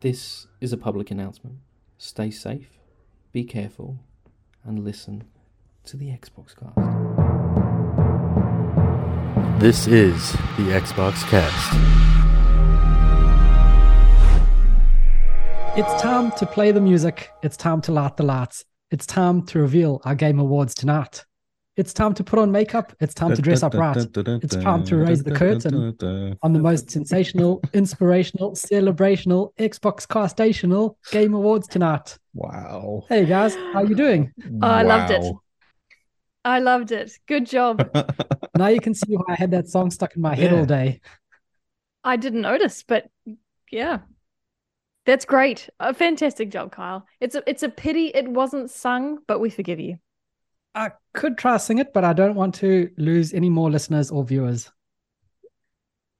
This is a public announcement. Stay safe, be careful, and listen to the Xbox cast. This is the Xbox Cast. It's time to play the music. It's time to light the lights. It's time to reveal our game awards tonight. It's time to put on makeup. It's time to dress up right It's time to raise the curtain. on the most sensational, inspirational, celebrational, Xbox castational game awards tonight. Wow. Hey guys, how you doing? Oh, I loved it. I loved it. Good job. Now you can see why I had that song stuck in my head Yeah. all day. I didn't notice, but yeah. That's great. A fantastic job, Kyle. It's a it's a pity it wasn't sung, but we forgive you. I could try sing it, but I don't want to lose any more listeners or viewers.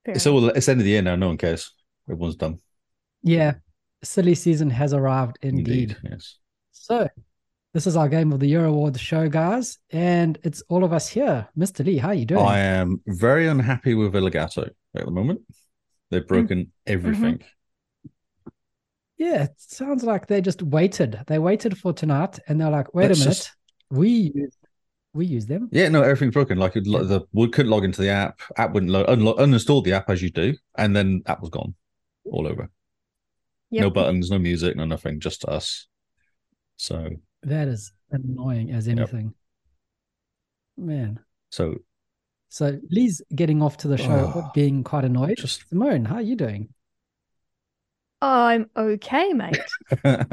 Fair It's enough. all. It's the end of the year now. No one cares. Everyone's done. Yeah, silly season has arrived indeed. Yes. So, this is our Game of the Year Awards show, guys, and it's all of us here. Mr. Lee, how you doing? I am very unhappy with Illegato at the moment. Mm. They've broken Mm-hmm. everything. Yeah, it sounds like they just waited. They waited for tonight, and they're like, "Wait That's a minute, just- we use we use them." Yeah, no, everything's broken. Like it, lo- the we couldn't log into the app. App wouldn't lo- unlo- uninstalled the app as you do, and then app was gone, all over. Yep. No buttons, no music, no nothing. Just us. So That is annoying as Yep. anything, man. so So Lee's getting off to the show, Ah, being quite annoyed. just- Simone, how are you doing? I'm okay, mate. What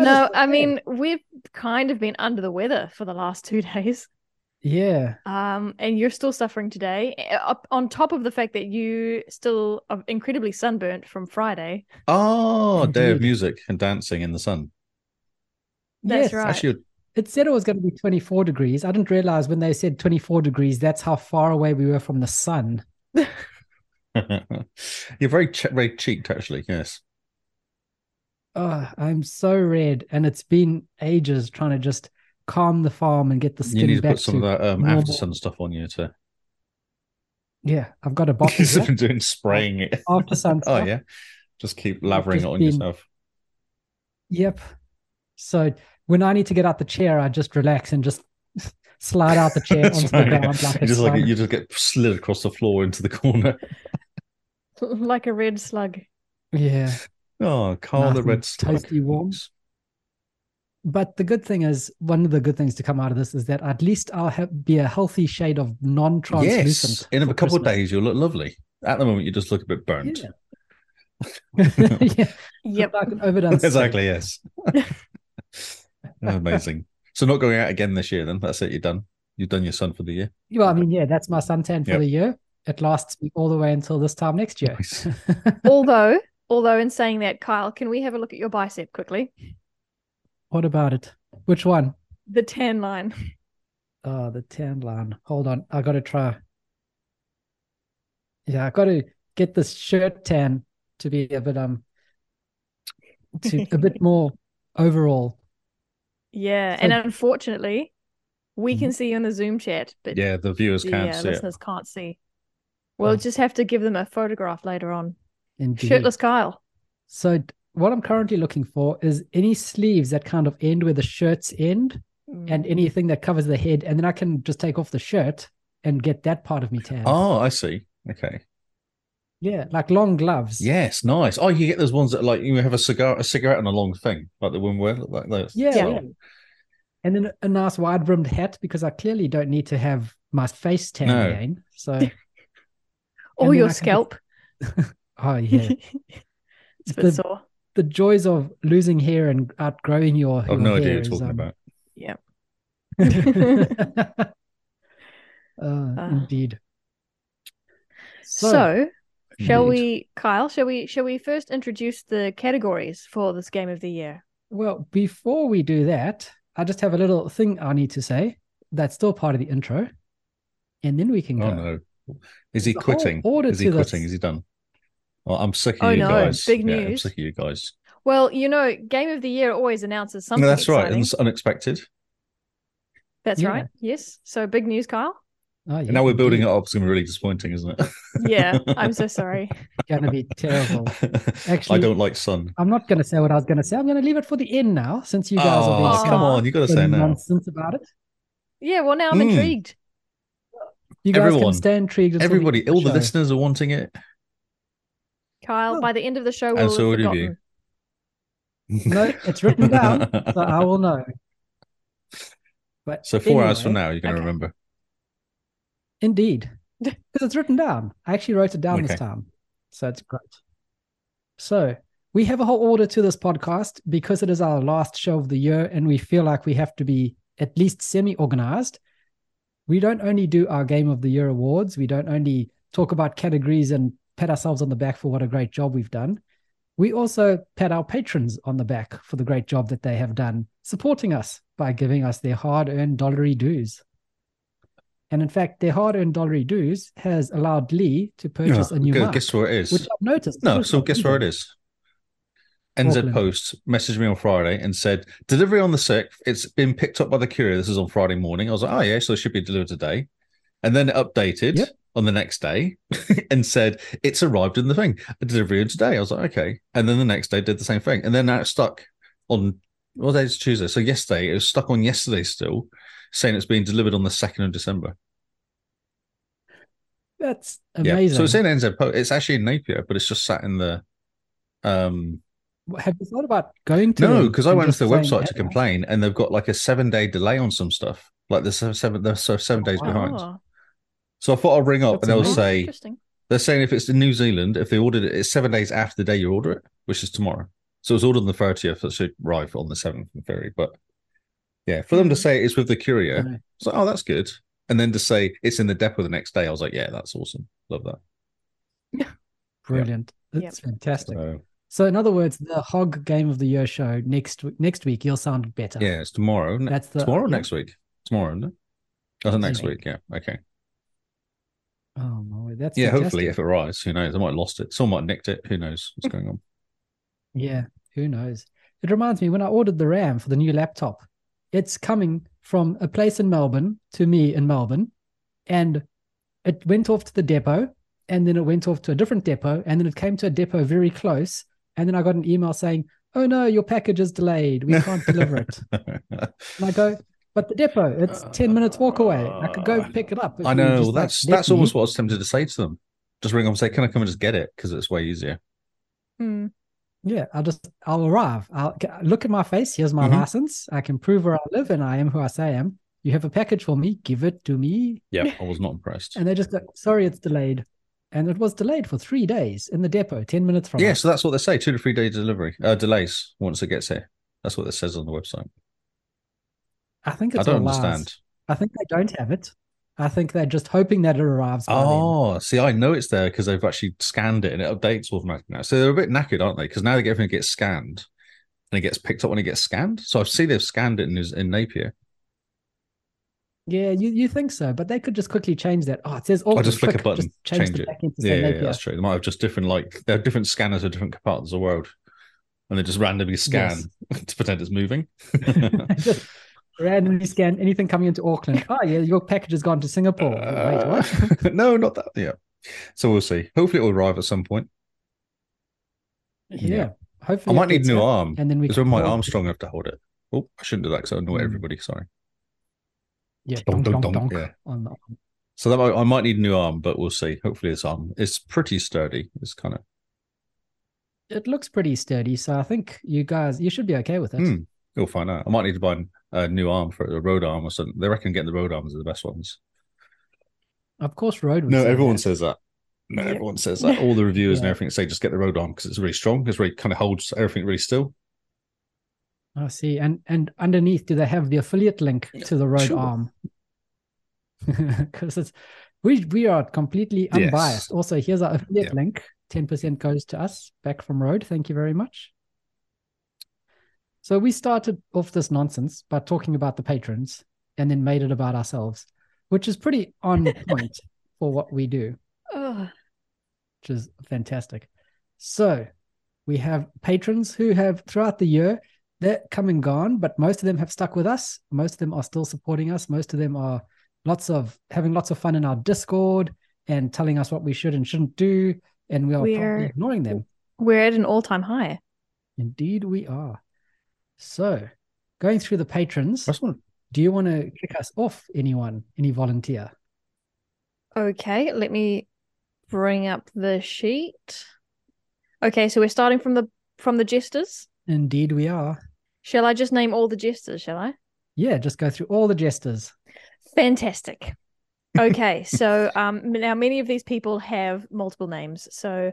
no, is- I mean, we've kind of been under the weather for the last two days. yeah, Um, and you're still suffering today. eh, up- On top of the fact that you still are incredibly sunburnt from Friday. oh, day of Indeed. music and dancing in the sun. Yes. That's right. Actually, It said it was going to be 24 degrees. I didn't realize when they said 24 degrees, that's how far away we were from the sun. You're very che- very cheeked, actually. Yes. Oh, I'm so red, and it's been ages trying to just calm the farm and get the skin You need to back put some of to. that um, normal. after sun stuff on you to. Yeah, I've got a bottle Because I've here, been doing spraying it. after sun. Oh stuff. yeah, just keep lavering just it on been- yourself. Yep. So when I need to get out the chair, I just relax and just slide out the chair That's onto the right. ground like you it's just like fun. you just get slid across the floor into the corner. like a red slug. Yeah. Oh, Carl Nice the and Red Slug. toasty warm. But the good thing is, one of the good things to come out of this is that at least I'll ha- be a healthy shade of non-translucent. Yes, in a for couple of Christmas. days you'll look lovely. At the moment, you just look a bit burnt. Yeah. yeah, Yep. like an overdone. exactly. Yes. Amazing. So not going out again this year. Then that's it. You're done. You've done your sun for the year. Well, I mean, yeah, that's my suntan for Uh, Yep. the year. It lasts me all the way until this time next year. Nice. although, although in saying that, Kyle, can we have a look at your bicep quickly? What about it? Which one? The tan line. Oh, the tan line. Hold on. I got to try. Yeah, I got to get this shirt tan to be a bit um to a bit more overall. Yeah, So- and unfortunately, we Mhm. can see you in the Zoom chat, but Yeah, the viewers the can't uh, see it. listeners can't see. We'll Oh. just have to give them a photograph later on. Indeed. Shirtless Kyle. So d- what I'm currently looking for is any sleeves that kind of end where the shirts end Mm. and anything that covers the head, and then I can just take off the shirt and get that part of me tan. Oh, I see. Okay. Yeah, like long gloves. Yes, nice. Oh, you get those ones that like you have a cigar, a cigarette, and a long thing, like the one where like those. Yeah. Yeah. yeah. And then a nice wide brimmed hat because I clearly don't need to have my face tan No. again. So, or and then I your can- scalp. oh, yeah. it's a bit The- sore. the joys of losing hair and outgrowing your. I've your no idea hair what you're is, talking um, about. uh, Ah. indeed. So, shall we, Kyle? Shall we? Shall we first introduce the categories for this game of the year? Well, before we do that, I just have a little thing I need to say that's still part of the intro. And then we can go. Oh no, is There's he a whole quitting? order Is he to this. quitting? Is he done? Oh, I'm sick of Oh, you no. guys. Big Yeah, I'm news. sick of you guys. Well, you know, game of the year always announces something. No, that's right. exciting. It's unexpected. That's Yeah. right. Yes. So big news, Kyle. Oh, yeah. And now we're building it up. It's going to be really disappointing, isn't it? Yeah, I'm so sorry. Going to be terrible. Actually- I don't like sun. I'm not going to say what I was going to say. I'm going to leave it for the end now, since you guys oh, are being come so- on. you got to so say it now. nonsense about it. Yeah, well now I'm Mm. intrigued. You guys Everyone. can stay intrigued. until the end of Everybody, all the show. listeners are wanting it. Kyle, by the end of the show, Oh. And we'll so have would you be. forgotten. No, it's written down, so I will know. But So four hours from anyway, now, you're going to okay. remember. indeed, because it's written down. I actually wrote it down this Okay. time, so it's great. So we have a whole order to this podcast because it is our last show of the year, and we feel like we have to be at least semi-organized. We don't only do our Game of the Year awards. We don't only talk about categories and pat ourselves on the back for what a great job we've done. We also pat our patrons on the back for the great job that they have done, supporting us by giving us their hard earned dollary dues. And in fact, their hard earned dollary dues has allowed Lee to purchase a new Gu- mic, guess where it which is? I've noticed. No, so guess where it is? NZ Auckland. Post messaged me on Friday and said, delivery on the 6th. It's been picked up by the courier. This is on Friday morning. I was like, oh, yeah, so it should be delivered today. And then it updated Yep. on the next day and said, it's arrived in the thing, a delivery in today. I was like, okay. And then the next day did the same thing. And then now it's stuck on, well, today's Tuesday. So yesterday, it was stuck on yesterday still, saying it's being delivered on the 2nd of December. That's Yeah. amazing. So it's in NZ Post. It's actually in Napier, but it's just sat in the, um, Have you thought about going to No, them because I and went just to their saying, website to "Hey, complain, and they've got like a seven day delay on some stuff. Like they're so seven, they're so seven days wow. behind. Oh, So I thought I'd ring up That's and they'll amazing. say interesting. they're saying if it's in New Zealand, if they ordered it, it's seven days after the day you order it, which is tomorrow. So it's ordered on the thirtieth. It should arrive on the seventh in theory. But yeah, for them Hmm. to say it's with the courier, No. it's like oh that's good, and then to say it's in the depot the next day, I was like yeah that's awesome, love that. Brilliant. Yep. That's fantastic. So, So, in other words, the Hog Game of the Year show next next week, you'll sound better. yeah, it's tomorrow. Ne- That's the tomorrow or next week? Tomorrow, isn't it? Oh, it's next Anyway. week. Yeah, okay. Oh my word, that's Yeah, fantastic. hopefully, if it arrives, who knows? I might have lost it. Someone might have nicked it. Who knows what's going on? Yeah, who knows? It reminds me when I ordered the RAM for the new laptop, it's coming from a place in Melbourne to me in Melbourne, and it went off to the depot, and then it went off to a different depot, and then it came to a depot very close, and then I got an email saying, "Oh no, your package is delayed. We can't deliver it." And I go, "But the depot, it's ten minutes walk away. I could go pick it up." if Uh, I you would know. just, Well, like, that's let that's me." almost what I was tempted to say to them. Just ring up and say, "Can I come and just get it?" Because it's way easier. Hmm. Yeah, I'll just I'll arrive. I'll c- look at my face. Here's my Mhm. license. I can prove where I live and I am who I say I am. You have a package for me. Give it to me. Yeah, I was not impressed. And they just go, sorry, it's delayed. And it was delayed for three days in the depot, ten minutes from Yeah, us. so that's what they say: two to three day delivery uh, delays once it gets here. That's what it says on the website. I think it's I don't all lies. understand. I think they don't have it. I think they're just hoping that it arrives. By then. Oh, see, I know it's there because they've actually scanned it and it updates automatically now. So they're a bit knackered, aren't they? Because now they get- everything gets scanned and it gets picked up when it gets scanned. So I see they've scanned it in, in Napier. yeah, you, you think so, but they could just quickly change that. Oh, it says all. I'll just flick a button, Just change, change the it. back end to say Yeah, yeah, yeah, Napier. that's true. They might have just different, like, there are different scanners for different compartments of the world, and they just randomly scan to pretend it's moving. just randomly scan anything coming into Auckland. Oh yeah, your package has gone to Singapore. Oh, Wait, what? Uh, no, not that. Yeah. So we'll see. Hopefully, it will arrive at some point. Yeah. Yeah. I Hopefully, might it need a gets new up, arm. And then we Is my hold- arm strong enough to hold it? Oh, I shouldn't do that because I annoy Mm. everybody. Sorry. Yeah, Donk, donk, donk, donk, donk donk, yeah. on the arm. So that might, I might need a new arm, but we'll see. Hopefully, this arm is pretty sturdy. It's kind of It looks pretty sturdy, so I think you guys you should be okay with it. Hmm. We'll find out. I might need to buy a new arm for a road arm or something. They reckon getting the road arms are the best ones. Of course, road. would No, say everyone that. says that. No, Yeah. everyone says that. All the reviewers and Yeah. everything say just get the road arm because it's really strong. It's really kind of holds everything really still. I see. And and underneath, do they have the affiliate link to the road sure. arm? Because it's we we are completely Yes. unbiased. Also, here's our affiliate Yeah. link. Ten percent goes to us back from road. Thank you very much. So we started off this nonsense by talking about the patrons, and then made it about ourselves, which is pretty on point for what we do Ugh. which is fantastic. So we have patrons who have throughout the year they're come and gone, but most of them have stuck with us. Most of them are still supporting us. Most of them are lots of having lots of fun in our Discord and telling us what we should and shouldn't do. And we are We're- probably ignoring them. We're at an all time high. Indeed, we are. So, going through the patrons, That's one. do you want to kick us off? Anyone? Any volunteer? Okay, let me bring up the sheet. Okay, so we're starting from the from the jesters. Indeed, we are. Shall I just name all the jesters, shall I? Yeah, just go through all the jesters. Fantastic. Okay, so um now many of these people have multiple names. So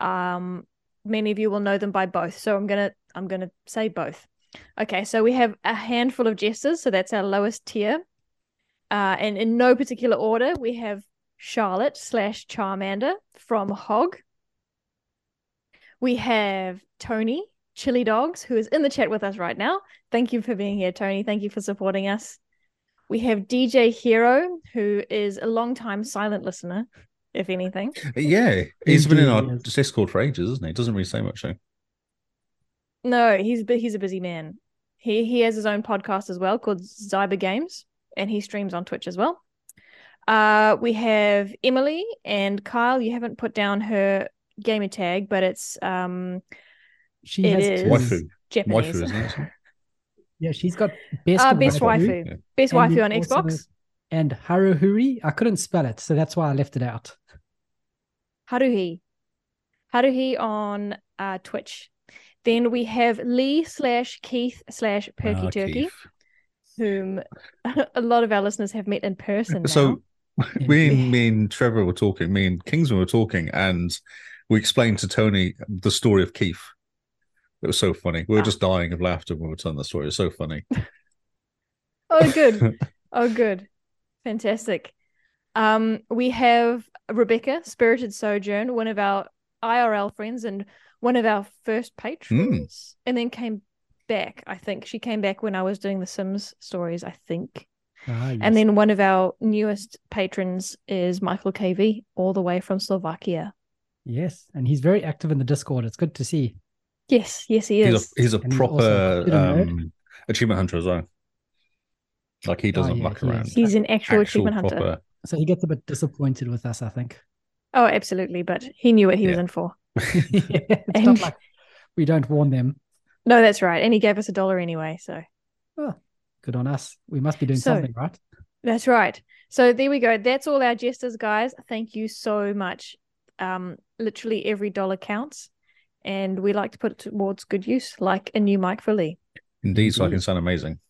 um many of you will know them by both. So I'm going to I'm going to say both. Okay, so we have a handful of jesters, so that's our lowest tier. Uh and in no particular order, we have Charlotte slash Charmander from Hog. We have Tony, Chili Dogs, who is in the chat with us right now. Thank you for being here, Tony. Thank you for supporting us. We have DJ Hero, who is a long-time silent listener, if anything. Yeah, he's been in our Indeed, yes. Discord for ages, isn't he? Doesn't really say much. So. No, he's bu- he's a busy man. He he has his own podcast as well called Zyber Games, and he streams on Twitch as well. Uh, we have Emily and Kyle. You haven't put down her gamer tag, but it's um She It has is. two. Waifu, Japanese. waifu, isn't it? Yeah, she's got best, Uh, of best waifu waifu. Best And waifu you've on also- Xbox. and haruhuri. I couldn't spell it, so that's why I left it out. Haruhi. Haruhi on uh, Twitch. Then we have Lee slash Keith slash Perky Ah, Turkey, Keith. whom a lot of our listeners have met in person. now. So we, and me and Trevor were talking. Me and Kingsman were talking, and we explained to Tony the story of Keith. It was so funny. We were Ah. just dying of laughter when we were telling the story. It was so funny. Oh, good. oh, good. Fantastic. Um, we have Rebecca, Spirited Sojourn, one of our IRL friends and one of our first patrons, and then came back. I think she came back when I was doing the Sims stories, I think. Ah, yes. And then one of our newest patrons is Michael KV, all the way from Slovakia. yes, and he's very active in the Discord. It's good to see. Yes, yes, he he's is. a he's a And he's also a proper computer nerd. um, achievement hunter as well. Like he doesn't yeah, muck he around. is. He's an actual, achievement hunter. So he gets a bit disappointed with us, I think. Oh, absolutely. But he knew what he was in for. it's And- not like we don't warn them. No, that's right. And he gave us a dollar anyway. So Good on us. We must be doing So- something right. That's right. So there we go. That's all our jesters, guys. Thank you so much. Um, literally every dollar counts, and we like to put it towards good use, like a new mic for Lee. Indeed, so I Indeed. can sound amazing.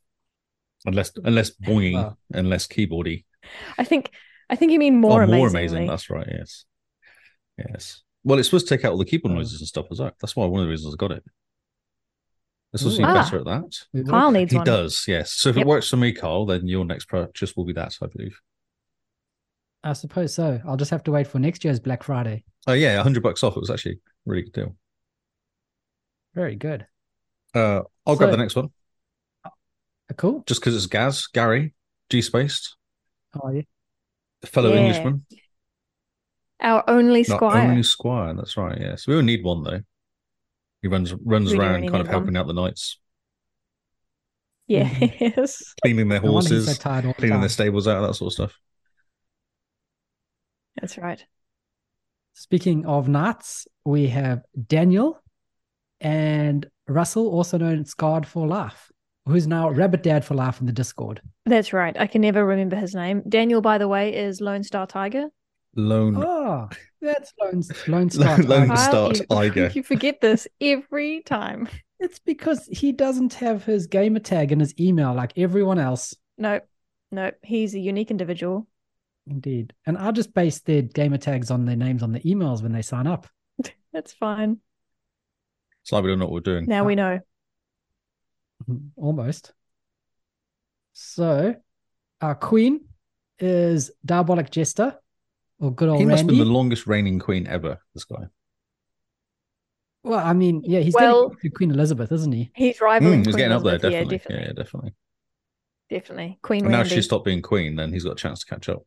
Unless unless boingy Wow. and less keyboardy. I think, I think you mean Oh, more, more amazing. amazing. Lee. That's right. Yes. Yes. Well, it's supposed to take out all the keyboard Oh. noises and stuff as well. That's why one of the reasons I got it. This will Ooh. seem Ah. better at that. We will- Kyle needs He one. does, yes. So if Yep. it works for me, Carl, then your next purchase will be that, I believe. I suppose so. I'll just have to wait for next year's Black Friday. Oh yeah, hundred bucks off. It was actually a really good deal. Very good. Uh, I'll grab So- the next one Uh, Cool. just because it's Gaz Gary G Spaced, Oh, yeah. fellow Yeah. Englishman, Our only Not squire. only Squire. That's right. Yes, we will need one though. He runs runs We do around, really kind of need one. helping out the knights, Yes. cleaning their No wonder he's horses, so tired all the cleaning time. their stables out, that sort of stuff. That's right. Speaking of knights, we have Daniel and Russell, also known as Scarred for Life, who's now Rabbit Dad for Life in the Discord. That's right. I can never remember his name. Daniel, by the way, is Lone Star Tiger. Lone Oh, that's Lone, Lone Star. Mm. Lone Tiger. Star Kyle, you- Tiger. You forget this every time. It's because he doesn't have his gamer tag in his email like everyone else. Nope. Nope. He's a unique individual. Indeed. And I just base their gamer tags on their names on the emails when they sign up. That's fine. It's like we don't know what we're doing. Now we know. Almost. So our queen is Diabolic Jester or good old He must have Randy. been the longest reigning queen ever. This guy. well, I mean, yeah, he's Well- dedicated to Queen Elizabeth, isn't he? He's rivaling. Mm, he's Queen getting up there, Elizabeth. definitely. Yeah, Yeah, definitely. definitely. Definitely. Queen And now Randy. she stopped being queen, then he's got a chance to catch up.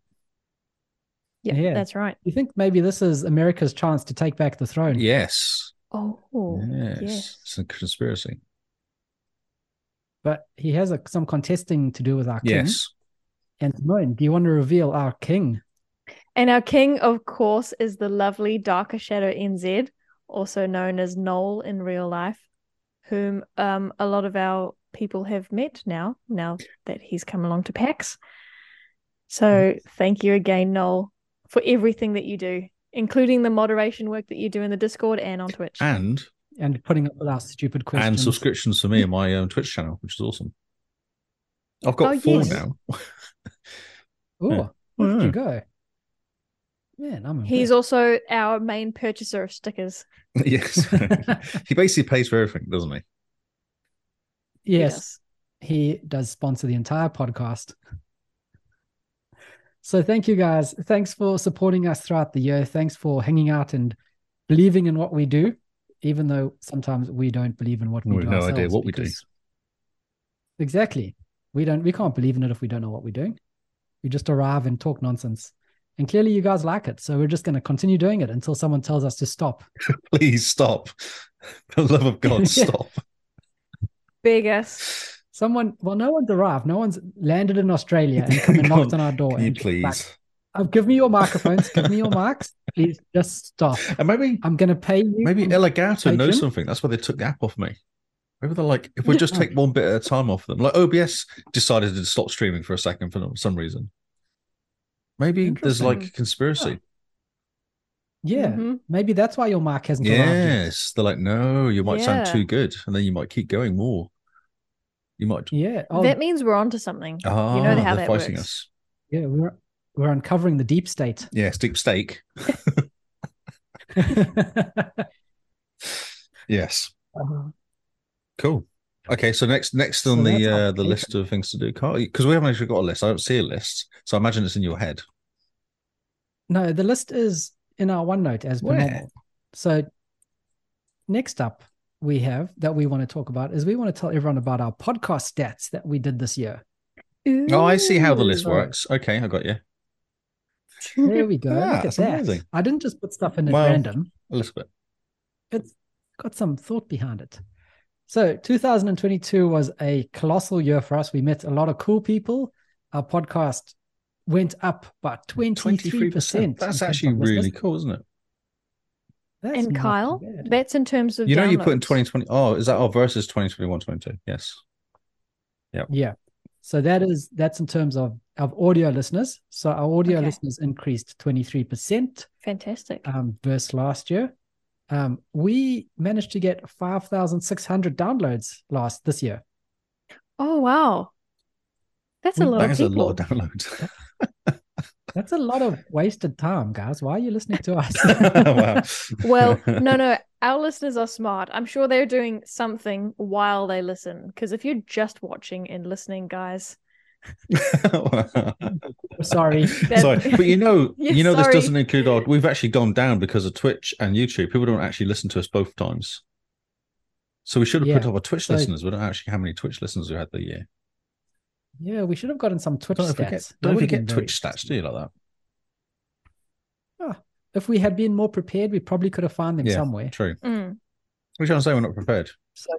Yeah, Yeah. that's right. You think maybe this is America's chance to take back the throne? Yes. Oh, Yes. yes. It's a conspiracy. But he has a, some contesting to do with our king. Yes. And Simone, do you want to reveal our king? And our king, of course, is the lovely Darker Shadow NZ, also known as Noel in real life, whom um, a lot of our people have met now, now that he's come along to PAX. So Hmm. thank you again, Noel, for everything that you do, including the moderation work that you do in the Discord and on Twitch. and And putting up with our stupid questions. and subscriptions for me and my um, Twitch channel, which is awesome. I've got Oh, four yes. now. Oh, Oh, there yeah. you go. Man, I'm He's also our main purchaser of stickers. yes, he basically pays for everything, doesn't he? yes. he does sponsor the entire podcast. So thank you guys. Thanks for supporting us throughout the year. Thanks for hanging out and believing in what we do, even though sometimes we don't believe in what we We do. have no idea ourselves what we do. because- Exactly. We don't we can't believe in it if we don't know what we're doing. We just arrive and talk nonsense. And clearly you guys like it. So we're just going to continue doing it until someone tells us to stop. Please stop. For the love of God, Yeah. stop. Biggest. Someone well, no one's arrived. No one's landed in Australia and come and Come knocked on our door. Can you and please? like, Oh, give me your microphones. give me your mics. Please just stop. And maybe I'm going to pay you. maybe Elgato knows Patreon? something. That's why they took the app off me. Maybe they're like, if we just take one bit at a time off them, like OBS decided to stop streaming for a second for some reason. Maybe there's like a Interesting. conspiracy. yeah. Mhm. Maybe that's why your mic hasn't arrived. Yes. They're like, no, you might sound Yeah. too good. And then you might keep going more. You might. Yet. Yeah. Oh, That means we're onto something. Ah, know they're how that fighting works. us. yeah. We're we're uncovering the deep state. Yes, deep stake. Yes. Cool. Okay, so next next So on that's the our uh, the patron. list of things to do, Carl, because we haven't actually got a list. I don't see a list, so I imagine it's in your head. no, the list is in our OneNote as per Where? normal. So next up we have that we want to talk about is we want to tell everyone about our podcast stats that we did this year. Oh, I see how the list Ooh. works. Okay, I got you. There we go. Yeah, Look at that's that. Ah, amazing. I didn't just put stuff in at Well, random. A little bit. it's got some thought behind it. So 2022 was a colossal year for us. We met a lot of cool people. Our podcast went up by 23 percent. That's actually really cool, isn't it? And Kyle, that's in terms of You know, you put in downloads. 2020. Oh, is that oh versus 2021 22? Yes. yeah. So that is that's in terms of of audio listeners. So our audio Okay. listeners increased 23 percent Fantastic. um, versus last year. Um, we managed to get 5,600 downloads last this year. Oh wow, that's Mm, a lot That of is a people. lot of downloads. That's a lot of wasted time, guys. Why are you listening to us? wow. well, no, no, our listeners are smart. I'm sure they're doing something while they listen. Because if you're just watching and listening, guys, Sorry. sorry, but mm, you know, Yeah, you know, sorry. this doesn't include our. We've actually gone down because of Twitch and YouTube. People don't actually listen to us both times. So we should have put Yeah, up our Twitch so- listeners. We don't actually how many Twitch listeners we had the year. Yeah, we should have gotten some Twitch Don't stats. forget, That don't would have forget been very Twitch stats, do interesting. you like that? If we had been more prepared, we probably could have found them Yeah. somewhere. True. Mm. Which I'm saying we're not prepared. So,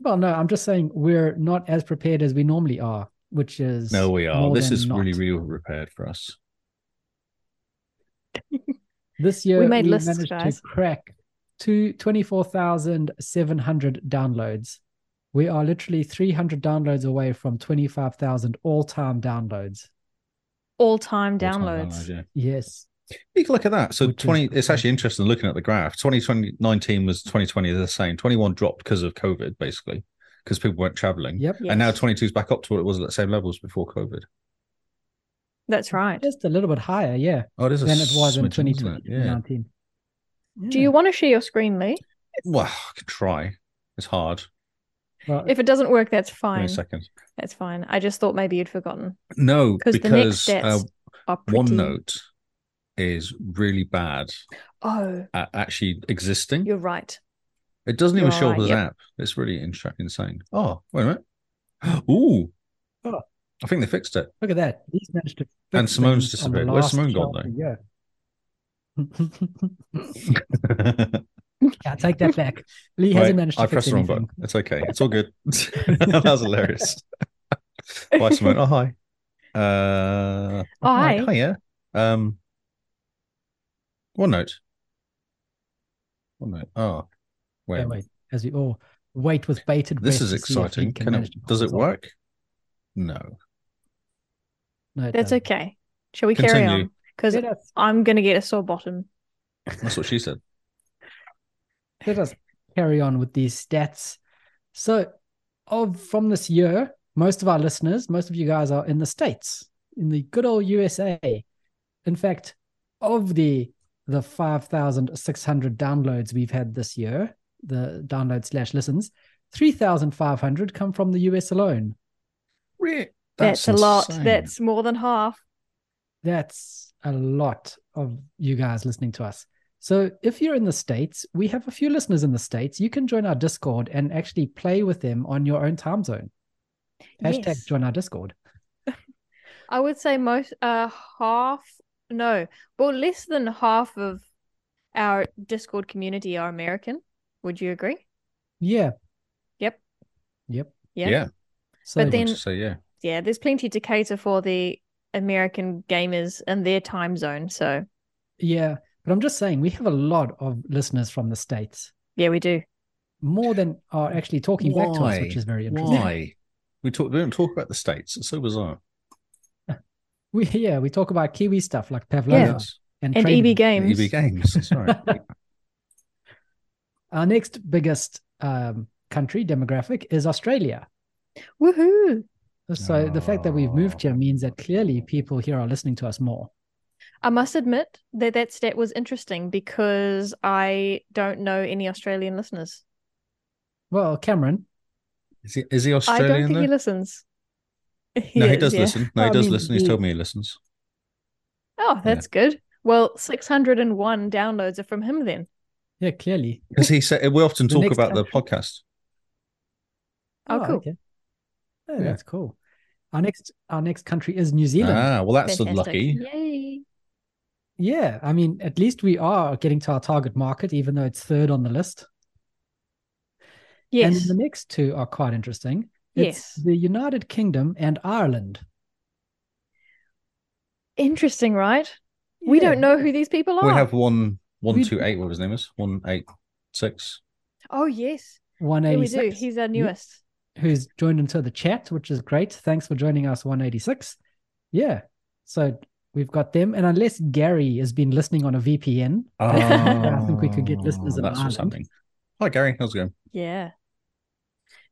well, no, I'm just saying we're not as prepared as we normally are, which is No, we are. more This than is really, not. really prepared for us. This year We made lists, managed guys. to crack to 24,700 downloads. We are literally 300 downloads away from 25,000 all-time downloads. all-time All-time downloads. downloads, yeah. Yes. You can look at that. So Which is twenty. It's pretty- actually interesting looking at the graph. 2019 was 2020 the same. 21 dropped because of COVID, basically, because people weren't traveling. Yep. Yes. And now 22 is back up to what it was at the same levels before COVID. That's right. Just a little bit higher, yeah, Oh, it is. a than it was in smidgen, isn't 2020. it? Yeah. 2019. Do you want to share your screen, Lee? Well, I could try. It's hard. Well, If it doesn't work, that's Give me a fine. second. That's fine. I just thought maybe you'd forgotten. No, Because the because next uh, stats are pretty. OneNote is really bad Oh, at actually existing. you're right. It doesn't even You're show up right, as an yep. app. It's really in- insane. Oh, wait a minute. Ooh. Oh. I think they fixed it. Look at that. He's managed to. And fix Simone's things on the disappeared. Where's last Simone gone, chart though? Yeah. Yeah, take that back. Lee Wait, hasn't managed to I fix pressed the wrong anything. button. It's okay. It's all good. that was hilarious. Bye, Simone. Oh, hi. Uh, Oh, hi. yeah. Um, one note. One note. Oh, wait. Oh, wait, as we all wait with bated breath. This is to see if he exciting. can Can manage it, to pull does it this off. work? No. No, it That's doesn't. okay. Shall we carry Continue. on? Because Let us, I'm gonna get a sore bottom. That's what she said. let us carry on with these stats. So, of from this year, most of our listeners, most of you guys are in the states, in the good old USA. In fact, of the the five thousand six hundred downloads we've had this year, the download slash listens, three thousand five hundred come from the US alone. Re- That's, a lot. insane. That's more than half. That's a lot of you guys listening to us. So if you're in the States, we have a few listeners in the States. You can join our Discord and actually play with them on your own time zone. Hashtag Yes. join our Discord. I would say most uh half no, well less than half of our Discord community are American. Would you agree? Yeah. Yep. Yep. Yeah. Yeah. So But I then- would say yeah. Yeah, there's plenty to cater for the American gamers and their time zone. So yeah, but I'm just saying we have a lot of listeners from the States. yeah, we do. More than are actually talking back to us, Why? which is very interesting. Why? We talk. We don't talk about the states. It's so bizarre. We yeah, we talk about Kiwi stuff like Pavlova Yeah. Yes. and, And training. EB Games. EB E Games. Sorry. Our next biggest um, country demographic is Australia. Woohoo. So the fact that we've moved here means that clearly people here are listening to us more. I must admit that that stat was interesting because I don't know any Australian listeners. Well, Cameron, Is he, is he I don't Australian? think he though? listens. no, he is, does yeah. listen. No, I he does mean, listen. He's he- told me he listens. Oh, that's good. Well, 601 downloads are from him then. yeah, clearly. Because he said we often The talk next about the podcast. Oh, cool. okay. Oh, Yeah. that's cool. Our next, our next country is New Zealand. Ah, well, that's unlucky. Yay. yeah, I mean, at least we are getting to our target market, even though it's third on the list. Yes. And the next two are quite interesting. Yes. It's the United Kingdom and Ireland. Interesting, right? We Yeah. don't know who these people are. We have one, one, We- two, eight. What his name is? One, eight, six. Oh, yes. one Yeah, eighty we do. six. He's our Hmm? newest. who's joined into the chat, which is great. Thanks for joining us, 186. Yeah. So we've got them. And unless Gary has been listening on a VPN, I think we could get listeners in Oh, That's what's Ireland. happening. Hi, Gary. How's it going? Yeah.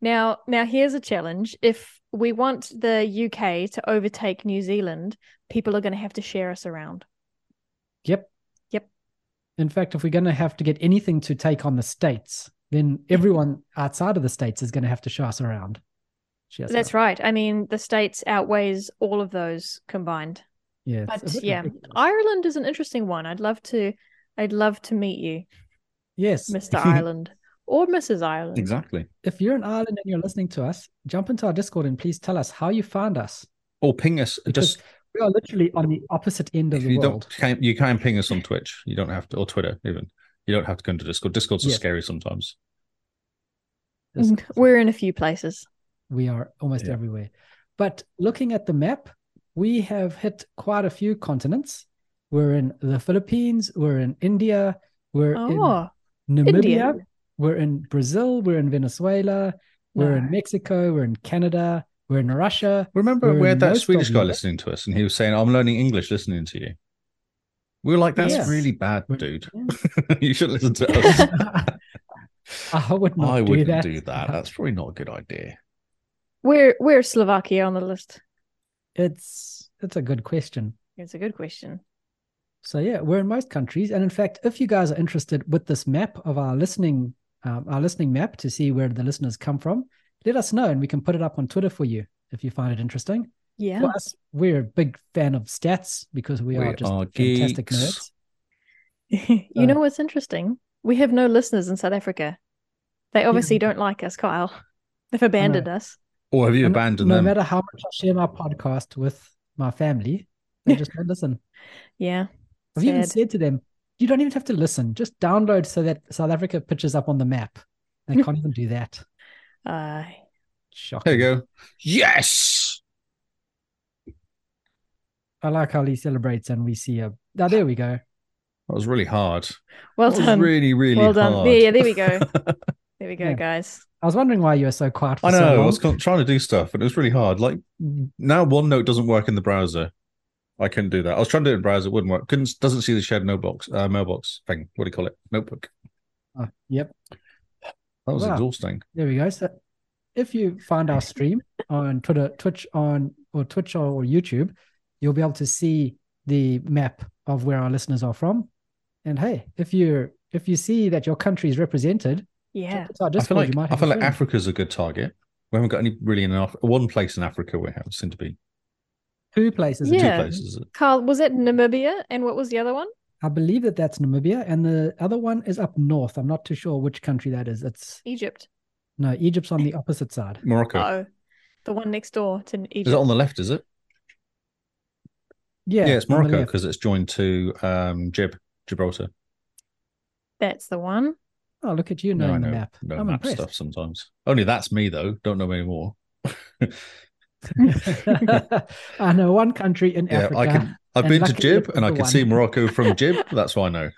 Now, now here's a challenge. If we want the UK to overtake New Zealand, people are going to have to share us around. Yep. Yep. In fact, if we're going to have to get anything to take on the States, then everyone outside of the States is going to have to show us around. Show us That's around. right. I mean, the states outweighs all of those combined. Yeah. it's a But bit yeah, ridiculous. Ireland is an interesting one. I'd love to I'd love to meet you, yes. Mr. Ireland or Mrs. Ireland. Exactly. If you're in Ireland and you're listening to us, jump into our Discord and please tell us how you found us. Or ping us. Because just we are literally on the opposite end of if the you world. don't, can, you can ping us on Twitch. You don't have to, or Twitter even. You don't have to go into Discord. Discord's so Yeah. scary sometimes. Mm, We're in a few places. we are almost Yeah. everywhere. But looking at the map, we have hit quite a few continents. We're in the Philippines, we're in India, we're Oh, in Namibia, India. we're in Brazil, we're in Venezuela, we're in No. Mexico, we're in Canada, we're in Russia. Remember We're we had in that most of Swedish guy Europe. listening to us, and he was saying, "I'm learning English listening to you." We were like, "That's Yes. really bad, We're- dude. you should listen to us." I would not I do wouldn't that. do that. That's probably not a good idea. Where where is Slovakia on the list? It's it's a good question. It's a good question. So yeah, we're in most countries, and in fact, if you guys are interested with this map of our listening, um, our listening map to see where the listeners come from, let us know, and we can put it up on Twitter for you if you find it interesting. Yeah. Plus, we're a big fan of stats because we, We are just are fantastic geeks. nerds. you know So- what's interesting? We have no listeners in South Africa. They obviously don't like us, Kyle. They've abandoned us. Or have you And abandoned no them? matter how much I share my podcast with my family, they just don't listen. Yeah. I've even Sad. said to them, "You don't even have to listen; just download so that South Africa pictures up on the map." They can't even do that. Uh, Shocking. There you go. Yes. I like how Lee celebrates and we see a. Now, there we go. That was really hard. Well That was done. really, really well done. hard. There, yeah, there we go. There we go, Yeah. guys. I was wondering why you were so quiet. For I know. So I long. was con- trying to do stuff, and it was really hard. Like now, OneNote doesn't work in the browser. I couldn't do that. I was trying to do it in browser, it wouldn't work. Couldn't doesn't see the shared notebox, uh, mailbox thing. What do you call it? Notebook. Ah, yep. That was Wow. exhausting. There we go. So if you find our stream on Twitter, Twitch on or Twitch or YouTube, you'll be able to see the map of where our listeners are from. And hey, if you if you see that your country is represented, Yeah. check us out I feel Discord. like you might have I a feel like friend. Africa's a good target. We haven't got any really in Af- one place in Africa we have seem to be two places. Yeah. two places. Carl, was it Namibia? And what was the other one? I believe that that's Namibia, and the other one is up north. I'm not too sure which country that is. It's Egypt. no, Egypt's on the opposite side. Morocco. Oh, the one next door to Egypt. is it on the left? Is it? Yeah, yeah it's on the Morocco left. because it's joined to um, Gib Gibraltar. That's the one. Oh, look at you No, I knowing know, the map. know I'm map impressed. stuff sometimes. Only that's me though. Don't know anymore. I know one country in Yeah, Africa. I can. I've and been to luckily Jib, it and I was can see one. Morocco from Jib. That's why I know.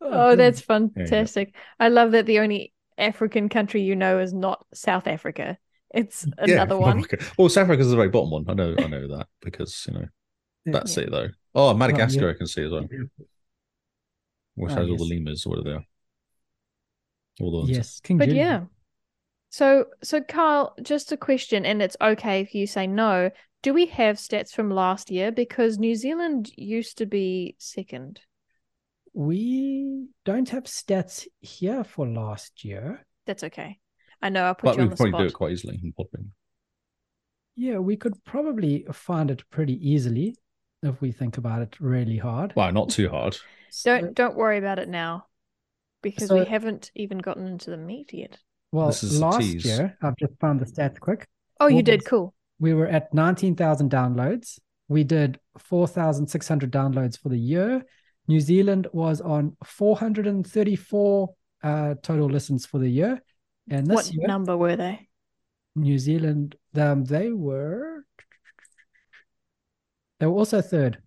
Oh, good. that's go. fantastic. I love that the only African country you know is not South Africa. It's another yeah, one. Morocco. Well, South Africa's the very bottom one. I know. I know that because you know Yeah. that's it though. Oh, Madagascar, yeah. I can see as well. Which Ah, has all the yes. lemurs or whatever they are. All the ones. Yes, King But Jimmy. yeah. So so Carl, just a question, and it's okay if you say no. Do we have stats from last year? Because New Zealand used to be second. we don't have stats here for last year. That's okay. I know I'll put But you we on could the probably spot. do it quite easily in Podbean. Yeah, we could probably find it pretty easily if we think about it really hard. Well, not too hard. Don't don't worry about it now. Because we So- haven't even gotten into the meat yet. well, this is a last tease. year I've just found the stats quick. Oh, you Well, did. there's- Cool. We were at nineteen thousand downloads. We did four thousand six hundred downloads for the year. New Zealand was on four hundred and thirty-four uh, total listens for the year, and this What year number were they? New Zealand, um, they were they were also third.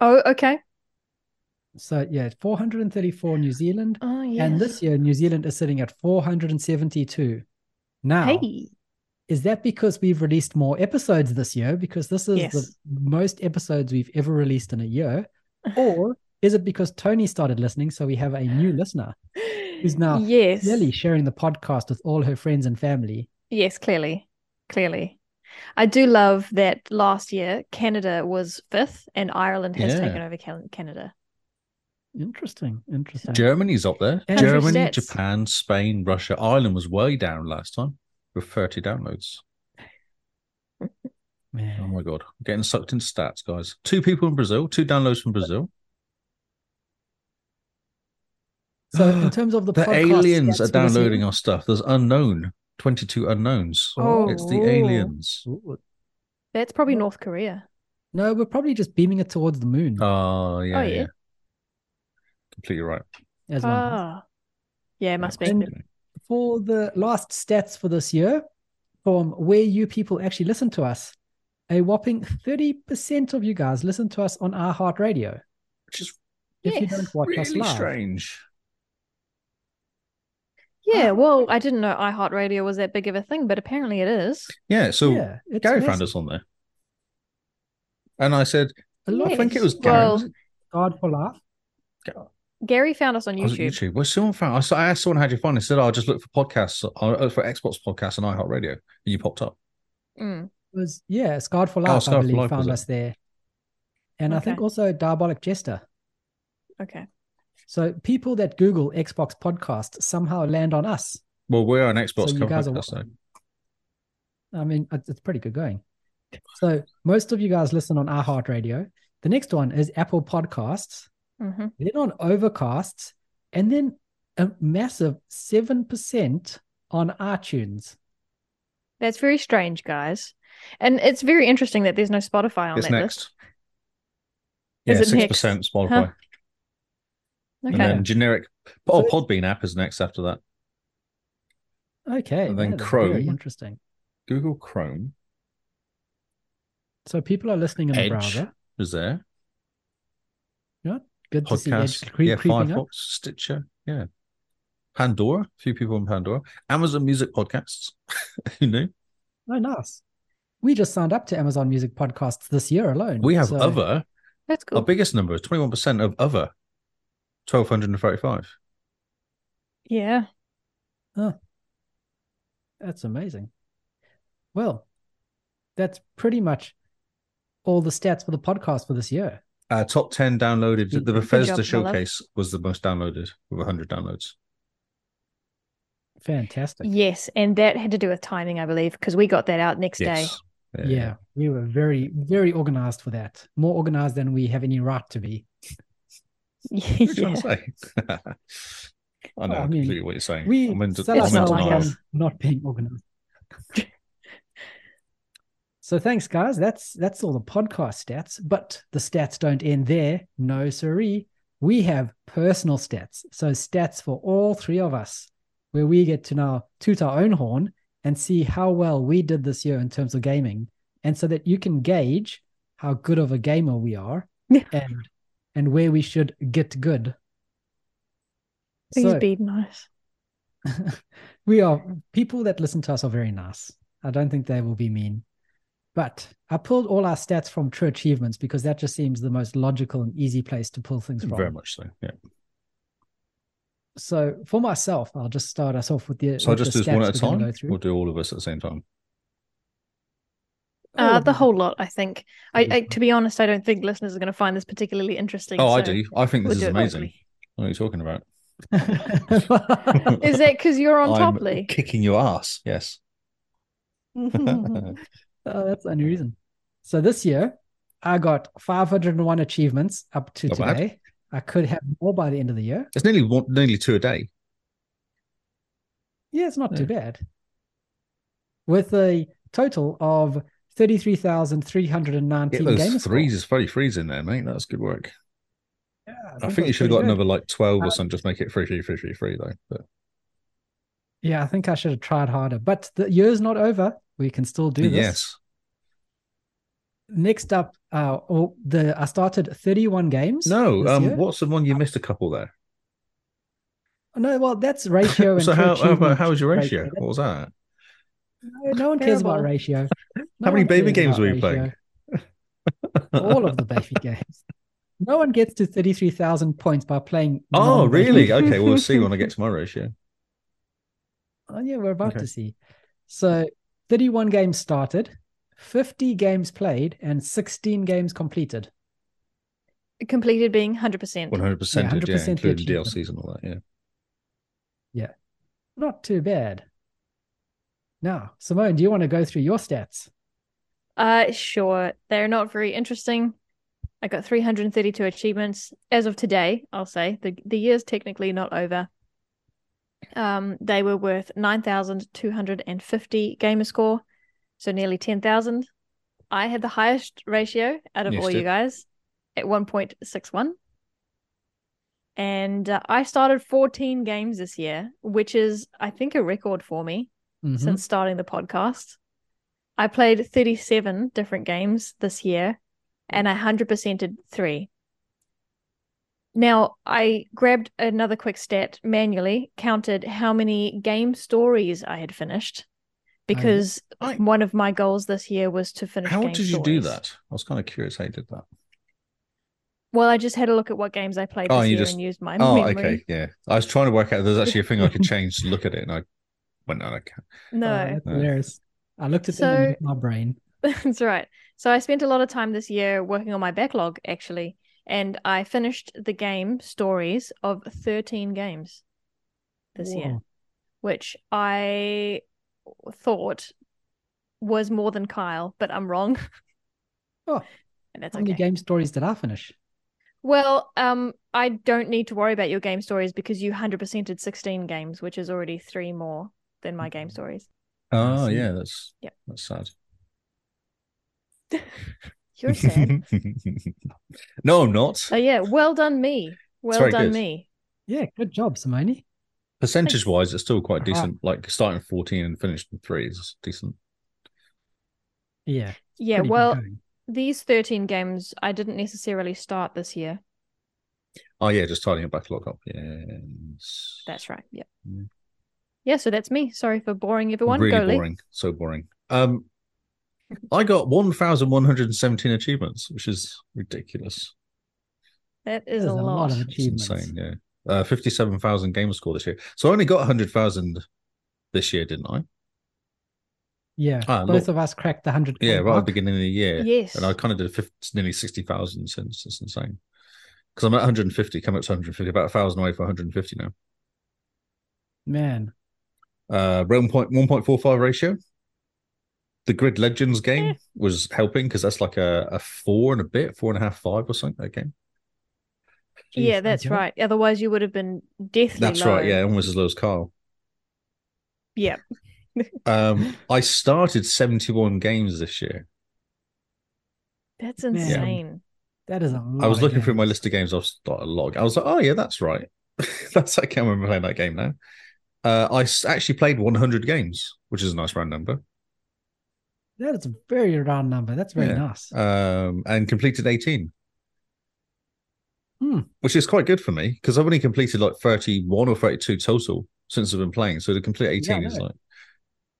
Oh, okay. So yeah, 434 New Zealand, Oh, yeah. and this year New Zealand is sitting at 472. Now, Hey. is that because we've released more episodes this year? Because this is Yes. the most episodes we've ever released in a year, or is it because Tony started listening? So we have a new listener, who's now yes. clearly sharing the podcast with all her friends and family. Yes, clearly. Clearly. I do love that last year Canada was fifth and Ireland has Yeah. taken over Can- Canada. Interesting, interesting. Germany's up there. Country Germany, stats. Japan, Spain, Russia, Ireland was way down last time with 30 downloads. Man. Oh my god, I'm getting sucked into stats, guys. Two people in Brazil, two downloads from Brazil. So in terms of the, The podcast aliens are stats for this year- downloading our stuff. There's unknown, 22 unknowns. Oh. it's the Ooh. aliens. Ooh. That's probably North Korea. No, we're probably just beaming it towards the moon. Oh yeah, Oh, yeah. yeah. Completely right. as one does. Ah. Yeah, it must Yeah, be. And for the last stats for this year, from where you people actually listen to us, a whopping 30% of you guys listen to us on our Heart Radio. Which is If you Yes, don't watch us really live. strange. Yeah, ah. well, I didn't know iHeartRadio was that big of a thing, but apparently it is. Yeah, so yeah, it's Gary massive. found us on there. And I said, A lot I of think it was Yes. Gary. Well, was it? God for life. Gary found us on Was it YouTube. YouTube. Well, someone found. I saw. I asked someone how'd you find it. He Said, "Oh, I just looked for podcasts. I looked for Xbox podcasts and iHeartRadio, and you popped up." Mm. It was, yeah, Scarred for Life, Oh, Scarred I for believe, Life, was found it? us there. And I think Okay. also Diabolic Jester. Okay. So people that Google Xbox podcast somehow land on us. Well, we're an Xbox so you cover guys are podcast, though. welcome. I mean, it- it's pretty good going. So most of you guys listen on iHeartRadio. The next one is Apple Podcasts, hmm then on Overcasts, and then a massive 7% on iTunes. That's very strange, guys. And it's very interesting that there's no Spotify on It's that next. list. Is yeah, it six next? percent Spotify, Huh? Okay. and then generic. Oh, So- Podbean app is next after that. Okay. And then that is very Chrome. Interesting. Google Chrome. So people are listening in the Edge. browser. Was there Good to see Edge podcast? cre- yeah, creeping Firefox, up. Stitcher, yeah, Pandora. A few people on Pandora, Amazon Music podcasts. Who knew? Oh, nice. We just signed up to Amazon Music Podcasts this year alone. We have so- other. That's Our cool. biggest number is twenty-one percent of other, twelve hundred and thirty-five. Yeah. That's amazing. Well, that's pretty much all the stats for the podcast for this year. Uh, top ten downloaded. Good The job, Bethesda my love. showcase was the most downloaded with hundred downloads. Fantastic. Yes. And that had to do with timing, I believe, because we got that out next day. Yes. Yeah. we were very, very organized for that. More organized than we have any right to be. What are you yeah. trying to say? I know Well, Oh, I mean, completely what you're saying. We I'm in, sell I'm in not ourselves like denial. us. on not being organized. so thanks, guys. That's that's all the podcast stats, but the stats don't end there. No, siree. We have personal stats. So stats for all three of us, where we get to now toot our own horn and see how well we did this year in terms of gaming. And so that you can gauge how good of a gamer we are Yeah. and and where we should get good. Please So- be nice. we are people that listen to us are very nice. I don't think they will be mean. But I pulled all our stats from True Achievements because that just seems the most logical and easy place to pull things from. Very much so. Yeah. So for myself, I'll just start us off with the. So I'll with just the do this one stats at a we're gonna time. go through. We'll do all of us at the same time. Uh, Oh, the whole lot, I think. I, Mhm. I, to be honest, I don't think listeners are going to find this particularly interesting. Mm-hmm. Oh, I so do. I think we'll this do is it amazing. properly. What are you talking about? Is that because you're on I'm top, Lee? kicking your ass. Yes. oh, oh, that's the only reason. So this year, I got 501 achievements up to Not bad. today. I could have more by the end of the year. It's nearly one, nearly two a day. Yeah, it's not Yeah. too bad. With a total of 33,319 gamer Get those scores. threes, very threes in there, mate. That's good work. Yeah, I think, that's you pretty should have got good. another like twelve Uh, or something. Just make it three, three, three, three, three, though. But Yeah, I think I should have tried harder. But the year's not over. We can still do this. yes, Next up, uh, oh, the I started 31 games. no. this Um, year. what's the one you missed a couple there? No, well, that's ratio. and so true how, how about achievement how was your ratio? That- What was that? No, no one cares about Terrible. ratio. No many one baby cares games about were you playing? ratio. All of the baby games. No one gets to 33,000 points by playing. Oh, non-baby really? Okay, we'll see when I get to my ratio. Oh, yeah, we're about Okay. to see. So 31 games started, 50 games played, and 16 games completed. Completed being 100%. One hundred percent, Yeah, 100% yeah, the including achievement. DLCs and all that. Yeah. Not too bad. Now, Simone, do you want to go through your stats? Uh, sure. They're not very interesting. I got 332 achievements as of today, I'll say. The the year's technically not over. Um, they were worth 9,250 gamer score, so nearly 10,000. I had the highest ratio out of Yes, all did. you guys at 1.61. And uh, I started 14 games this year, which is, I think, a record for me Mhm. since Mm-hmm. starting the podcast. I played 37 different games this year and I 100%ed three. Now, I grabbed another quick stat manually, counted how many game stories I had finished because I- one of my goals this year was to finish. How game did you do stories. that? I was kind of curious how you did that. Well, I just had a look at what games I played Oh, this you year just- and used my Oh, memory. okay, yeah. I was trying to work out. There's actually a thing I could change to look at it, and I went, "No, I can't." No. Oh, that's No. hilarious. I looked at So- them in my brain. That's right. So I spent a lot of time this year working on my backlog, actually, and I finished the game stories of 13 games this year, Whoa. which I thought was more than Kyle, but I'm wrong. Oh, and that's How many okay. game stories did I finish? Well, um, I don't need to worry about your game stories because you 100%ed 16 games, which is already three more than my Mm-hmm. game stories. Oh, see. yeah. That's Yep. that's sad. You're sad. no, I'm not. so yeah, well done me. Well very done good. me. Yeah, good job, Simone. Percentage wise, it's still quite Uh-huh. decent. Like starting at 14 and finishing three is decent. Yeah. Yeah, pretty good well, going. these 13 games I didn't necessarily start this year. Oh yeah, just tidying your backlog up. Yes. That's right. Yeah. Yeah. Yeah, so that's me. Sorry for boring everyone. Mm. Really Go Lee. boring. So boring. Um, I got 1,117 achievements, which is ridiculous. That is There's a lot. of It's achievements. insane. Yeah. Uh, 57,000 game score this year. So I only got 100,000 this year, didn't Oh, I? Yeah, Ah, both look. of us cracked the hundred. Yeah, right at the beginning of the year. Yes. And I kind of did 50, nearly 60,000 since. It's insane. Because I'm at 150, coming up to 150, about 1,000 away from 150 now. Man, Uh, Realm point 1.45 ratio. The Grid Legends game Eh. was helping because that's like a, a four and a bit, four and a half, five or something, that game. Jeez, yeah, that's okay. right. Otherwise, you would have been deathly That's low. right. Yeah, almost as low as Carl. Yeah. Um, I started 71 games this year. That's Man. insane. That is a lot. I was of looking through my games. list of games. I've got a log. I was like, oh, yeah, that's right. that's I can't remember playing that game now. Uh, I s- actually played 100 games, which is a nice round number, That is a very round number. That's very Yeah. nice. um, and completed 18, Hmm. which is quite good for me because I've only completed like 31 or 32 total since I've been playing. So to complete 18 I is know. like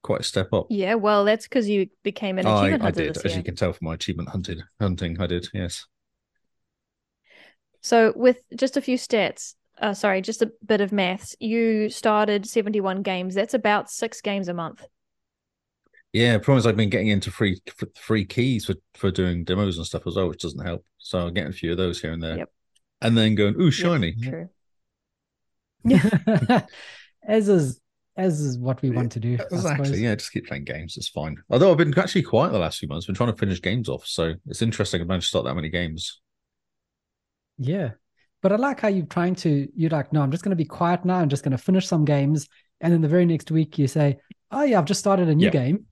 quite a step up. Yeah, well, that's because you became an I, achievement I hunter did, this as year. you can tell from my achievement hunted hunting. I did, yes. So, with just a few stats, uh, sorry, just a bit of maths, you started 71 games. That's about six games a month. Yeah, problem is I've been getting into free f- free keys for for doing demos and stuff as well, which doesn't help. So I'm getting a few of those here and there, Yep. and then going, "Ooh, Yep, shiny!" True. as is as is what we want to do. I suppose. Exactly. Yeah, just keep playing games. It's fine. Although I've been actually quiet the last few months, been trying to finish games off. So it's interesting I've managed to start that many games. Yeah. But I like how you're trying to, you're like, no, I'm just going to be quiet now. I'm just going to finish some games. And then the very next week you say, oh, yeah, I've just started a new Yeah. game.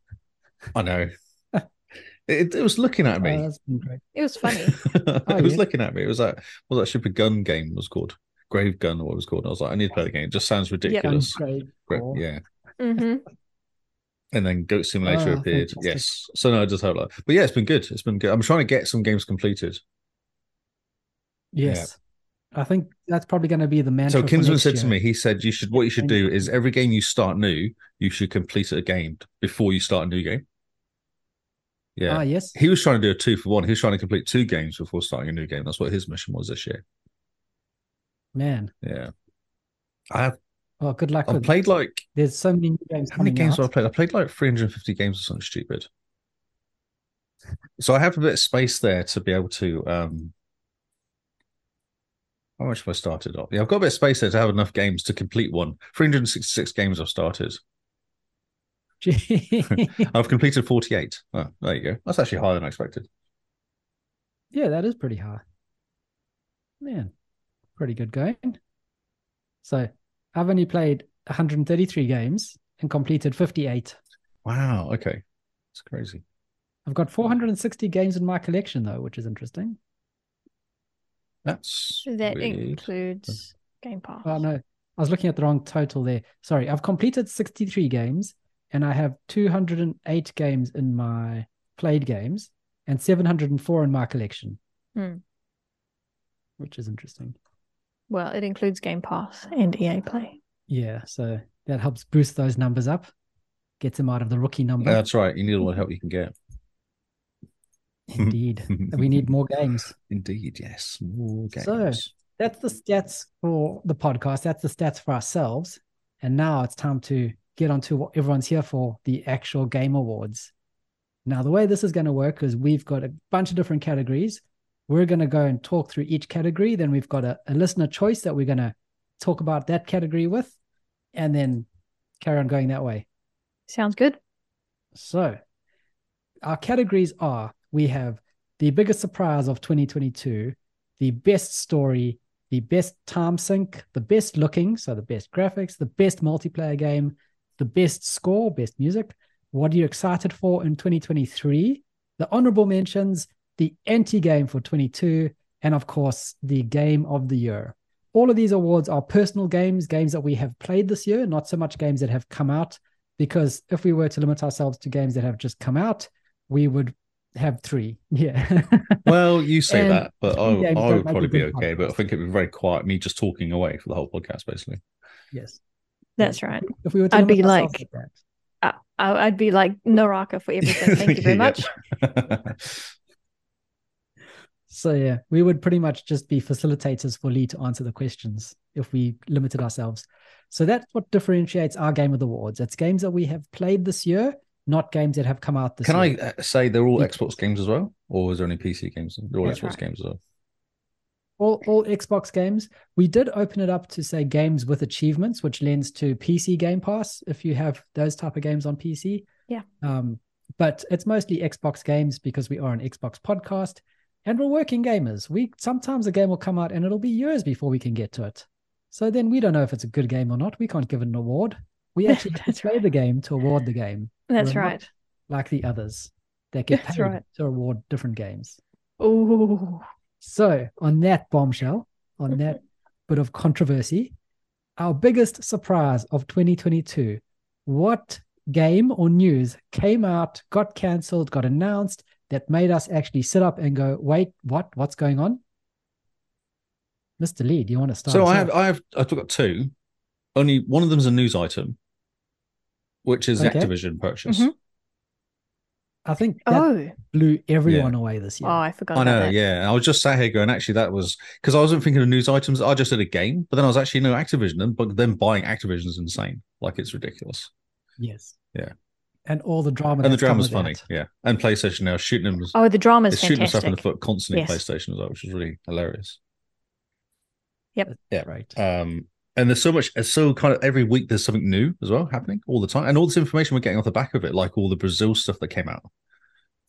I know. it, it was looking at Oh, me. that's been great. It was Uh, funny. it Oh, was yeah. looking at me. It was like, well, that stupid gun game was called Grave Gun or what it was called. I was like, I need to play the game. It just sounds ridiculous. Downgrade Gra- or- yeah. hmm and then Goat Simulator Ah, appeared. fantastic. Yes. So no, I just hope like, but yeah, it's been good. It's been good. I'm trying to get some games completed. Yes. I think that's probably going to be the mantra. so for Kinsman next said to year. me, he said, you should, what you should do is every game you start new, you should complete a game before you start a new game. Yeah. Ah, yes. He was trying to do a two for one. He was trying to complete two games before starting a new game. That's what his mission was this year. Man. Yeah. I have, Well, good luck I've with played like, There's so many new games. how many coming games out. have I played? I played like 350 games or something stupid. So I have a bit of space there to be able to. um How much have I started off? Yeah, I've got a bit of space there to have enough games to complete one. 366 games I've started. Gee. I've completed 48. Oh, there you go. That's actually higher than I expected. yeah, that is pretty high. Man, pretty good going. So I've only played 133 games and completed 58. Wow. Okay. It's crazy. I've got 460 games in my collection though, which is interesting. That's That weird. includes Game Pass. Oh no, I was looking at the wrong total there. Sorry, I've completed 63 games and I have 208 games in my played games and 704 in my collection. Hmm. Which is interesting. Well, it includes Game Pass and EA Play. Yeah, so that helps boost those numbers up. Gets them out of the rookie number. Yeah, that's right. You need all the help you can get. Indeed. we need more games. Indeed. Yes. More games. So- That's the stats for the podcast. That's the stats for ourselves. And now it's time to get onto what everyone's here for the actual game awards. Now, the way this is going to work is we've got a bunch of different categories. We're going to go and talk through each category. Then we've got a, a listener choice that we're going to talk about that category with, and then carry on going that way. Sounds good. So, our categories are we have the biggest surprise of 2022, the best story, the best time sync, the best looking, so the best graphics, the best multiplayer game, the best score, best music. What are you excited for in 2023? The honorable mentions, the anti game for 22, and of course, the game of the year. All of these awards are personal games, games that we have played this year, not so much games that have come out because if we were to limit ourselves to games that have just come out, we would have three. Yeah. Well, you say And that, but I, games I don't would make a probably be good okay. But I podcast. think it'd be very quiet, me just talking away for the whole podcast, basically. yes. That's right. If we were to I'd be limit ourselves like- to that. I, I- I'd be like Naraka for everything. Thank you very Yeah. much. So yeah, we would pretty much just be facilitators for Lee to answer the questions if we limited ourselves. So that's what differentiates our game of the awards. It's games that we have played this year, not games that have come out this Can I year. uh, say they're all Yeah. Xbox games as well, or is there any PC games? They're all That's Xbox right. games as well. all all Xbox games. We did open it up to say games with achievements, which lends to PC Game Pass if you have those type of games on PC. Yeah. Um, but it's mostly Xbox games because we are an Xbox podcast and we're working gamers. We sometimes a game will come out and it'll be years before we can get to it. So then we don't know if it's a good game or not. We can't give it an award. We actually have to That's play right. the game to award the game, That's We're not- right. like the others that get That's paid right. to award different games. Ooh. So, on that bombshell, on that bit of controversy, our biggest surprise of 2022 what game or news came out, got cancelled, got announced that made us actually sit up and go, wait, what? What's going on? Mr. Lee, do you want to start? So us I have, off? I have, I've got two. Only one of them's a news item, which is the Okay. Activision purchase. Mhm. I think that Oh. blew everyone away this year. Oh, I forgot. I about know, that. yeah. And I was just sat here going, actually, that was because I wasn't thinking of news items. I just did a game, but then I was actually no Activision, and but then buying Activision is insane. Like it's ridiculous, yes. Yeah. And all the drama. and the that's come drama's with funny, that. yeah. And PlayStation now shooting them, Oh, the drama's it's shooting fantastic. us up in the foot constantly. Yes. PlayStation as well, which is really hilarious. Yeah. Right. Um, and there's so much, it's so kind of every week there's something new as well happening all the time, and all this information we're getting off the back of it, like all the Brazil stuff that came out,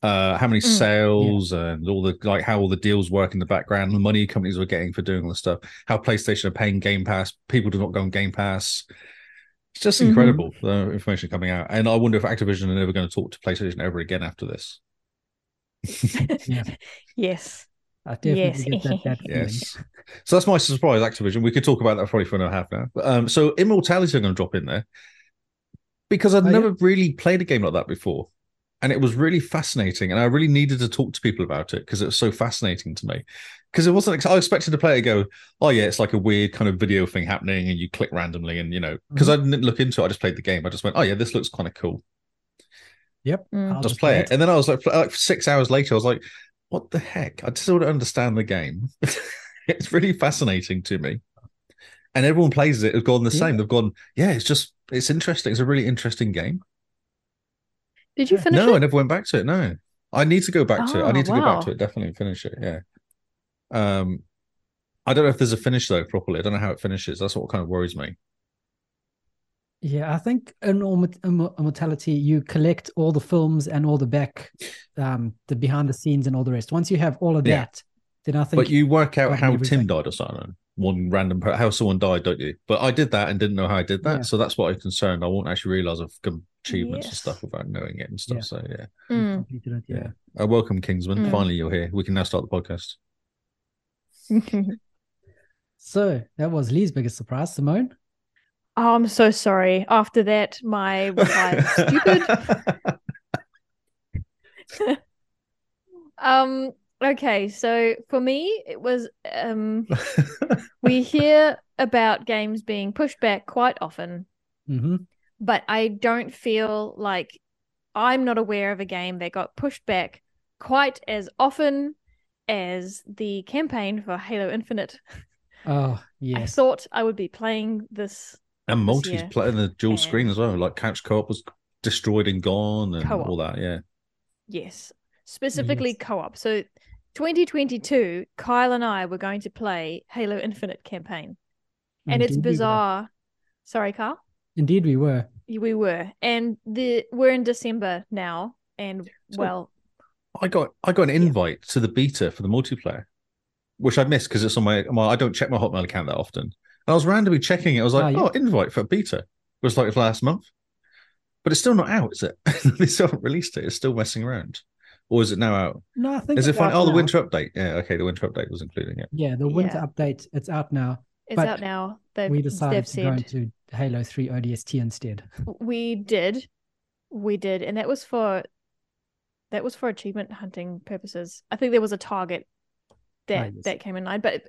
uh, how many Mm. sales and all the like, how all the deals work in the background, the money companies were getting for doing all this stuff, how PlayStation are paying Game Pass, people do not go on Game Pass. It's just Mhm. incredible the information coming out, and I wonder if Activision are never going to talk to PlayStation ever again after this. Yeah. yes. I definitely Yes. get that, that feeling. Yes. So that's my surprise, Activision. We could talk about that probably for another half an hour. But, um, so Immortality, I'm going to drop in there because I'd Oh, yeah? never really played a game like that before. And it was really fascinating. And I really needed to talk to people about it because it was so fascinating to me. Because it wasn't, ex- I expected to play it and go, oh, yeah, it's like a weird kind of video thing happening and you click randomly. And, you know, because Mm-hmm. I didn't look into it, I just played the game. I just went, oh, yeah, this looks kind of cool Yep. Mm. I'll just play it. it. And then I was like, like six hours later, I was like, what the heck? I just don't understand the game. it's really fascinating to me. And everyone plays it, has gone the Yeah. same. They've gone, yeah, it's just, it's interesting. It's a really interesting game. Did you Yeah. finish no, I Ah, it? never went back to it. No, I need to go back to it. I Oh, need to go wow. back to it, definitely and finish it. Yeah. Um, I don't know if there's a finish though properly. I don't know how it finishes. That's what kind of worries me. Yeah, I think in Immort- Immor- Immortality, you collect all the films and all the back, um, the behind the scenes and all the rest. Once you have all of Yeah. that, then I think But you work out I've how never Tim been- died or something. One random per- how someone died, don't you? But I did that and didn't know how I did that, Yeah. so that's what I'm concerned. I won't actually realize I've got achievements and Yes. stuff without knowing it and stuff. Yeah. So yeah, you've Mm. completed it, Yeah. yeah. uh, welcome Kingsman. Mm. Finally, you're here. We can now start the podcast. Mm. So that was Lee's biggest surprise, Simone. oh, I'm so sorry. After that, my reply was stupid. Um. Okay. So for me, it was um. We hear about games being pushed back quite often, hmm but I don't feel like I'm not aware of a game that got pushed back quite as often as the campaign for Halo Infinite. Oh, I yes. thought I would be playing this and This year. multiplayer and the dual And- screen as well. Like couch co-op was destroyed and gone and Co-op. all that. Yeah, Yes, specifically Yes. co-op. So 2022, Kyle and I were going to play Halo Infinite campaign. And it's Indeed we were. bizarre. Sorry, Kyle. Indeed, we were. Y- We were. And the we're in December now and So- well, I got I got an invite to the beta for the multiplayer, which I missed because it's on my, my I don't check my Hotmail account that often. And I was randomly checking it. I was like, Ah, oh, yeah. invite for a beta. It was like last month, but it's still not out, is it? they still haven't released it. It's still messing around, or is it now out? No, I think Is it it's fine? out Oh, the now. winter update. Yeah, okay, the winter update was including it. Yeah, the winter Yeah. update. It's out now. it's But out now. They've, we they've decided to go said into Halo 3 ODST instead. we did. We did. And that was for That was for achievement hunting purposes. I think there was a target that Ah, yes. that came in line, but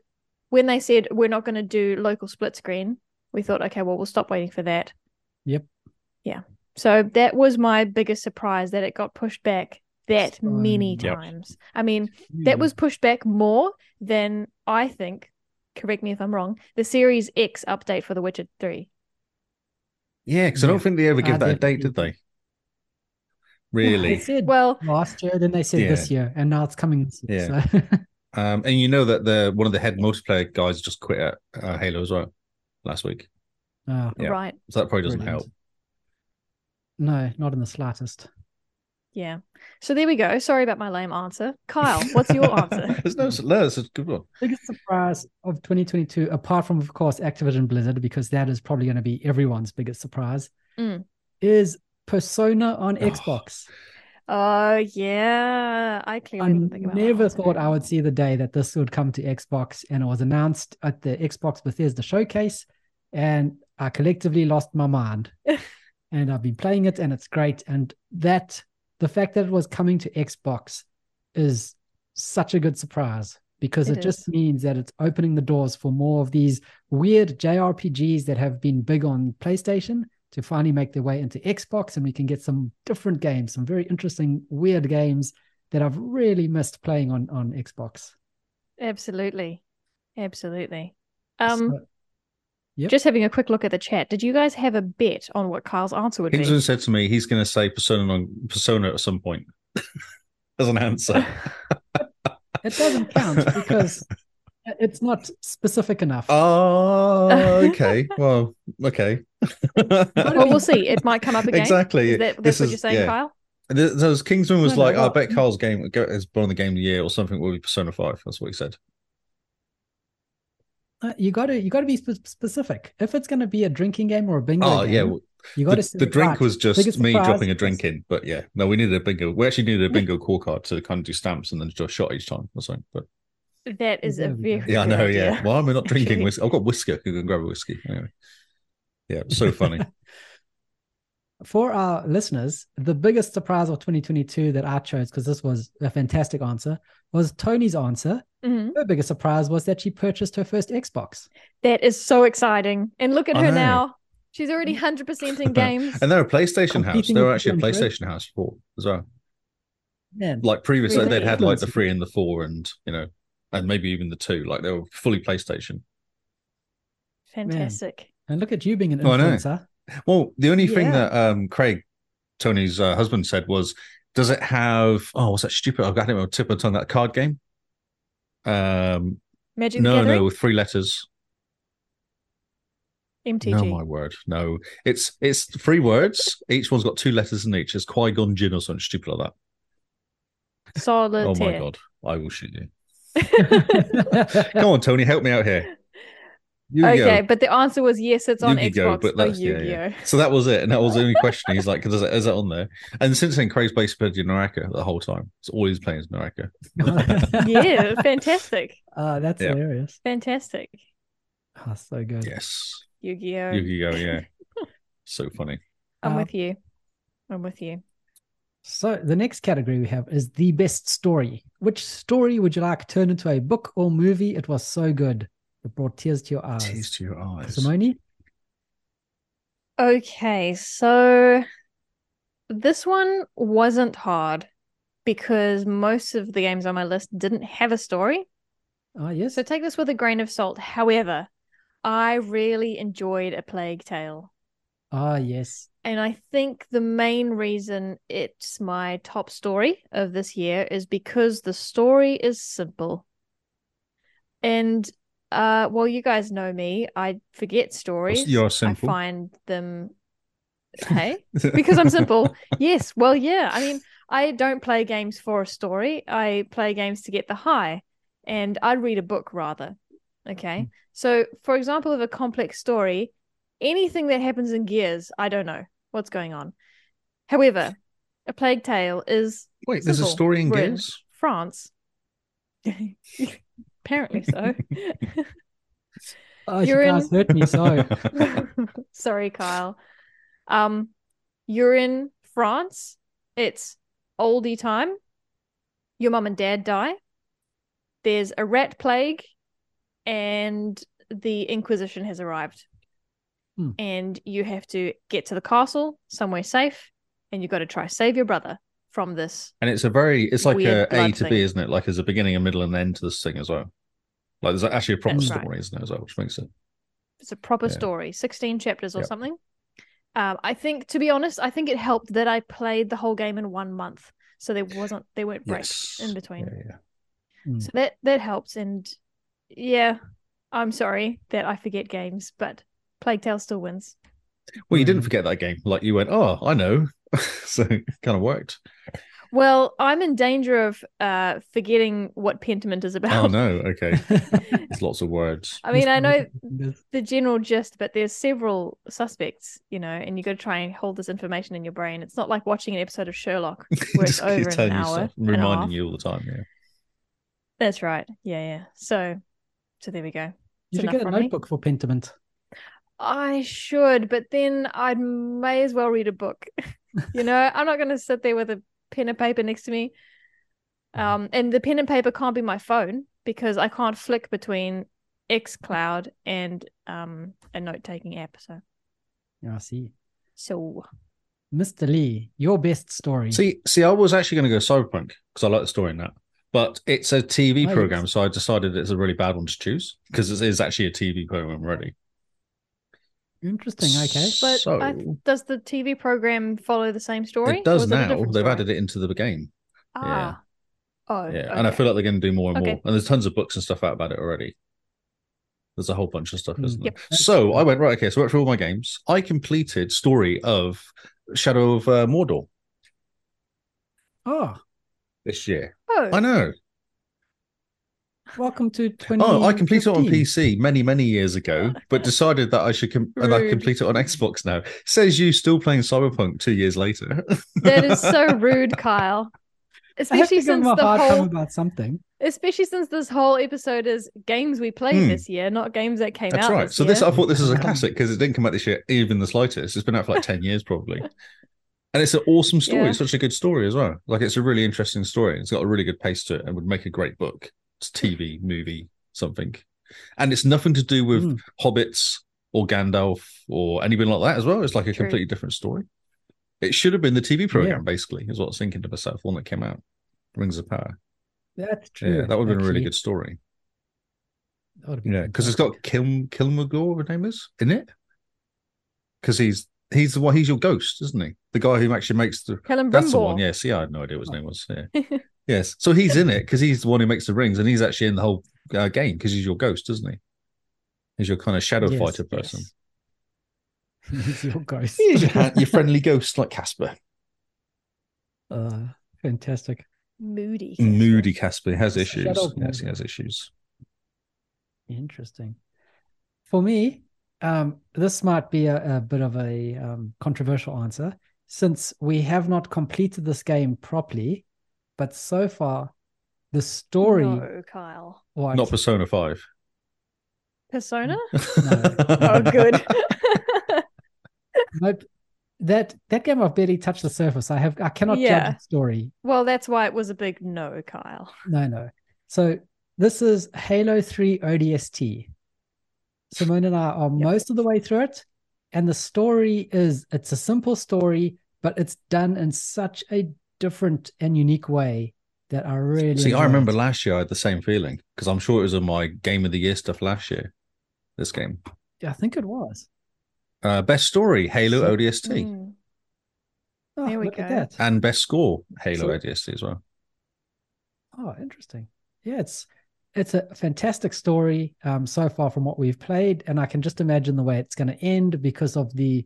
when they said we're not going to do local split screen, we thought, okay, well, we'll stop waiting for that. Yep. Yeah. So that was my biggest surprise that it got pushed back that many Yep. times. I mean, that Hmm. was pushed back more than I think. Correct me if I'm wrong. The Series X update for The Witcher Three. Yeah, because I don't Yeah. think they ever Ah, give that a definitely. date, did they? They Really? said Well, last year, then they said Yeah. this year, and now it's coming this year. Yeah. So. Um, and you know that the one of the head multiplayer guys just quit at uh, Halo as well last week, Ah, Yeah. right. so that probably doesn't Brilliant. help. no, not in the slightest. Yeah. So there we go. Sorry about my lame answer. Kyle, what's your answer? There's no, no, that's a good one. Biggest surprise of 2022, apart from, of course, Activision Blizzard, because that is probably going to be everyone's biggest surprise, Mm. is Persona on Oh. Xbox. Oh yeah, I clearly I didn't think about my never answer. thought I would see the day that this would come to Xbox, and it was announced at the Xbox Bethesda showcase, and I collectively lost my mind. and I've been playing it, and it's great. And that the fact that it was coming to Xbox is such a good surprise because it, It is. just means that it's opening the doors for more of these weird JRPGs that have been big on PlayStation to finally make their way into Xbox, and we can get some different games, some very interesting, weird games that I've really missed playing on on Xbox. Absolutely, absolutely. Um, So- yep. just having a quick look at the chat. Did you guys have a bet on what Kyle's answer would Kingsman be? said to me he's going to say Persona on Persona at some point as an answer. it doesn't count because it's not specific enough. Oh, okay. Well, okay. well, we'll see. It might come up again. Exactly. Is that, that's This what is- you're saying, Oh yeah. Kyle? Th- those Kingsman was No, no, like, I well- bet Carl's game go- is born the game of the year or something will be Persona Five. That's what he said. Uh, you gotta you gotta be spe- specific. If it's gonna be a drinking game or a bingo oh game, yeah, well, you gotta the, set the it drink right. was just Biggest me surprise dropping a was- drink in, but yeah, no, we needed a bingo. We actually needed a bingo core card to kind of do stamps and then do a shot each time or something. But That is a There we go. very yeah, I good know. idea. Yeah, why am I not drinking Actually. whiskey? I've got whiskey. I can go and grab a whiskey anyway. Yeah, it was so funny. For our listeners, the biggest surprise of 2022 that I chose because this was a fantastic answer was Tony's answer. Mhm. Her biggest surprise was that she purchased her first Xbox. That is so exciting. And look at I her know. now. She's already hundred percent in games. And they're a PlayStation house. Competing They were with actually a Beyond Good. PlayStation house before as well. Man, Like previously, Really? they'd had like the three and the four, and you know, and maybe even the two. Like they were fully PlayStation. Fantastic. and look at you being an Oh, I know. influencer. Well, the only thing Yeah. that um Craig, Tony's uh, husband, said was, "Does it have? Oh, what's that stupid? I've got it on the tip of my tongue. That card game. Um, Magic the no, Gathering. no, with three letters. MTG. No, my word, no. It's it's three words. Each one's got two letters in each. It's Qui Gon Jinn or something stupid like that. Solitaire. oh my god, I will shoot you. Come on, Tony, help me out here. Yu-Gi-Oh. Okay, but the answer was yes, it's on Yu-Gi-Oh, Xbox. but oh, that's- yeah, Yu-Gi-Oh. yeah. So that was it, and that was the only question. He's like, "Is that, is that on there?" And since then, Craig's basically played Naraka the whole time. It's all he's playing is Naraka. yeah, fantastic. Ah, that's Yeah. hilarious. Fantastic. Oh, so good. Yes, Yu-Gi-Oh. Yu-Gi-Oh, yeah, so funny. I'm Uh, with you. I'm with you. So the next category we have is the best story. Which story would you like turned into a book or movie? It was so good. It brought tears to your eyes. Tears to your eyes. Simone? Okay, so this one wasn't hard because most of the games on my list didn't have a story. Ah, yes. So take this with a grain of salt. However, I really enjoyed A Plague Tale. Ah, yes. And I think the main reason it's my top story of this year is because the story is simple. And uh well you guys know me, I forget stories. You're I simple. find them hey because I'm simple. yes. Well, yeah. I mean, I don't play games for a story. I play games to get the high, and I read a book rather. Okay. So, for example, of a complex story, anything that happens in Gears, I don't know what's going on. However, a Plague Tale is Wait, there's a simple. story in We're in Gears. France. Apparently so. Oh, you You're in- guys hurt me so. Sorry, Kyle. Um, you're in France. It's oldie time. Your mum and dad die. There's a rat plague, and the Inquisition has arrived. Hmm. And you have to get to the castle somewhere safe, and you've got to try save your brother from this. And it's a very, it's like Weird a A blood to B, thing. isn't it? Like there's a beginning, a middle, and an end to this thing as well. Like there's actually a proper That's right. story, isn't there, as well, which makes it. It's a proper Yeah. story, 16 chapters or Yep. something. Um, I think, to be honest, I think it helped that I played the whole game in one month, so there wasn't there weren't breaks Yes. in between. Yeah, yeah. So that that helps. And yeah, I'm sorry that I forget games, but Plague Tale still wins. Well, you didn't Mhm. forget that game. Like you went, oh, I know. so it kind of worked. Well, I'm in danger of uh, forgetting what Pentiment is about. Oh, no. Okay. There's lots of words. I mean, I know the general gist, but there's several suspects, you know, and you got to try and hold this information in your brain. It's not like watching an episode of Sherlock where it's Just keeps over in an telling you hour, stuff, and a half. reminding you all the time. Yeah. That's right. Yeah, yeah. So, so there we go. You should enough get a from me. notebook for Pentiment. I should, but then I may as well read a book. you know, I'm not going to sit there with a pen and paper next to me. Mm-hmm. Um, and the pen and paper can't be my phone because I can't flick between xCloud and um a note-taking app. So, Yeah, I see. so Mr. Lee, your best story. See, see, I was actually going to go cyberpunk because I like the story in that, but it's a TV Nice. program, so I decided it's a really bad one to choose because it is actually a TV program already. Interesting. Okay. but so I, does the TV program follow the same story? it does Or is it a now. different They've story? added it into the game. Ah. Oh, yeah, and I okay. feel like they're going to do more and Okay. more. And there's tons of books and stuff out about it already. There's a whole bunch of stuff, Mm. isn't Yep. there? So I went right. Okay, so I went through all my games. I completed Story of Shadow of uh, Mordor Oh, this year. Oh, I know. welcome to 20. Oh, I completed it on PC many, many years ago, but decided that I should com- and I Rude. complete it on Xbox now. Says you still playing Cyberpunk two years later. that is so rude, Kyle. I have to Especially give him since a the hard whole time about something. Especially since this whole episode is games we played Hmm. this year, not games that came That's out. right. This So year. this I thought this is a classic because it didn't come out this year, even the slightest. It's been out for like ten years probably, and it's an awesome story. Yeah. It's such a good story as well. Like it's a really interesting story. It's got a really good pace to it, and would make a great book. It's TV, movie, something, and it's nothing to do with Mm. hobbits or Gandalf or anybody like that as well. It's like a True. completely different story. It should have been the TV program, basically, is what I was thinking to myself. The one that came out, Rings of Power. That's true. yeah, that would have been a really actually. good story. That would've been Yeah, because it's got fantastic. Kilm Kilmagore, his name is, in it. Because he's he's the one. He's your ghost, isn't he? The guy who actually makes the. Helen That's the Brimble. one. Yeah. See, I had no idea what his name was. Yeah. yes. So he's in it because he's the one who makes the rings, and he's actually in the whole uh, game because he's your ghost, isn't he? He's your kind of shadow Yes, fighter person. He's your ghost. He's your, ha- your friendly ghost, like Casper. Uh, fantastic. Moody. Moody Casper he has Shadow issues. of Yes, he Mordor. has issues. Interesting. For me, um, this might be a, a bit of a um, controversial answer since we have not completed this game properly, but so far, the story. No, Kyle. What? Not Persona Five. Persona? oh, Oh, good. Nope. That that game I've barely touched the surface. I have I cannot Yeah. judge the story. well, that's why it was a big no, Kyle. No, no. So this is Halo 3 ODST. Simone and I are most of the way through it. And the story is it's a simple story, but it's done in such a different and unique way that I really See, enjoy I remember it. last year I had the same feeling because I'm sure it was on my game of the year stuff last year. This game, I think it was. uh, best story Halo So- ODST Mm. Oh, There we look at go. that. and best score So- Halo ODST as well. Oh, interesting. Yeah, it's it's a fantastic story um, so far from what we've played, and I can just imagine the way it's going to end because of the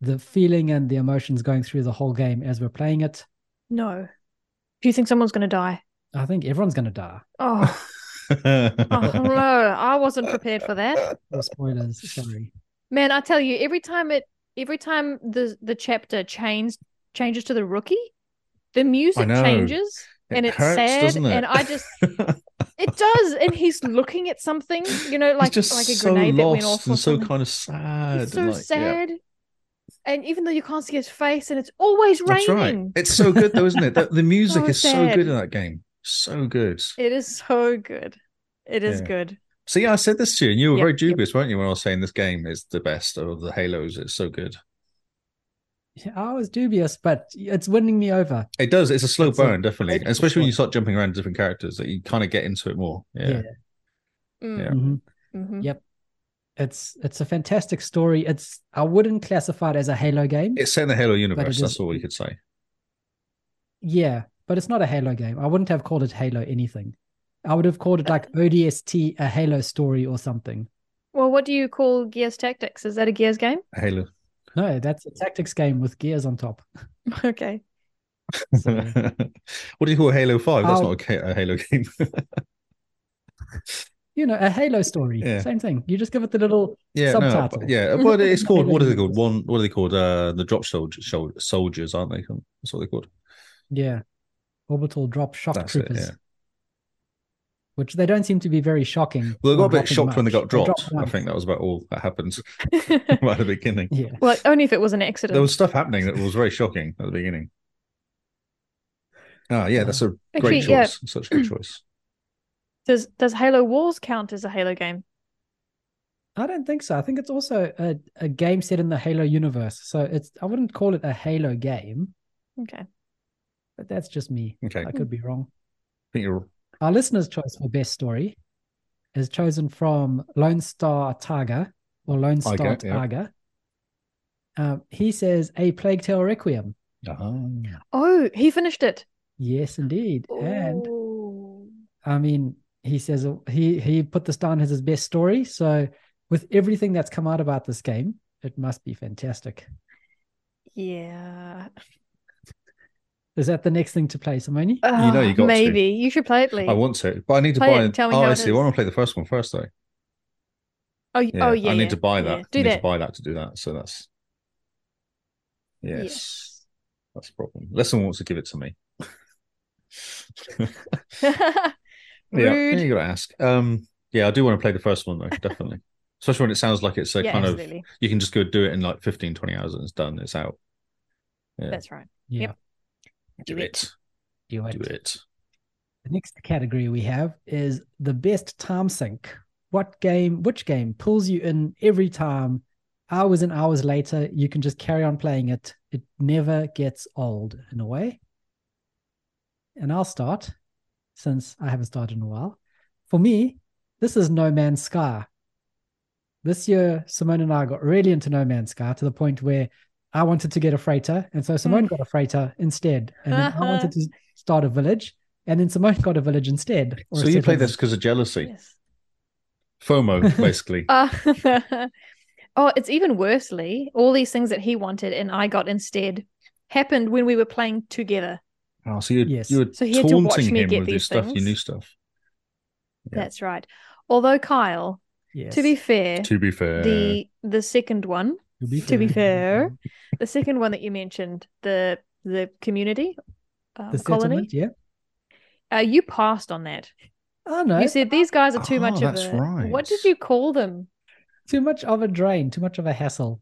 the feeling and the emotions going through the whole game as we're playing it. No. Do you think someone's going to die? I think everyone's going to die. Oh, oh, no. I wasn't prepared for that. Oh. No spoilers, sorry. Man, I tell you, every time it, every time the the chapter changes changes to the rookie, the music know. changes and it's sad, and I just- It does, and he's looking at something, you know, like like just like a so grenade that went lost off. or and so something. kind of sad. It's so and like, yeah. sad. and even though you can't see his face, and it's always That's right. raining. It's so good though, isn't it? The, the music So is so sad. good in that game. So good. It is so good. It is Yeah. good. See, I said this to you, and you were Yep, very yep. dubious, weren't you, when I was saying this game is the best of the Halos. It's so good. Yeah, I was dubious, but it's winning me over. It does. It's a slow It's a burn, definitely, great especially when you performance. start jumping around to different characters. That you kind of get into it more. Yeah. Yeah. Mhm. Mm, Mm-hmm. It's it's a fantastic story. It's I wouldn't classify it as a Halo game. It's set in the Halo universe. is- That's all you could say. yeah, but it's not a Halo game. I wouldn't have called it Halo anything. I would have called it like ODST, a Halo story or something. Well, what do you call Gears Tactics? Is that a Gears game? Halo. No, that's a tactics game with gears on top. Okay. So, what do you call Halo Five? That's I'll- not a, ca- a Halo game. you know, a Halo story, Yeah. same thing. You just give it the little yeah, no, Subtitle. but- yeah, but it's called. Halo What are they universe. called? One. What are they called? Uh, the drop soldier, soldiers, aren't they? That's what they're called. yeah orbital drop shock That's it, troopers, yeah. which they don't seem to be very shocking. Well, they or got a bit hopping shocked when they much. got dropped. I one. think that was about all that happened right at the beginning. Yeah. well, only if it was an There accident. was stuff happening that was very shocking at the beginning. Ah, yeah, that's a Actually, great choice. yeah. Such a good choice. Does Does Halo Wars count as a Halo game? I don't think so. I think it's also a, a game set in the Halo universe. So it's I wouldn't call it a Halo game, Okay. but that's just me. Okay, I I could be wrong. think you're Our listener's choice for best story is chosen from Lone Star Tiger or Lone Star Tiger, yeah. Tiger. Um, he says a Plague Tale Requiem. Ah. Oh, he finished it. Yes, indeed. And Ooh. I mean, he says he he put this down as his best story. So with everything that's come out about this game, it must be fantastic. Yeah. Is that the next thing to play, Simone? Ah, know you got to. maybe you should play it, Lee. I want to, but I need to Play it buy. and tell me oh, how I it see. Well, I is. want to play the first one first, though. Oh, y- oh yeah. I need yeah, to buy yeah. that. Do I need that. to buy that to do that. So that's yes, that's a problem. Unless someone wants to give it to me. yeah, Yes. Rude. yeah, you got to ask. Um, yeah, I do want to play the first one though, definitely. Especially when it sounds like it's a yeah, kind absolutely. of you can just go do it in like 15, 20 hours and it's done. It's out. Yeah, That's right. Yeah, Yep. do do it. do do it. The next category we have is the best time sink. What game, which game pulls you in every time, hours and hours later, you can just carry on playing it. It never gets old in a way. And I'll start since I haven't started in a while. For me, this is No Man's Sky. This year, Simone and I got really into No Man's Sky to the point where I wanted to get a freighter. And so Simone got a freighter instead. And then I wanted to start a village. And then Simone got a village instead. or a So you play settlement. this because of jealousy, Yes. FOMO, Oh, basically. Uh, oh, it's even worse, Lee. All these things that he wanted and I got instead happened when we were playing together. oh, so you yes. you were So he had to watch taunting me him get with your these stuff, your things. new stuff. Yeah. That's right. Although Kyle, to be Yes. fair, To be fair, the the second one, to be fair, the second one that you mentioned, the the community, um, the colony, settlement, yeah. uh, you passed on that. Oh no, You said these guys are too Oh, much of that's a. right. What did you call them? too much of a drain, too much of a hassle.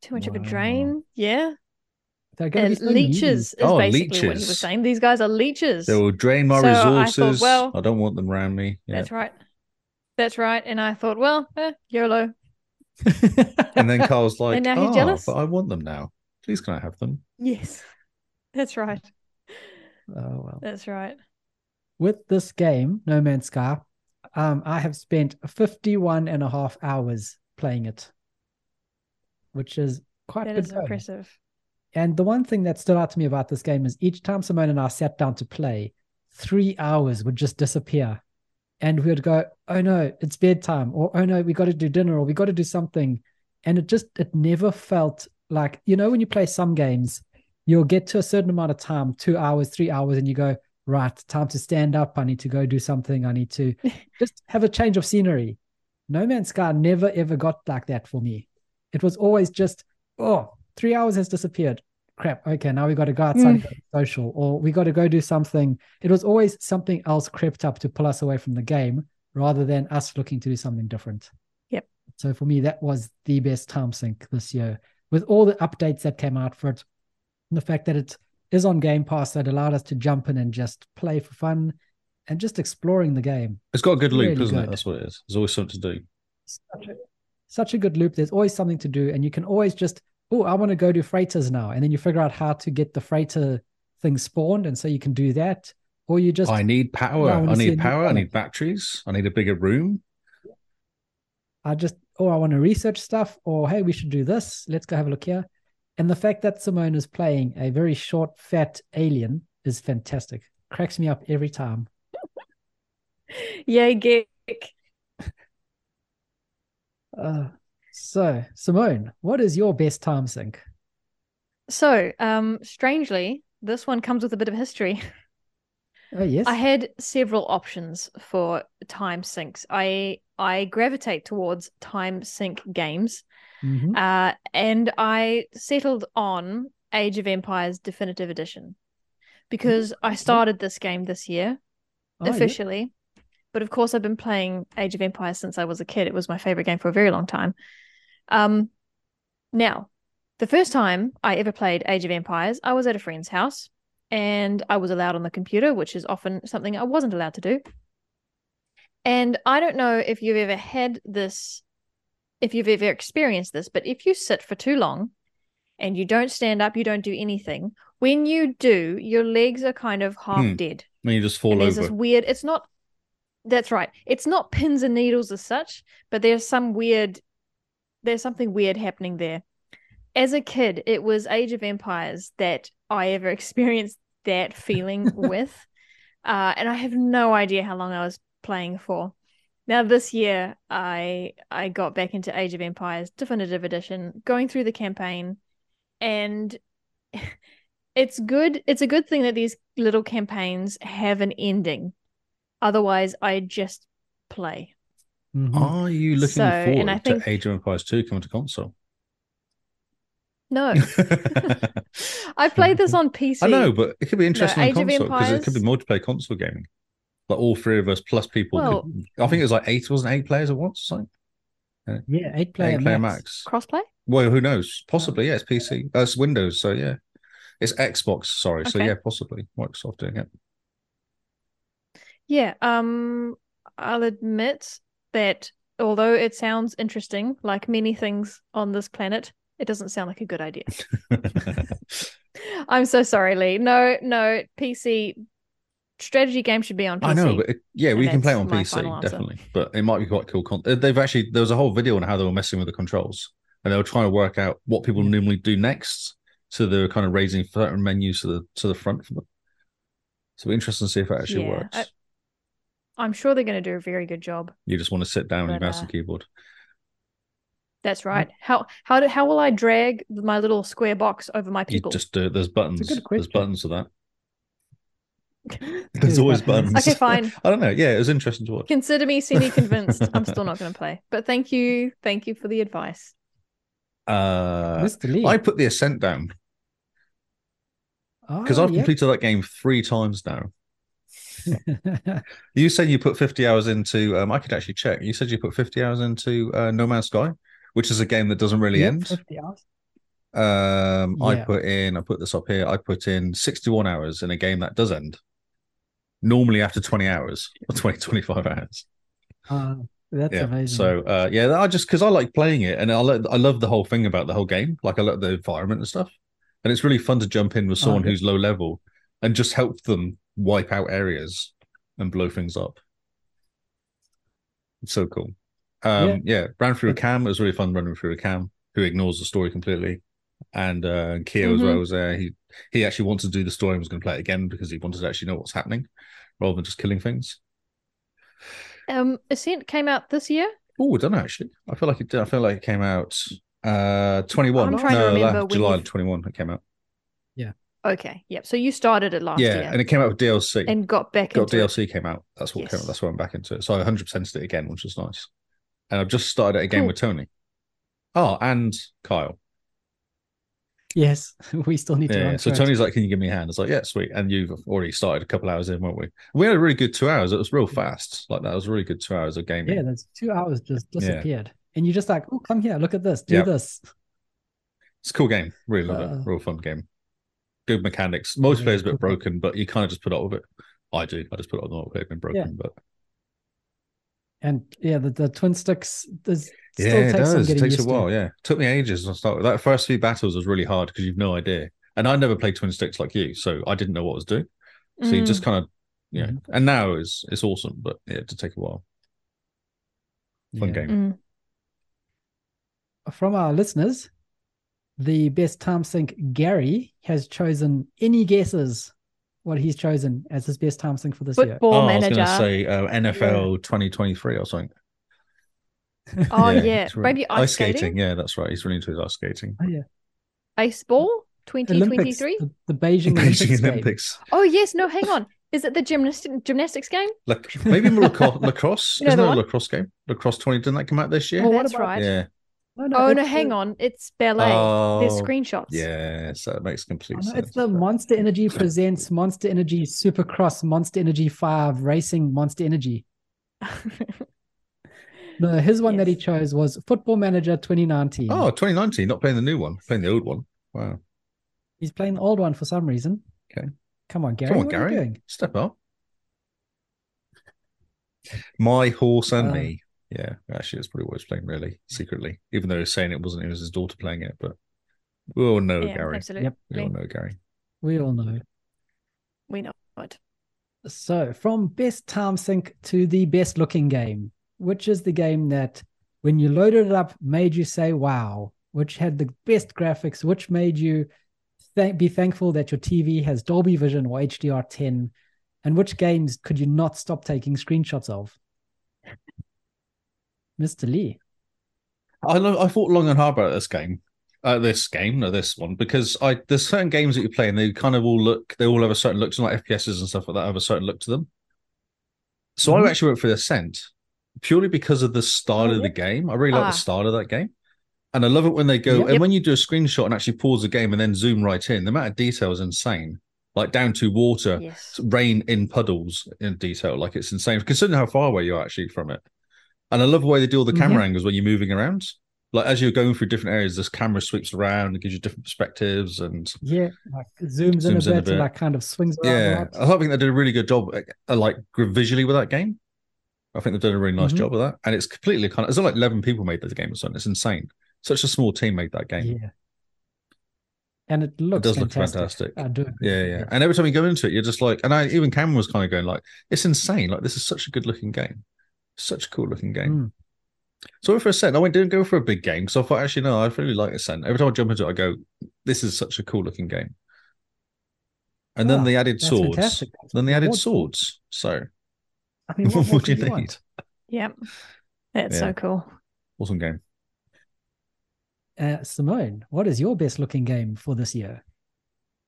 Too much of Wow. a drain. Yeah. They're going to And be so needy. leeches is Oh, basically what you were leeches. saying. These guys are leeches. They will drain my So I thought, resources. I, well, don't want them around me. Yeah. That's right. That's right. And I thought, well, eh, YOLO. And then Carl's like, now he's "Ah, jealous." but I want them now. Please, can I have them? Yes. That's right. oh well. That's right. With this game, No Man's Sky, um, I have spent 51 and a half hours playing it, which is quite That good is going. impressive. And the one thing that stood out to me about this game is each time Simone and I sat down to play, three hours would just disappear. And we would go, oh no, it's bedtime, or oh no, we got to do dinner, or we got to do something. And it just, it never felt like, you know, when you play some games, you'll get to a certain amount of time, two hours, three hours, and you go, right, time to stand up. I need to go do something. I need to just have a change of scenery. No Man's Sky never ever got like that for me. It was always just, oh, three hours has disappeared. Crap. Okay, now we got to go outside and go social, or we got to go do something. It was always something else crept up to pull us away from the game rather than us looking to do something different. Yep. So for me, that was the best time sink this year with all the updates that came out for it, and the fact that it is on Game Pass that allowed us to jump in and just play for fun and just exploring the game. It's got a good loop, Really isn't it? good. That's what it is. There's always something to do. Such a, such a good loop. There's always something to do, and you can always just, oh, I want to go to freighters now, and then you figure out how to get the freighter thing spawned, and so you can do that, or you just I need power. Yeah, I wanna I see a need new power. I planet. need batteries. I need a bigger room. I just, oh, I want to research stuff, or hey, we should do this. Let's go have a look here. And the fact that Simone is playing a very short, fat alien is fantastic. Cracks me up every time. Yay, geek. Uh, so, Simone, what is your best time sink? So, um, strangely, this one comes with a bit of history. Oh, yes. I had several options for time sinks. I I gravitate towards time sink games, Mhm. uh, and I settled on Age of Empires Definitive Edition because I started this game this year Oh, yes. officially. But of course, I've been playing Age of Empires since I was a kid. It was my favorite game for a very long time. Um, now, the first time I ever played Age of Empires, I was at a friend's house and I was allowed on the computer, which is often something I wasn't allowed to do. And I don't know if you've ever had this, if you've ever experienced this, but if you sit for too long and you don't stand up, you don't do anything, when you do, your legs are kind of half Hmm. dead And you just fall and there's over. this weird it's not that's right it's not pins and needles as such but there's some weird there's something weird happening there as a kid it was age of empires that i ever experienced that feeling with uh, and i have no idea how long i was playing for now this year i i got back into age of empires definitive edition going through the campaign and it's good it's a good thing that these little campaigns have an ending otherwise i just play Mhm. Are you looking So, and forward I think- to Age of Empires 2 coming to console? no i played this on pc I know, but it could be interesting Age of on console because it could be Empires- multiplayer console gaming. Like all three of us plus people. could- I Well- think it was like eight, wasn't it? eight players at once? Like Yeah, eight player, eight player max. max. crossplay Well, who knows? Hmm. Possibly, yeah. It's PC. Uh, it's Windows, so yeah. It's Xbox, sorry. So Okay. yeah, possibly Microsoft doing it. yeah um i'll admit that although it sounds interesting like many things on this planet it doesn't sound like a good idea i'm so sorry lee no no pc strategy game should be on pc I know, but it, yeah, we and can play it that's on my final PC answer. definitely. But it might be quite cool. Con- uh, They've actually there was a whole video on how they were messing with the controls, and they were trying to work out what people Hmm. normally do next. So they were kind of raising certain menus to the to the front for them. So it'll be interesting to see if it actually Yeah, works. I- i'm sure they're going to do a very good job you just want to sit down and but, mouse uh, and keyboard. Mm. That's right. How how do, how will I drag my little square box over my You people? just do there's buttons. There's question. buttons for that. There's always buttons. buttons. Okay, fine. I don't know. Yeah, it was interesting to watch. Consider me semi convinced. I'm still not going to play. But thank you, thank you for the advice. Uh, Mr. Lee. I put the ascent down because Oh, I've completed that game three times now. yeah. You said you put 50 hours into, um, I could actually check. You said you put 50 hours into uh, No Man's Sky, which is a game that doesn't really Yep, end. 50 hours. Um, I Yeah. put in, I put this up here, I put in 61 hours in a game that does end. Normally after 20 hours or 20, 25 hours. Uh, that's yeah. amazing. So, uh, yeah, I just, because I like playing it and I, lo- I love the whole thing about the whole game. Like, I love the environment and stuff. And it's really fun to jump in with someone yeah. who's low level and just help them wipe out areas and blow things up. It's so cool. Um, yeah. ran through a cam. It was really fun running through a cam who ignores the story completely. And uh, Kia Mm-hmm. as well was there. He he actually wanted to do the story and was going to play it again because he wanted to actually know what's happening rather than just killing things. Um, Ascent came out this year. Oh, I don't know actually. I feel like it did. I feel like it came out uh 21. I'm trying to no, la- remember when July you- 21 it came out. Okay, yep. So you started it last yeah, year and it came out with DLC. and got back got into it. DLC came out. That's what came Yes. out. That's where I'm back into it. So I 100 percent it again, which is nice. And I've just started it again Cool. with Tony. Oh, and Kyle. yes, we still need to Yeah. run So through it. Tony's like, "Can you give me a hand?" It's like, "Yeah, sweet." And you've already started a couple hours in, weren't we? We had a really good two hours. It was real fast. Like that was a really good two hours of gaming. Yeah, that's two hours just Yeah. disappeared. And you're just like, oh, come here, look at this, do Yep. this. It's a cool game. Really love Uh, it. Real fun game. Good mechanics. Most yeah, players a bit cool. broken, but you kind of just put up with it. I do. I just put up with it. They've been broken, but And yeah, the, the twin sticks does still yeah, it takes some does. It getting takes a used while. to. Yeah, took me ages to start with. That first few battles was really hard because you've no idea, and I never played twin sticks like you, so I didn't know what I was doing. So you Mm. just kind of, you know. Mhm. And now is it's awesome, but yeah, it did take a while. Fun Yeah. game. Mm. From our listeners, the best time sink Gary has chosen any guesses what he's chosen as his best time sink for this year. Football oh, I manager. was going to say uh, NFL 2023 or something. oh yeah, it's really- maybe ice, skating. Yeah, that's right. He's really into his ice skating. Baseball. Olympics, 2023. the, the Beijing Olympics. Beijing game. Olympics. Oh yes, no, hang on. Is it the gymnast- gymnastics game? Like maybe lacrosse. lacrosse. You know Isn't the there a one? Oh, lacrosse game? Lacrosse 20 didn't that come out this year? Well, what That's about- right. yeah. Oh. Oh no, it's hang the- on. It's ballet. There's screenshots. Yes, that makes I complete know, sense. It's the Monster Energy presents Monster Energy Supercross, Monster Energy Five Racing, Monster Energy. The his one that he Yes. chose was Football Manager 2019. Oh, 2019, not playing the new one, playing the old one. Wow. he's playing the old one for some reason. Okay. come on, Gary. Come on, what Are Gary. you doing? Step up. My horse and Uh, Um, me. Yeah, actually, it's probably what he's playing, really, secretly, even though he's saying it wasn't, it was his daughter playing it, but we all know Yeah, Gary. absolutely. Yep. We all know Gary. We all know. We know it. So, from best time sink to the best looking game, which is the game that when you loaded it up made you say, wow, which had the best graphics, which made you thank be thankful that your TV has Dolby Vision or HDR10, and which games could you not stop taking screenshots of? Mr. Lee. I lo- I thought long and hard about this game, uh, this game, no, this one, because I there's certain games that you play and they kind of all look, they all have a certain look to them, like FPSs and stuff like that have a certain look to them. So Mhm. I actually went for the Ascent purely because of the style of the game. I really like Ah. the style of that game, and I love it when they go Yep. and Yep. when you do a screenshot and actually pause the game and then zoom right in. The amount of detail is insane, like down to water, Yes. rain in puddles in detail. Like it's insane, considering how far away you're actually from it. And I love the way they do all the Mm-hmm. camera angles when you're moving around. Like as you're going through different areas, this camera sweeps around and gives you different perspectives. And Yeah, like zooms, in, a Zooms in a bit bit. and like kind of swings around. a yeah, Uh-huh. lot. I think they did a really good job, like, uh, like visually with that game. I think they've done a really nice Mhm. job of that. And it's completely kind of, it's not like 11 people made this game or something. It's insane. Such a small team made that game. Yeah. And it looks does look fantastic. fantastic. I do. agree Yeah, with yeah. that. And every time you go into it, you're just like, and I even Cameron was kind of going like, it's insane. Like this is such a good looking game, such a cool looking game. Mm. So I went for Ascent. I went didn't go for a big game because I thought actually no, I really like Ascent. Every time I jump into it, I go, this is such a cool looking game. And then Wow, they added Ah, That's swords. fantastic. That's Then they added what- swords. So I mean, what, what, more do you could need? want? Yep. That's so Yeah. cool. Awesome game. Uh, Simone, what is your best looking game for this year?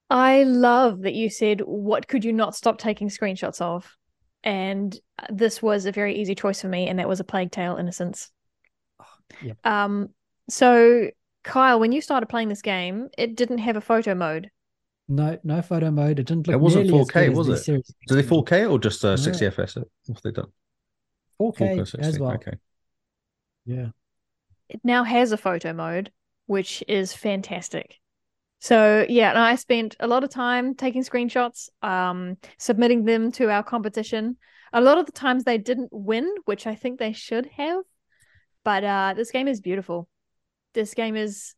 I love that you said, What could you not stop taking screenshots of? And this was a very easy choice for me, and that was a Plague Tale Innocence. yeah. Um, so, Kyle, when you started playing this game, it didn't have a photo mode. No, no photo mode. It didn't look. It wasn't nearly as 4K, good as was the it? Series Do they X. 4K or just uh, No. 60 FPS? What have they done? 4K, 4K, as 60, well? Okay. Yeah. It now has a photo mode, which is fantastic. So, yeah, and I spent a lot of time taking screenshots, um, submitting them to our competition. A lot of the times they didn't win, which I think they should have. But uh, this game is beautiful. This game is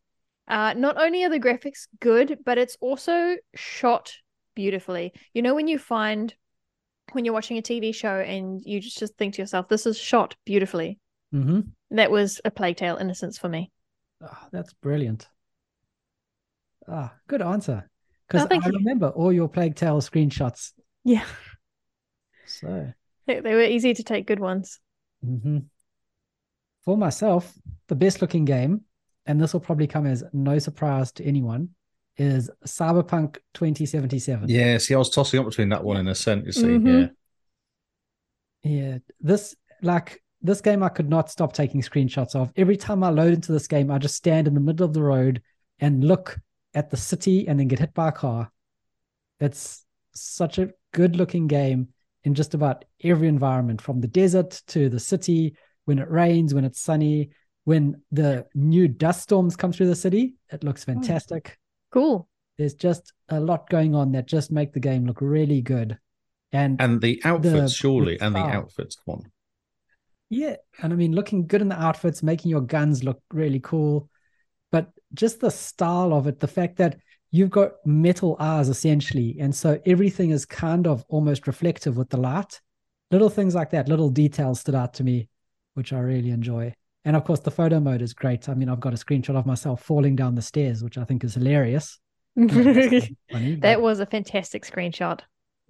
uh, not only are the graphics good, but it's also shot beautifully. You know, when you find when you're watching a TV show and you just, just think to yourself, this is shot beautifully. Mm-hmm. That was a Plague Tale Innocence for me. that's brilliant. Ah, good answer. Because Oh, I thank you. remember all your Plague Tale screenshots. Yeah, So, they, they were easy to take good ones. mhm. for myself, the best looking game, and this will probably come as no surprise to anyone, is Cyberpunk 2077. Yeah. See, I was tossing up between that one and Ascent. You see, Mm-hmm. Mhm. yeah. Yeah, this like this game I could not stop taking screenshots of. Every time I load into this game, I just stand in the middle of the road and look at the city and then get hit by a car. It's such a good looking game in just about every environment, from the desert to the city, when it rains, when it's sunny, when the new dust storms come through the city, it looks fantastic. Cool. There's just a lot going on that just make the game look really good. And, And the outfits, the surely, and the style. outfits. Come on. yeah, and I mean, looking good in the outfits, making your guns look really cool. But just the style of it, the fact that you've got metal eyes essentially. And so everything is kind of almost reflective with the light. Little things like that, little details stood out to me, which I really enjoy. And of course, the photo mode is great. I mean, I've got a screenshot of myself falling down the stairs, which I think is hilarious. that Funny, but was a fantastic screenshot.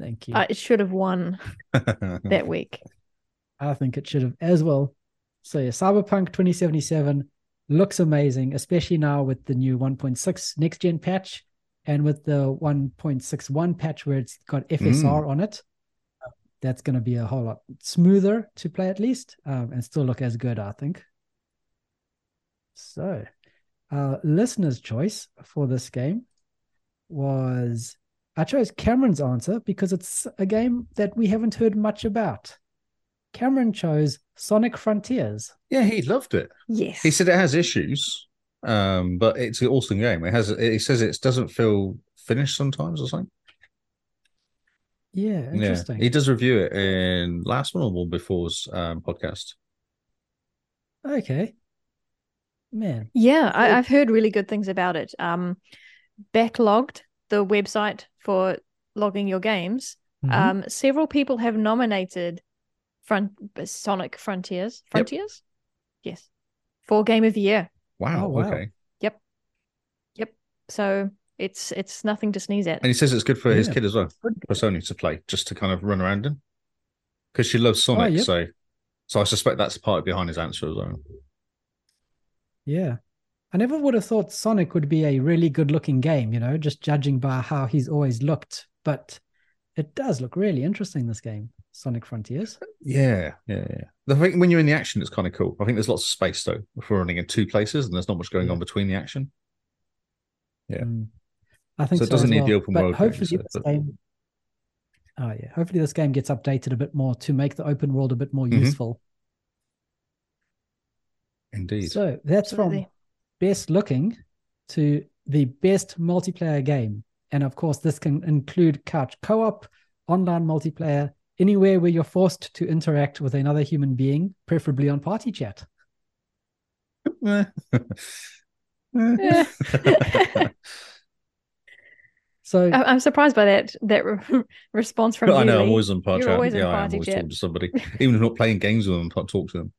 thank you. Uh, it should have won that week. I think it should have as well. So yeah, Cyberpunk 2077 looks amazing, especially now with the new 1.6 next gen patch and with the 1.61 patch where it's got FSR on it. That's going to be a whole lot smoother to play at least, um, and still look as good, I think. So, uh, listener's choice for this game was I chose Cameron's answer because it's a game that we haven't heard much about. Cameron chose Sonic Frontiers. yeah, he loved it. Yes. He said it has issues, um, but it's an awesome game. It has. He says it doesn't feel finished sometimes or something. Yeah, interesting. Yeah, he does review it in last one or one before's um, podcast. Okay. Man, Yeah, I, I've heard really good things about it. Um, backlogged the website for logging your games. Mhm. Mm-hmm. Um, several people have nominated Front Sonic Frontiers. Frontiers, yes, for Game of the Year. Wow. Oh, wow. Okay. So it's it's nothing to sneeze at. And he says it's good for his Yeah. kid as well, Hmm. for Sony to play, just to kind of run around in, because she loves Sonic. yeah. So, so I suspect that's part behind his answer as well. yeah. I never would have thought Sonic would be a really good looking game, you know, just judging by how he's always looked. But it does look really interesting, this game, Sonic Frontiers. Yeah, yeah, yeah. The thing when you're in the action, it's kind of cool. I think there's lots of space though. If we're running in two places and there's not much going on between the action, Yeah. Mm. I think So so it doesn't as need well. the open but world thing, Hopefully, so- this game. Oh yeah, hopefully this game gets updated a bit more to make the open world a bit more Mm-hmm. useful. indeed. So that's from Absolutely. best looking to the best multiplayer game. And of course, this can include couch co op, online multiplayer, anywhere where you're forced to interact with another human being, preferably on party chat. Eh. Eh. Eh. So, I- I'm surprised by that that re- response from But I you, know I'm Lee. always on part You're chat. always on yeah, I am party always chat. talking to somebody, even if I'm not playing games with them. I talk to them.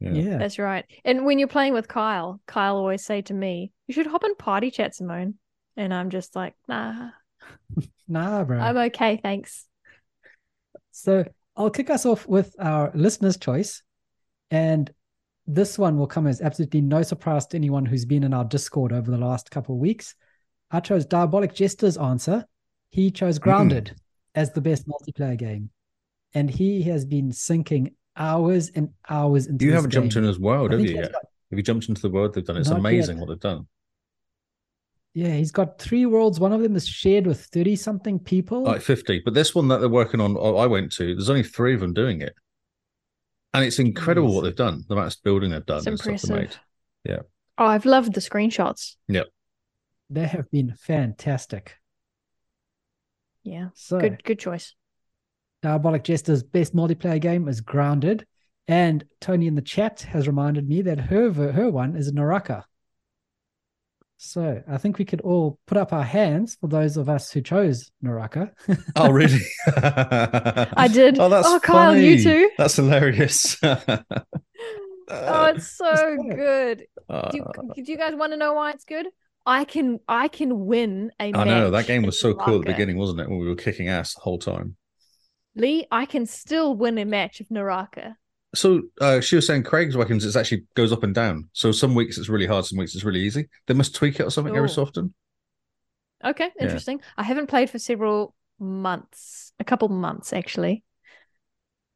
Yeah. yeah. That's right. And when you're playing with Kyle, Kyle always say to me, "You should hop in party chat, Simone." And I'm just like, "Nah, Nah, bro. I'm okay, thanks." So I'll kick us off with our listener's choice. And this one will come as absolutely no surprise to anyone who's been in our Discord over the last couple of weeks. I chose Diabolic Jester's answer. He chose Grounded Mm. as the best multiplayer game. And he has been sinking hours and hours into You this haven't jumped game. in his I world, have think you? he has Yet? got- Have you jumped into the world they've done? It's Not amazing yet. what they've done. yeah, he's got three worlds. One of them is shared with 30 something people. Like fifty, but this one that they're working on, I I went to. There's only three of them doing it, and it's incredible what Jeez. they've done. The amount of building they've done. It's and stuff they made. impressive. Yeah. Oh, I've loved the screenshots. They have been fantastic. Yeah. So Good good choice. Diabolic Jester's best multiplayer game is Grounded, and Tony in the chat has reminded me that her ver- her one is Naraka. So I think we could all put up our hands for those of us who chose Naraka. Oh, really? I I did. Oh, that's oh, Kyle, funny. you too. That's hilarious. Oh, it's so good. good. Do Uh, you, do you guys want to know why it's good? I can I can win a I know that match game in was so cool at the Naraka. beginning, wasn't it? When we were kicking ass the whole time. Lee, I can still win a match of Naraka. So uh, she was saying Craig's reckons it actually goes up and down. So some weeks it's really hard, some weeks it's really easy. They must tweak it or something every so Oh. often. Okay, Yeah. interesting. I haven't played for several months, a couple months actually.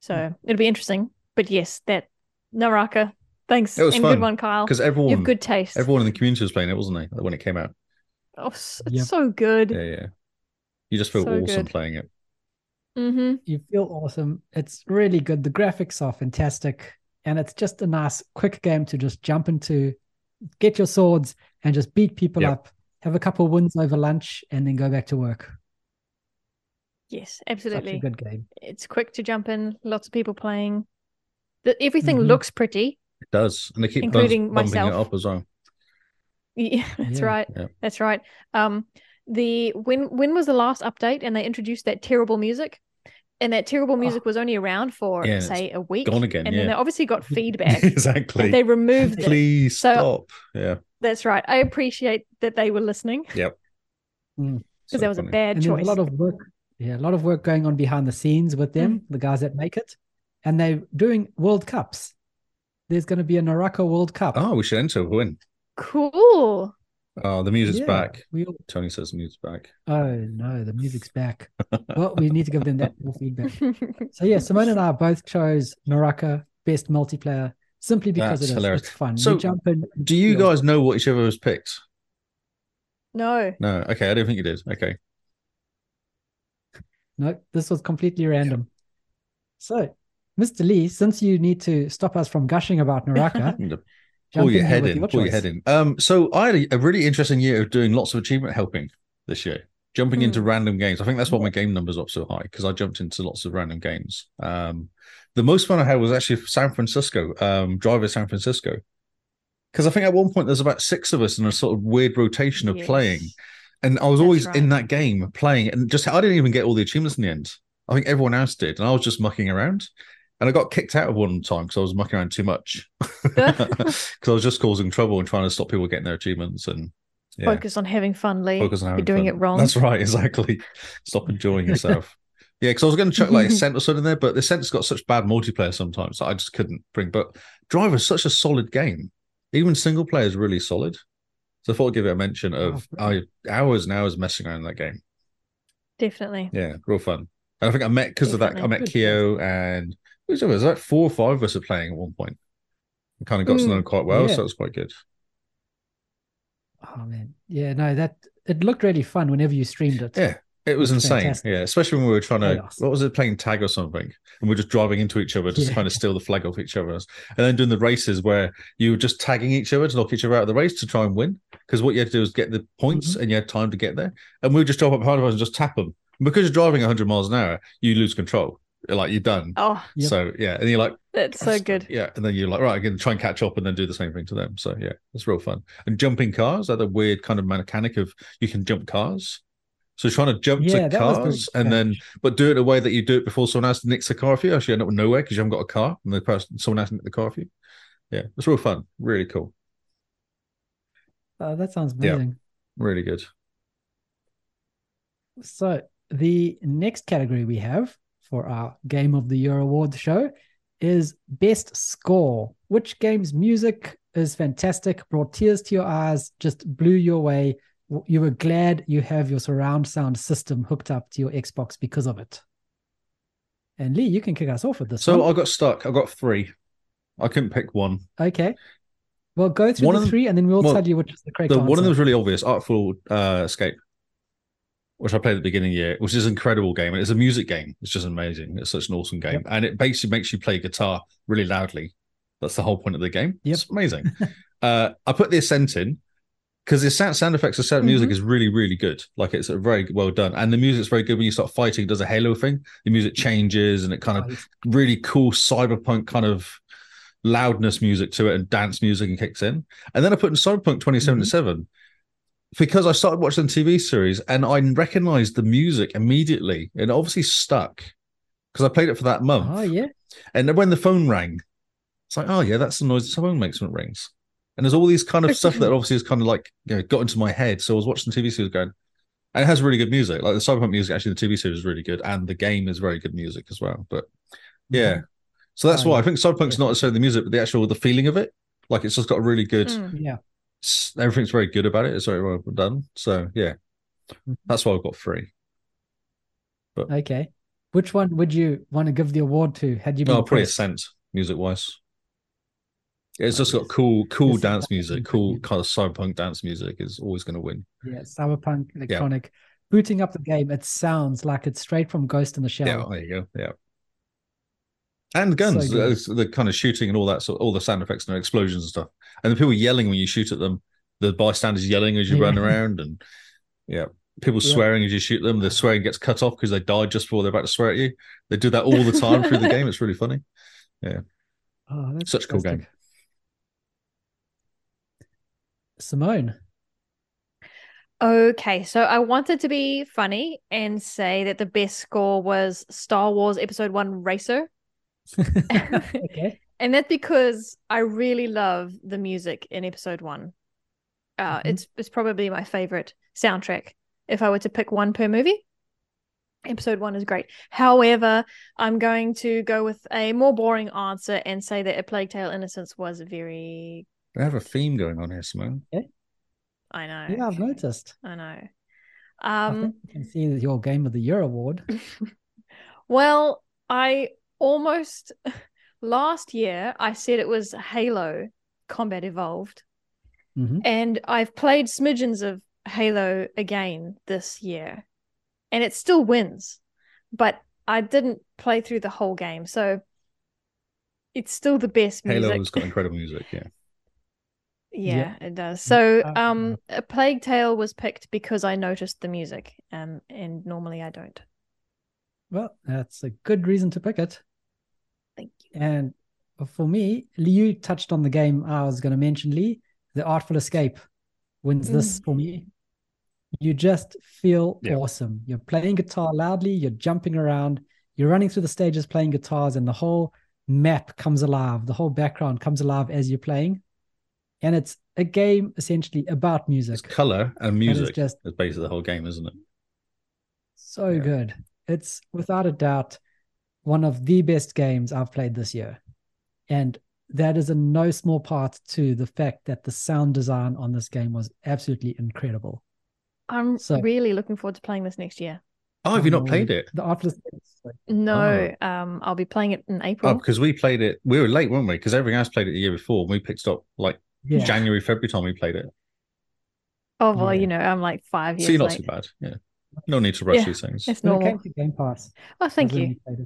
So Hmm. it'll be interesting. But yes, that Naraka. Thanks. It was and fun, good one, Kyle. Because You everyone, have good taste. everyone in the community was playing it, wasn't they? When it came out, Oh, it's Yep. it's so good. yeah, yeah. You just feel So awesome good. playing it. Mm-hmm. you feel awesome. It's really good. The graphics are fantastic, and it's just a nice quick game to just jump into, get your swords and just beat people Yep. up, have a couple wins over lunch, and then go back to work. Yes, Such a absolutely. good game. It's quick to jump in. Lots of people playing. The, everything Mm-hmm. Mhm. looks pretty. It does, and they keep buzz- Including bumping it myself. up as well. Yeah, that's Yeah. right. Yeah. That's right. Um, the when when was the last update and they introduced that terrible music? And that terrible music was only around for Oh. Yeah, and it's say a week. gone again, And yeah. then they obviously got feedback. exactly. and they removed it. Please So- stop. Yeah, That's right. I appreciate that they were listening so because that was funny. a bad And there's choice. a lot of work. Yeah, a lot of work going on behind the scenes with them, the guys that make it, and they're doing World Cups. There's going to be a Naraka World Cup. Oh, we should enter. Win. Cool. Oh, the music's Yeah, back. We all, Tony says the music's back. oh no, the music's back. well, we need to give them that more feedback. So yeah, Simone and I both chose Naraka best multiplayer simply because That's it is hilarious. it's fun. So, you jump in. and Do you feel- guys know what each other has picked? no. No. Okay, I don't think you did. Okay. No, this was completely random. So, Mr. Lee, since you need to stop us from gushing about Naraka, I'm gonna jump Pull your in here head with in. your pull your choice. head in. Um, so I had a, a really interesting year of doing lots of achievement helping this year, jumping into Hmm. random games. I think that's why my game numbers up so high because I jumped into lots of random games. Um, the most fun I had was actually San Francisco, um, Driver San Francisco, because I think at one point there's about six of us in a sort of weird rotation of playing, Yes. and I was That's always in right. that game playing, and just I didn't even get all the achievements in the end. I think everyone else did, and I was just mucking around. And I got kicked out of one time because I was mucking around too much. Because I was just causing trouble and trying to stop people getting their achievements and yeah, Focus on having fun, Lee. focus on You're having doing fun. it wrong. That's right, exactly. Stop enjoying yourself. yeah, because I was going to chuck like a cent or something in there, but the cent's got such bad multiplayer sometimes that I just couldn't bring. But Driver's such a solid game. Even single player is really solid. So I thought I'd give it a mention Oh, of I hours and hours messing around in that game. Definitely. Yeah, real fun. And I think I met because of that. I Definitely. met Good. Keo and who's it was like four or five of us are playing at one point. We kind of got to know Mm. them quite well, Yeah. so it was quite good. Oh man, yeah, no, that it looked really fun whenever you streamed it. Yeah, it was That's insane. fantastic. Yeah, especially when we were trying to Chaos. what was it playing tag or something, and we are just driving into each other just Yeah. to kind of steal the flag off each other, and then doing the races where you were just tagging each other to knock each other out of the race to try and win. Because what you had to do was get the points, Mm-hmm. and you had time to get there, and we would just drive up behind us and just tap them. And because you're driving 100 miles an hour, you lose control. Like you're done. Oh, Yep. So yeah, and you're like, that's so that's- good. Yeah, and then you're like, right, I'm going to try and catch up and then do the same thing to them. So yeah, it's real fun. And jumping cars, that the weird kind of mechanic of you can jump cars. So you're trying to jump Yeah, to that was pretty cars and then, but do it in a way that you do it before someone else nicks a car for you. Actually, end up nowhere because you haven't got a car, and the person, someone else nicked the car for you. Yeah, it's real fun. Really cool. Oh, that sounds Yeah. amazing. Really good. So the next category we have for our Game of the Year Awards show is Best Score. Which game's music is fantastic, brought tears to your eyes, just blew you away. W- You were glad you have your surround sound system hooked up to your Xbox because of it. And Lee, you can kick us off with this. So one. I got stuck. I got three. I couldn't pick one. okay. Well, go through One the of them- three, and then we'll well, tell you which is the correct The, answer. one of them was really obvious, Artful uh, Escape, which I played at the beginning of the year, which is an incredible game. And it's a music game. It's just amazing. It's such an awesome game. Yep. And it basically makes you play guitar really loudly. That's the whole point of the game. Yep. It's amazing. uh, I put the Ascent in because the sound, sound effects of sound Mm-hmm. music is really, really good. Like it's very well done. And the music's very good when you start fighting. It does a halo thing. The music changes and it kind of Right. really cool cyberpunk kind of loudness music to it and dance music and kicks in. And then I put in Cyberpunk 2077 because I started watching the TV series and I recognized the music immediately and it obviously stuck because I played it for that month. Oh yeah, And then when the phone rang, it's like, oh yeah, that's the noise that someone makes when it rings. And there's all these kind of stuff that obviously is kind of like you know got into my head. So I was watching the TV series going, and it has really good music. Like the Cyberpunk music, actually, the TV series is really good, and the game is very good music as well. But yeah, so that's Oh, why yeah. I think Cyberpunk's Yeah. not necessarily the music, but the actual the feeling of it. Like it's just got a really good. Mm. yeah. s- Everything's very good about it. It's very well done. So yeah, Mm-hmm. that's why I've got three. Okay. Which one would you want to give the award to? Had you been No, Oh, probably pressed? Ascent music wise. It's Oh, just got yes. cool, cool Yes, dance that is music, indeed. cool kind of cyberpunk dance music is always going to win. Yeah, cyberpunk electronic. Booting up the game, it sounds like it's straight from Ghost in the Shell. Yeah, there you go. Yeah, and guns, good. uh, so the kind of shooting and all that, sort all the sound effects and explosions and stuff, and the people yelling when you shoot at them, the bystanders yelling as you Yeah. run around, and yeah, people Yeah. swearing as you shoot them. The swearing gets cut off because they died just before they're about to swear at you. They do that all the time through the game. It's really funny. Oh, that's Such a cool game. Simone. Okay, so I wanted to be funny and say that the best score was Star Wars Episode 1 Racer. okay. And that's because I really love the music in episode one. Uh, Mhm. It's it's probably my favorite soundtrack. If I were to pick one per movie, episode one is great. However, I'm going to go with a more boring answer and say that A Plague Tale: Innocence was very. They have a theme going on here, Simone. I know. Yeah, I've noticed. I know. I Um, think you can see that your Game of the Year award. Well, I almost last year I said it was Halo Combat Evolved. Mhm. And I've played smidgens of Halo again this year. And it still wins. But I didn't play through the whole game. So it's still the best music. Halo's got incredible music. Yeah, Yeah, it does. Yeah, So, I- I um, know. a Plague Tale was picked because I noticed the music, um, and normally I don't. Well, that's a good reason to pick it. Thank you. And for me, you touched on the game I was going to mention, Lee. The Artful Escape wins this for me. You just feel Yeah. awesome. You're playing guitar loudly, you're jumping around, you're running through the stages playing guitars, and the whole map comes alive. The whole background comes alive as you're playing. And it's a game essentially about it's music. color And and it's music. just That's basically the whole game, isn't it? So Yeah. good. It's without a doubt one of the best games I've played this year. And that is in no small part to the fact that the sound design on this game was absolutely incredible. I'm So- really looking forward to playing this next year. Oh, have you Um, not played it? The Artless. Escape. No, Oh. um, I'll be playing it in April. Oh, because we played it. We were late, weren't we? Because everyone else played it the year before. and We picked it up like Yeah. January, February time we played it. Oh well, Yeah. you know, I'm like five years So you're not late. too bad. Yeah. No need to rush Yeah. these things. It's When it came normal. to Game Pass, Oh, thank you. Mm-hmm.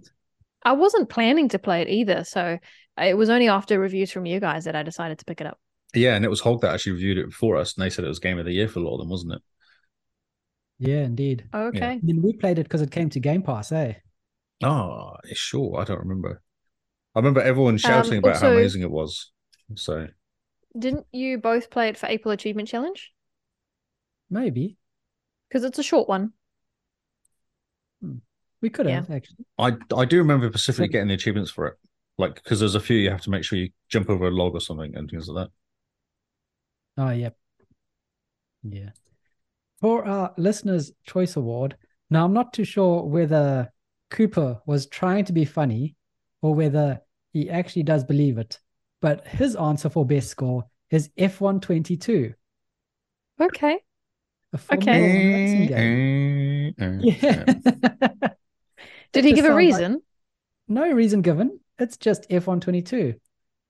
I wasn't planning to play it either, so it was only after reviews from you guys that I decided to pick it up. Yeah, and it was Hog that actually reviewed it before us, and they said it was game of the year for a lot of them, wasn't it? Yeah, indeed. Okay. I mean, we played it because it came to Game Pass, eh? Oh, yeah, sure. I don't remember. I remember everyone shouting about how also- amazing it was. So Didn't you both play it for April Achievement Challenge? Maybe. Because it's a short one. We could Yeah. have actually. I I do remember specifically So- getting the achievements for it, like because there's a few you have to make sure you jump over a log or something and things like that. Oh, yep. Yeah. For our Listener's Choice Award, now I'm not too sure whether Cooper was trying to be funny or whether he actually does believe it, but his answer for best score is F122, Okay. a Formula Okay. One racing game. Eh, Yeah. Did he just give a sounds like- reason? no reason given. It's just F122.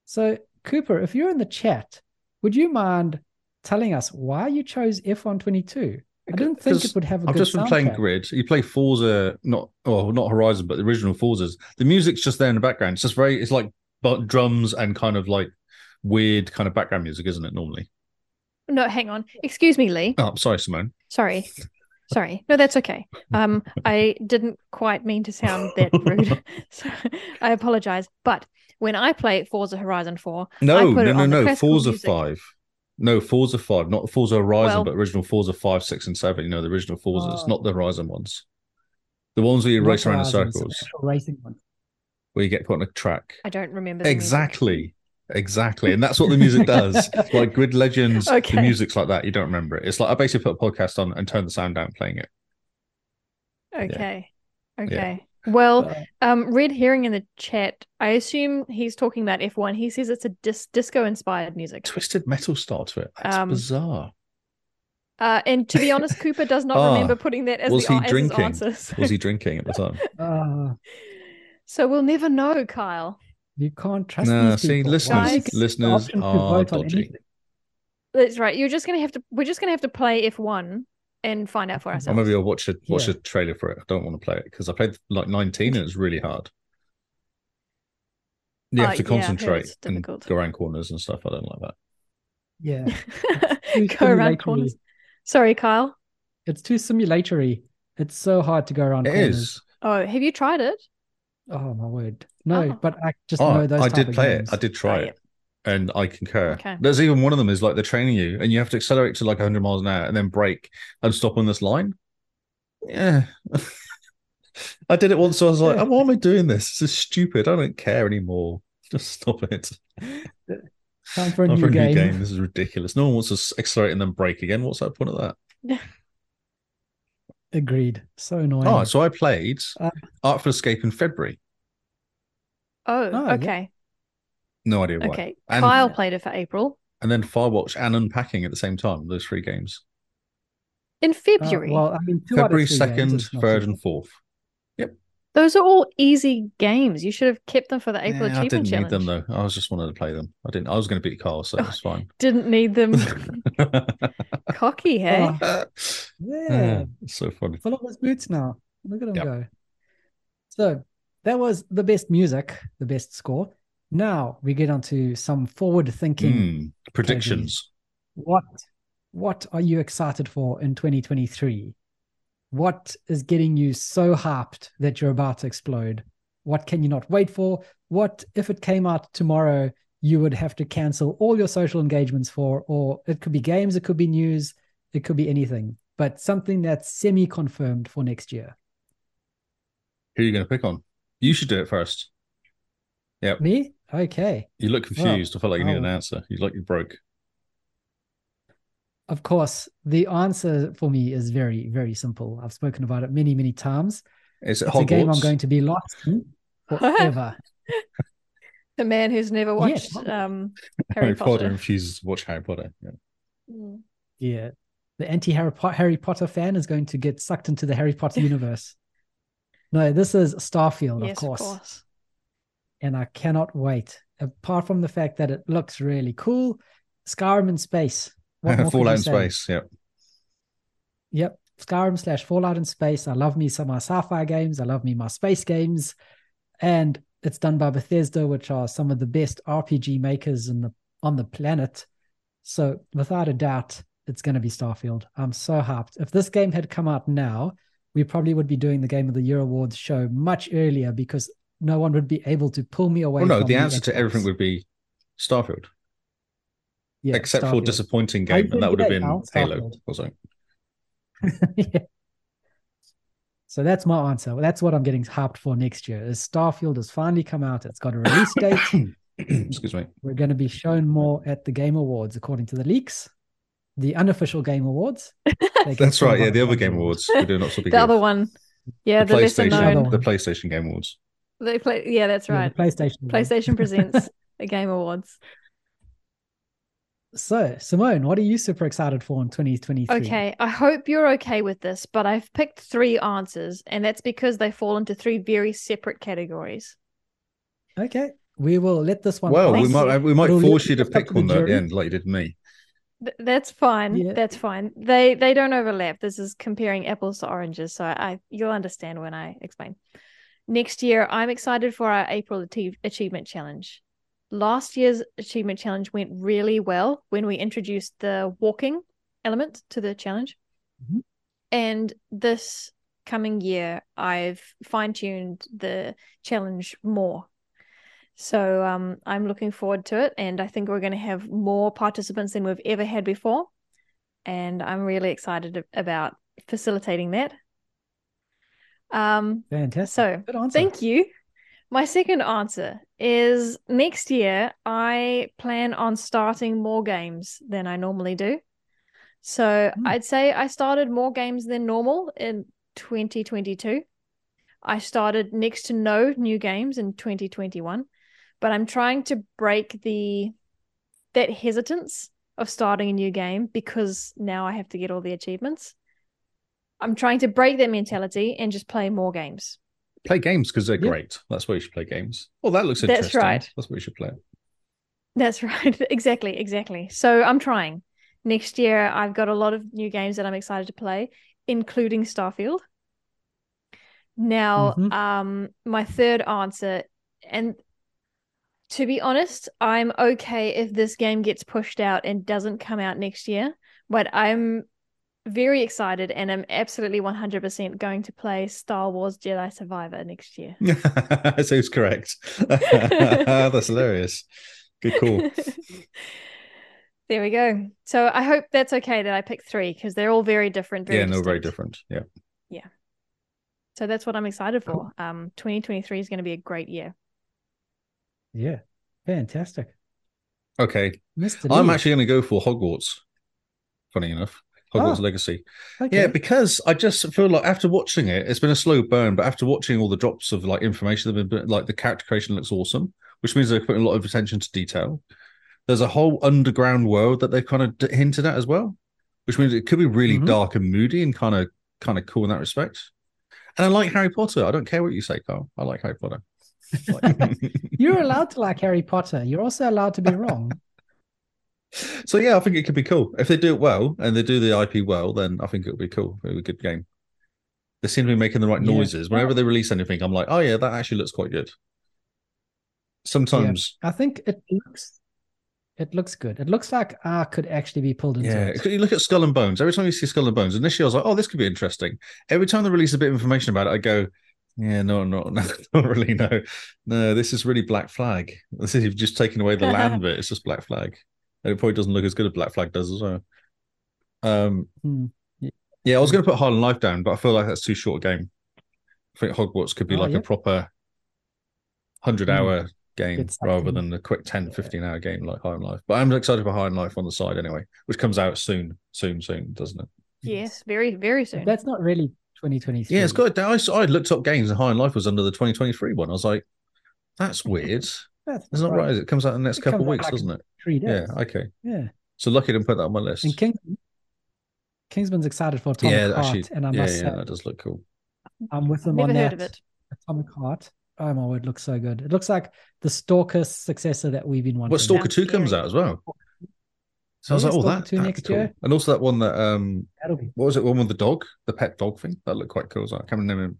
So, Cooper, if you're in the chat, would you mind telling us why you chose F122? I didn't think it would have a I've good just been playing soundtrack. Grid. You play Forza, not well, not Horizon, but the original Forzas. The music's just there in the background. It's just very, it's like but drums and kind of like weird kind of background music, isn't it? Normally. No, hang on. Excuse me, Lee. Oh, sorry, Simone. Sorry. Sorry. No, that's okay. Um, I didn't quite mean to sound that rude. So I apologize. But when I play Forza Horizon 4, No, put no, it no, on the no. classical Forza music. Five. No, Forza Five, not Forza Horizon, Well- but original Forza Five, Six, and Seven. You know the original Forzas, Oh. not the Horizon ones. The ones where you Not race around in Horizon, it's an circles, actual racing one. where you get put on a track. I don't remember the music. Exactly. Exactly. And that's what the music does. like Grid Legends, Okay. the music's like that. You don't remember it. It's like I basically put a podcast on and turned the sound down playing it. Okay. Okay. Well, Uh, um, Red Herring in the chat, I assume he's talking about F1. He says it's a dis- disco inspired music. Twisted metal style to it. That's Um, bizarre. Uh, and to be honest, Cooper does not Ah, remember putting that as was the he as his drinking? answer, so- Was he drinking at the time? ah, So we'll never know, Kyle. you can't trust no, these see, people. listeners, Guys, it's listeners option to are vote on dodgy. anything. That's right. You're just gonna have to. We're just gonna have to play F1 and find out for Or Or ourselves. maybe I'll watch a watch Yeah. a trailer for it. I don't want to play it because I played like 19 and it's really hard. You have to Uh, yeah, I heard concentrate it's and difficult. go around corners and stuff. I don't like that. Yeah. Too go around simulatory. corners. Sorry, Kyle. It's too simulatory. It's so hard to go around. It corners. is. Oh, have you tried it? Oh my word. No, Oh. but I just Oh, know those. I type did of play games. it. I did try Oh, it. yeah. and I concur. Okay. There's even one of them is like they're training you, and you have to accelerate to like 100 miles an hour and then brake and stop on this line. Yeah. I did it once, so I was like, Yeah. "Oh, why am I doing this? This is stupid. I don't care anymore. Just stop it. Time for a, Not new, for a game. new game. This is ridiculous. No one wants to s- accelerate and then brake again. What's that point of that? Agreed. So annoying. Oh, so I played Uh. Art for Escape in February. Oh, Oh, yeah. okay. No idea why. Okay. And- Kyle played it for April. And then Firewatch and Unpacking at the same time. Those three games. In Uh, February. well, I mean, two out of February three games second, is not third, too and fourth. Those are all easy games. You should have kept them for the April Yeah, I Achievement didn't Challenge. need them though. I was just wanted to play them. I didn't. I was going to beat Carl, so Oh. it's fine. Didn't need them. Cocky, hey? Oh, bad. Yeah. Yeah, it's so funny. Full of his boots now. Look at him Yep. go. So that was the best music, the best score. Now we get onto some forward thinking. Mm, predictions. What what are you excited for in 2023? What is getting you so hyped that you're about to explode? What can you not wait for? What if it came out tomorrow, you would have to cancel all your social engagements for, or it could be games, it could be news, it could be anything, but something that's semi confirmed for next year. Who are you going to pick on? You should do it first. Me? Okay. You look Well, oh. confused. I felt like you need an I'll- answer. You like you broke. Of course, the answer for me is very, very simple. I've spoken about it many, many times. Is it It's Hogwarts? a game I'm going to be lost in forever. The man who's never Yes. watched um, Harry, Harry, Potter. refuses to watch Harry Potter. Yeah. Mm. Yeah. The anti Harry Harry Potter fan is going to get sucked into the Harry Potter universe. No, this is Starfield, Mm, Yes, of, course, And I cannot wait. Apart from the fact that it looks really cool, Skyrim in space. What more could you Fallout in say? space. Yeah. Yep. Skyrim slash Fallout in space. I love me some of my sci fi games. I love me my space games. And it's done by Bethesda, which are some of the best RPG makers in the, on the planet. So without a doubt, it's going to be Starfield. I'm so hyped. If this game had come out now, we probably would be doing the Game of the Year Awards show much earlier because no one would be able to pull me away. Well, no, from the answer to Xbox. everything would be Starfield, Yeah, except for Starfield. disappointing I game, and agree that would with have that, been Al. Halo Starfield. or something. Yeah. So that's my answer. That's what I'm getting hyped for next year. Is Starfield has finally come out. It's got a release date. Excuse me. We're going to be shown more at the Game Awards, according to the leaks, the unofficial Game Awards. They can That's still right. Yeah, buy the other Starfield. game awards. We're doing lots of The big other deals. one. Yeah, the, lesser Other known. one. the PlayStation Game Awards. They play. Yeah, that's Yeah, right. the PlayStation. one. PlayStation presents the Game Awards. So, Simone, what are you super excited for in 2023? Okay, I hope you're okay with this, but I've picked three answers, and that's because they fall into three very separate categories. Okay. We will let this one. Well, we Thank pass. might we might It'll force leave you to it up to pick the one though at the jury. end, like you did me. Th- that's fine. Yeah. That's fine. They they don't overlap. This is comparing apples to oranges, so I you'll understand when I explain. Next year, I'm excited for our April Achieve- achievement challenge. Last year's achievement challenge went really well when we introduced the walking element to the challenge. Mhm. And this coming year, I've fine tuned the challenge more so um, I'm looking forward to it, and I think we're going to have more participants than we've ever had before. And I'm really excited ab- about facilitating that. Um, Fantastic. so Good answer. thank you. My second answer is next year I plan on starting more games than I normally do. So Hmm. I'd say I started more games than normal in 2022. I started next to no new games in 2021, but I'm trying to break the that hesitance of starting a new game because now I have to get all the achievements. I'm trying to break that mentality and just play more games. Play games because they're Yeah. great. That's why you should play games. Oh, that looks That's interesting. right. That's what you should play. That's right. Exactly. Exactly. So I'm trying. Next year, I've got a lot of new games that I'm excited to play, including Starfield. Now, Mhm. um, my third answer, and To be honest, I'm okay if this game gets pushed out and doesn't come out next year, but I'm very excited and I'm absolutely 100% going to play Star Wars Jedi Survivor next year. so it's correct. That's hilarious. Good call. there we go. So I hope that's okay that I picked three because they're all very different. Very yeah, no, very distinct. different. Yeah. So that's what I'm excited for. Um, 2023 is going to be a great year. Yeah. Fantastic. Okay. Mr. I'm Lee. actually going to go for Hogwarts. Funny enough, Hogwarts Ah. Legacy. Yeah, Okay. because I just feel like after watching it, it's been a slow burn, but after watching all the drops of like information, they've been like the character creation looks awesome, which means they're putting a lot of attention to detail. There's a whole underground world that they've kind of d- hinted at as well, which means it could be really Mhm. dark and moody and kind of kind of cool in that respect. And I like Harry Potter. I don't care what you say, Carl. I like Harry Potter. You're allowed to like Harry Potter. You're also allowed to be wrong. So yeah, I think it could be cool if they do it well and they do the IP well. Then I think it would be cool. It would be a good game. They seem to be making the right Yeah. noises whenever they release anything. I'm like, oh yeah, that actually looks quite good. Sometimes, I think it looks it looks good. It looks like R could actually be pulled into yeah. it. You look at Skull and Bones. Every time you see Skull and Bones, initially I was like, oh, this could be interesting. Every time they release a bit of information about it, I go, yeah, no, no, no, not really. No, no, this is really Black Flag. This is you've just taken away the land of it. It's just Black Flag, and it probably doesn't look as good as Black Flag does as well. Um, Hmm. Yeah, I was going to put Hard and Life down, but I feel like that's too short a game. I think Hogwarts could be Oh, like yeah. Hmm. a proper 100 hour game Good rather session. than the quick 10, Yeah. 15 hour game like High and Life. But I'm excited for High and Life on the side anyway, which comes out soon, soon, soon, doesn't it? Yes, very, very soon. That's not really 2023. Yeah, it's got it down. I, saw- I looked up games and High and Life was under the 2023 one. I was like, that's weird. That's It's not right. is It It comes out in the next It couple comes of out weeks, like- doesn't it? Three Yeah, days. okay. yeah. So lucky I didn't put that on my list. And King Kingsman's excited for Atomic Yeah, Heart, actually. and I yeah, must yeah, say, that does look cool. I'm with him Never on heard that. of it. Atomic Heart. Oh my word, looks so good. It looks like the Stalker successor that we've been wanting. Well, Stalker Sounds 2 comes scary. out as well. So I was Yeah, like, oh, Stalker that, 2 that'd be next cool. year. And also that one that, um, That'll be what was it, one with the dog, the pet dog thing? That looked quite cool. as well. I can't remember.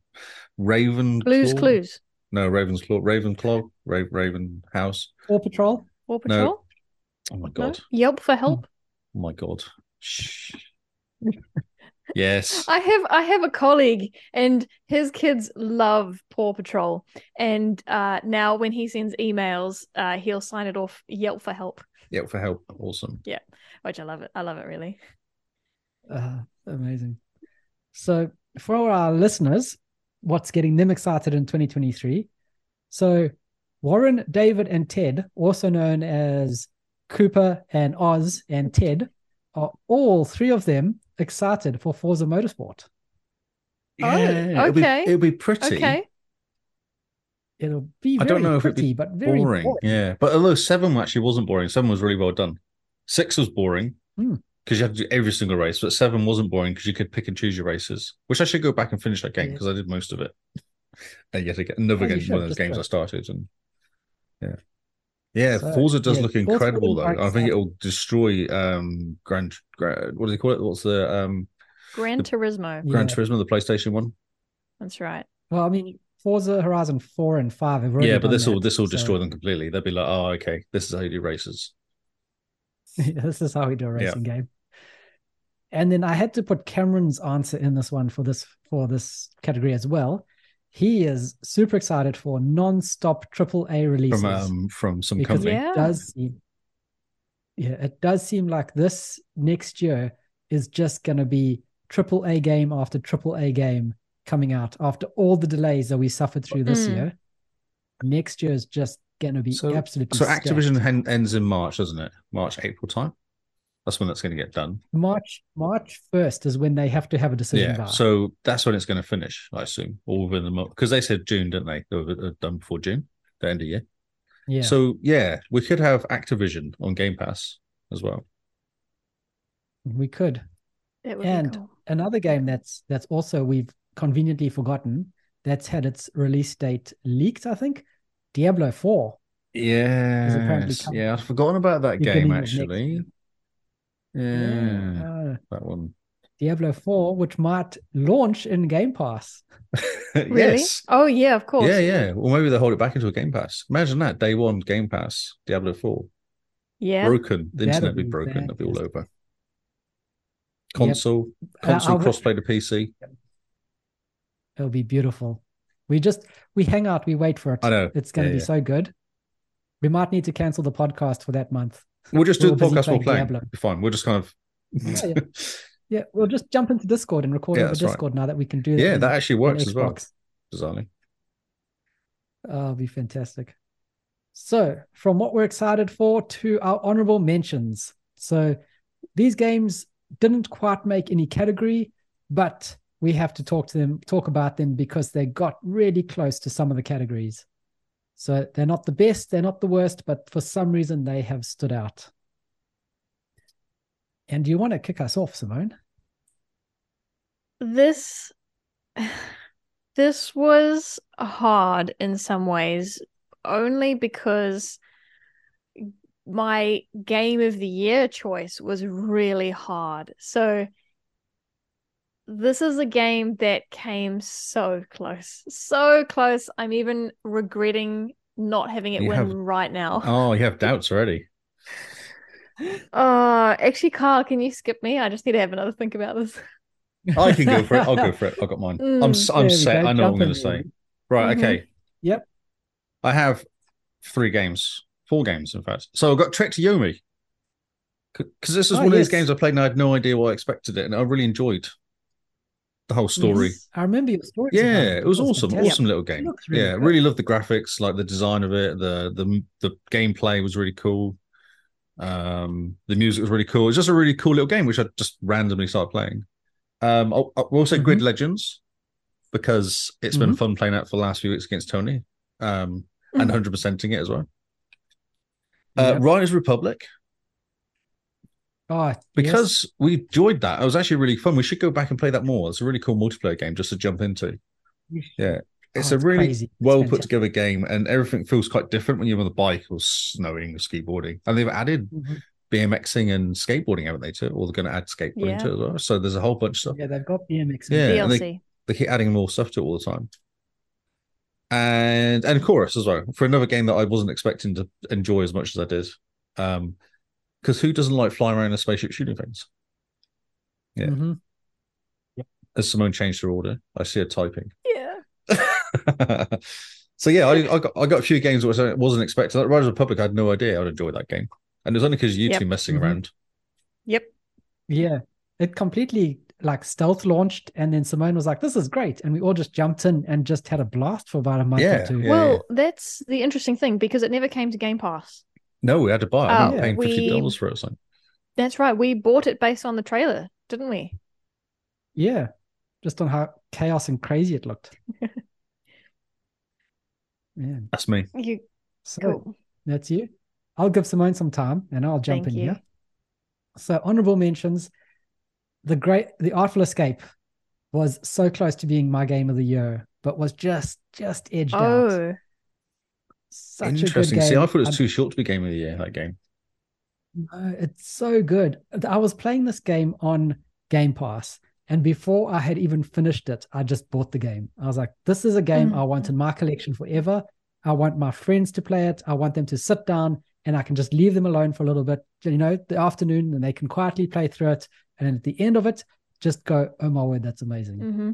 Raven. Blues Claw? Clues. No, Raven's Claw. Raven Claw. Ra- Raven House. Paw Patrol. War No. Patrol? Oh, my No? God. Yelp for help. Oh, my God. Shh. yes. I have I have a colleague and his kids love Paw Patrol. And uh now when he sends emails, uh he'll sign it off Yelp for help, Yeah, for help. Awesome. which I love it. I love it really. Uh, amazing. So, for all our listeners, what's getting them excited in 2023? So, Warren, David, and Ted, also known as Cooper and Oz and Ted, are all three of them excited for Forza Motorsport. Oh, It'll be, okay. it'll be pretty. Okay. It'll be I very don't know if it'd pretty, be but very boring. boring. Yeah, but although seven actually wasn't boring, seven was really well done. Six was boring Hmm. because you had to do every single race, but seven wasn't boring because you could pick and choose your races. Which I should go back and finish that game Yeah. because I did most of it. And yet again, another Oh, you game, one should, of those just games try. I started, and yeah, yeah. So, Forza does yeah, look Forza incredible looking though. I quite think it'll destroy um Grand. Gra- what do they call it? What's the um Gran The- Turismo. Gran Yeah. Turismo, the PlayStation one? That's right. Well, I mean, Forza Horizon 4 and 5 have already Yeah, but done this will that, this will so- destroy them completely. They'll be like, oh, okay, this is how you do races. this is how we do a Yeah. racing game. And then I had to put Cameron's answer in this one for this for this category as well. He is super excited for non-stop triple A releases from um from some because company. Yeah. it does seem, yeah, it does seem like this next year is just going to be triple A game after triple A game coming out after all the delays that we suffered through this Mm. year. Next year is just going to be So- absolutely So stacked. Activision hen- ends in March, doesn't it? March, April time. That's when that's going to get done. March March first is when they have to have a decision. yeah. by. So that's when it's going to finish, I assume, all within the month because they said June, didn't they? They were they were done before June, the end of year. yeah. So yeah, we could have Activision on Game Pass as well. we could. That would And- be cool. Another game that's that's also we've conveniently forgotten that's had its release date leaked. I think Diablo Four. Yeah. apparently coming Yeah, I've forgotten about that beginning game of next actually. year. Yeah, Uh, that one. Diablo 4, which might launch in Game Pass. Really? yes. Oh yeah, of course. Yeah, yeah. Well, maybe they hold it back into a Game Pass. Imagine that day one Game Pass, Diablo 4. Yeah. Broken. The That'd internet would be be broken. That'd be all bad. over. Console, Uh, console I'll- crossplay to PC. It'll be beautiful. We just we hang out, we wait for it. I know. It's going to Yeah, be yeah. so good. We might need to cancel the podcast for that month. We'll just We're do all busy the podcast while playing playing. Diablo. Be fine. We'll just kind of. Yeah, Yeah, we'll just jump into Discord and record Yeah, over that's right. Discord now that we can do Yeah, in- that actually on works as well, Xbox. bizarrely. Oh, it'll be fantastic. So, from what we're excited for to our honorable mentions. So, these games didn't quite make any category, but we have to talk to them, talk about them because they got really close to some of the categories. So, they're not the best, they're not the worst, but for some reason they have stood out. And you want to kick us off, Simone? this this was hard in some ways only because my game of the year choice was really hard so this is a game that came so close so close i'm even regretting not having it You win have- right now Oh, you have doubts already. uh actually carl can you skip me i just need to have another think about this I can go for it. I'll go for it. I've got mine. I'm, s- Mm, There I'm we set. go, I know what jump I'm in. going Mm-hmm. to say. Right. Mhm. Okay. Yep. I have three games, four games, in fact. So I've got Trek to Yomi because this is Oh, one of yes. these games I played and I had no idea what I expected it, and I really enjoyed the whole story. Yes. I remember your story. Yeah, it was awesome, fantastic. awesome little game. looks really yeah, good. really loved the graphics, like the design of it. the the The gameplay was really cool. Um, the music was really cool. It's just a really cool little game, which I just randomly started playing. Um, I'll, I'll also Grid Mm-hmm. Legends because it's been Mhm. fun playing that for the last few weeks against Tony, um, Mm-hmm. and hundred percenting it as well. Uh, Yep. Riders Republic Oh, yes. because we enjoyed that. It was actually really fun. We should go back and play that more. It's a really cool multiplayer game just to jump into. We Yeah, it's Oh, a really crazy. It's well put fantastic. together game, and everything feels quite different when you're on the bike or snowing or skateboarding. And they've added Mhm. BMXing and skateboarding, haven't they? Too, or they're going to add skateboarding Yeah. to it as well. So there's a whole bunch of stuff. Yeah, they've got BMX. Yeah, and dlc they- They keep adding more stuff to it all the time. And and chorus as well for another game that I wasn't expecting to enjoy as much as I did. Um, because who doesn't like flying around in a spaceship shooting things? Yeah. Mhm. As Simone changed her order, I see her typing. yeah so yeah, I, I got I got a few games which I wasn't expecting. Like Rise of the Republic, I had no idea I'd enjoy that game, and it was only because you Yep. two messing Mhm. around. yep Yeah. It completely like stealth launched. And then Simone was like, this is great. And we all just jumped in and just had a blast for about a month Yeah, or two. yeah. Well, that's the interesting thing because it never came to Game Pass. No, we had to buy. it. I Oh, remember paying we- fifty dollars for it. or something. That's right. We bought it based on the trailer, didn't we? Yeah. Just on how chaos and crazy it looked. yeah. That's me. You So cool. that's you. I'll give Simone some time and I'll jump Thank in you. here. So honorable mentions. The great The Artful Escape was so close to being my game of the year, but was just just edged out. Oh, Such Interesting. A good See, game. I thought it was I'm- too short to be game of the year. That game. No, it's so good. I was playing this game on Game Pass, and before I had even finished it, I just bought the game. I was like, this is a game I want in my collection forever. I want my friends to play it. I want them to sit down and I can just leave them alone for a little bit, you know, the afternoon, and they can quietly play through it. And then at the end of it, just go, oh my word, that's amazing. hmm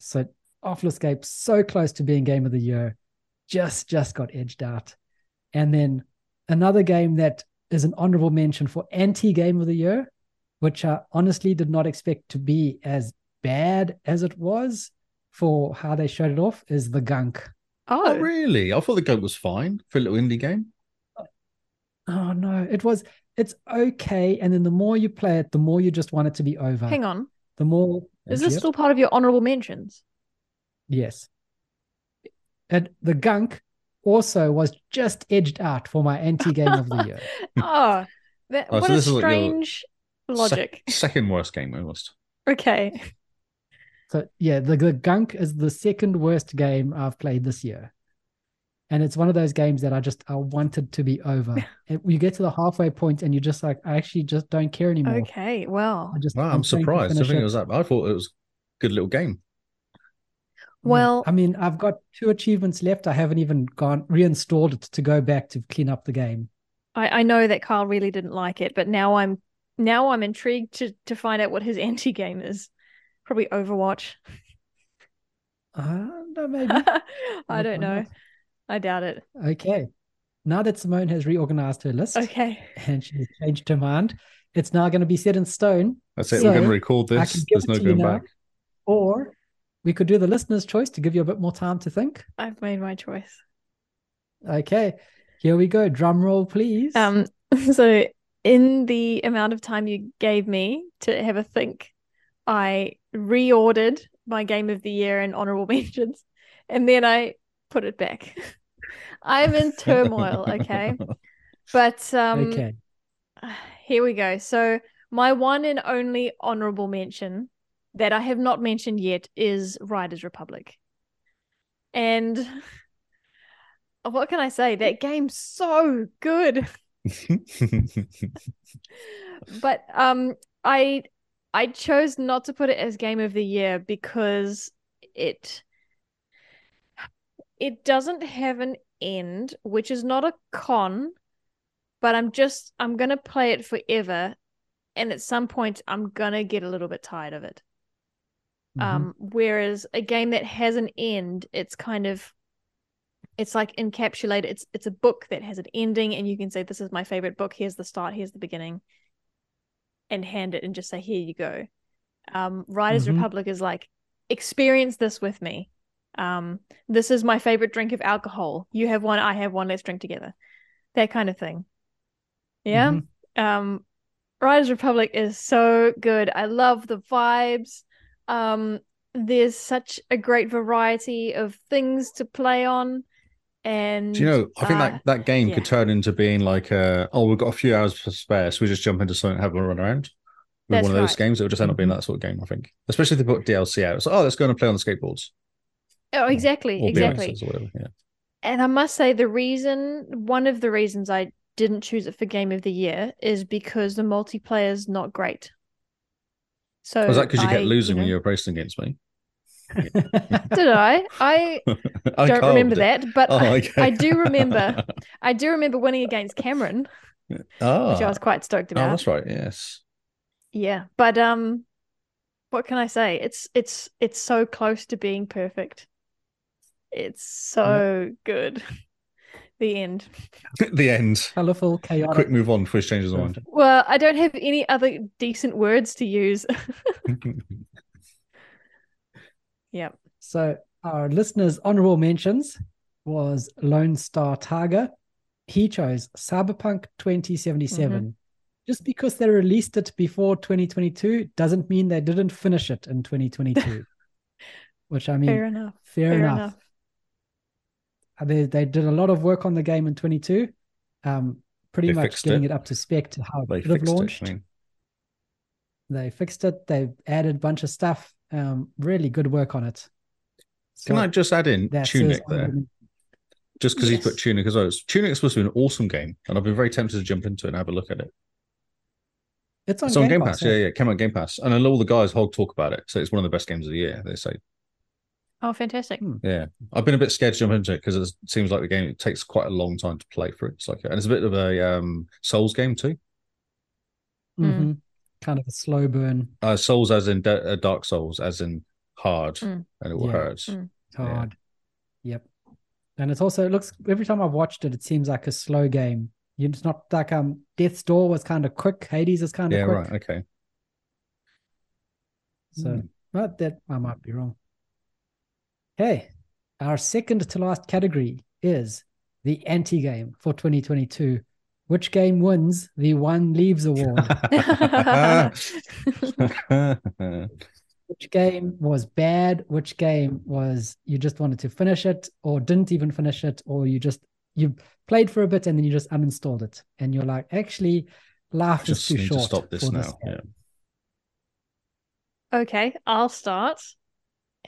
So Awful Escape, so close to being game of the year, just just got edged out. And then another game that is an honorable mention for anti-game of the year, which I honestly did not expect to be as bad as it was for how they showed it off, is the gunk. oh, Oh, really? I thought the game was fine for a little indie game. Oh no, it was it's okay. And then the more you play it, the more you just want it to be over. hang on. The more Uh, Is this Yep. still part of your honorable mentions? Yes. And the gunk also was just edged out for my anti-game of the year. oh, that, Oh, what so a this is like your strange logic. Sec- second worst game almost. okay. So yeah, the, the gunk is the second worst game I've played this year. And it's one of those games that I just I wanted to be over. It- you get to the halfway point and you're just like, I actually just don't care anymore. Okay, well, I just Wow, I'm I'm going to surprised. I finish think it. it was that. I thought it was a good little game. Yeah. Well- I mean, I've got two achievements left. I haven't even gone reinstalled it to go back to clean up the game. I, I know that Kyle really didn't like it, but now I'm now I'm intrigued to to find out what his anti game is. Probably Overwatch. Uh, no, maybe. I We'll don't find know. out. I doubt it. Okay. Now that Simone has reorganized her list Okay. and she's changed her mind, it's now going to be set in stone, That's it. So, We're going to record I this. can give There's it no to you going now. back. or we could do the listener's choice to give you a bit more time to think. I've made my choice. Okay. Here we go. Drum roll, please. Um so in the amount of time you gave me to have a think, I reordered my game of the year and honorable mentions and then I put it back. I'm in turmoil, okay? But um okay. Here we go. So, my one and only honorable mention that I have not mentioned yet is Riders Republic. And what can I say? That game's so good. But um I I chose not to put it as game of the year because it it doesn't have an end, which is not a con, but I'm just I'm gonna play it forever, and at some point I'm gonna get a little bit tired of it. Mhm. Um, whereas a game that has an end, it's kind of it's like encapsulated. It's it's a book that has an ending, and you can say, "This is my favorite book. Here's the start. Here's the beginning," and hand it and just say, "Here you go." Um, Riders Mhm. Republic is like, experience this with me. Um, this is my favorite drink of alcohol. You have one, I have one. Let's drink together. That kind of thing. Yeah Mhm. um riders republic is so good i love the vibes um there's such a great variety of things to play on and Do you know? I think uh, that, that game yeah. could turn into being like, uh, oh, we've got a few hours to spare, so we just jump into something and have a run around. With That's one of those right. Mm-hmm. games, it'll just end up being Mhm. that sort of game. I think, especially if they put DLC out. It's like, oh, let's go and play on the skateboards. oh exactly or BMXs exactly Or whatever. Yeah. and i must say the reason one of the reasons i didn't choose it for game of the year is because the multiplayer is not great so Was that because you I, Mm-hmm. kept losing when know- you were racing against me? did i i I don't can't remember do- that but Oh, I, okay. I do remember i do remember winning against cameron oh, which I was quite stoked oh, about. that's right. Yes. Yeah, but um, what can I say? It's it's it's so close to being perfect. It's so good. The end. the end. Colorful, Quick chaotic. move on before she changes her mind. Well, I don't have any other decent words to use. yep. So our listeners' honorable mentions was Lone Star Tiger. He chose Cyberpunk 2077. Mm-hmm. Just because they released it before 2022 doesn't mean they didn't finish it in 2022. Which I mean, Fair fair, enough. fair enough. enough. Uh, They, they did a lot of work on the game in 22, um, pretty They much fixed getting it. it. up to spec to how they it should have fixed launched. it. I mean, They fixed it. They added a bunch of stuff. Um, really good work on it. can So I just add in that's his Tunic there? honorable Just because he's Yes. put Tunic as well. It's- Tunic's supposed to be an awesome game, and I've been very tempted to jump into it and have a look at it. It's on, It's Game, Pass. Yeah, yeah, it came out on Game Pass. And I know all the guys hog talk about it. So it's one of the best games of the year, they say. Oh, fantastic. Hmm. Yeah. I've been a bit scared to jump into it because it seems like the game it takes quite a long time to play through. It's like and it's a bit of a um Souls game too. Mm. hmm Kind of a slow burn Uh Souls as in da- uh, Dark Souls as in hard Mm. and it will Yeah. hurt. Mm. Yeah. card. Yep. And it's also it looks every time I've watched it, it seems like a slow game. You- It's not like um Death's Door was kind of quick, Hades is kind of Yeah, quick. right. Okay. Mm. So but that I might be wrong. Okay. Our second to last category is the anti-game for 2022. Which game wins the One Leaves Award? which game was bad which game was you just wanted to finish it or didn't even finish it or you just you played for a bit and then you just uninstalled it and you're like actually life is just too need to short stop this for now. game. yeah. Okay, I'll start.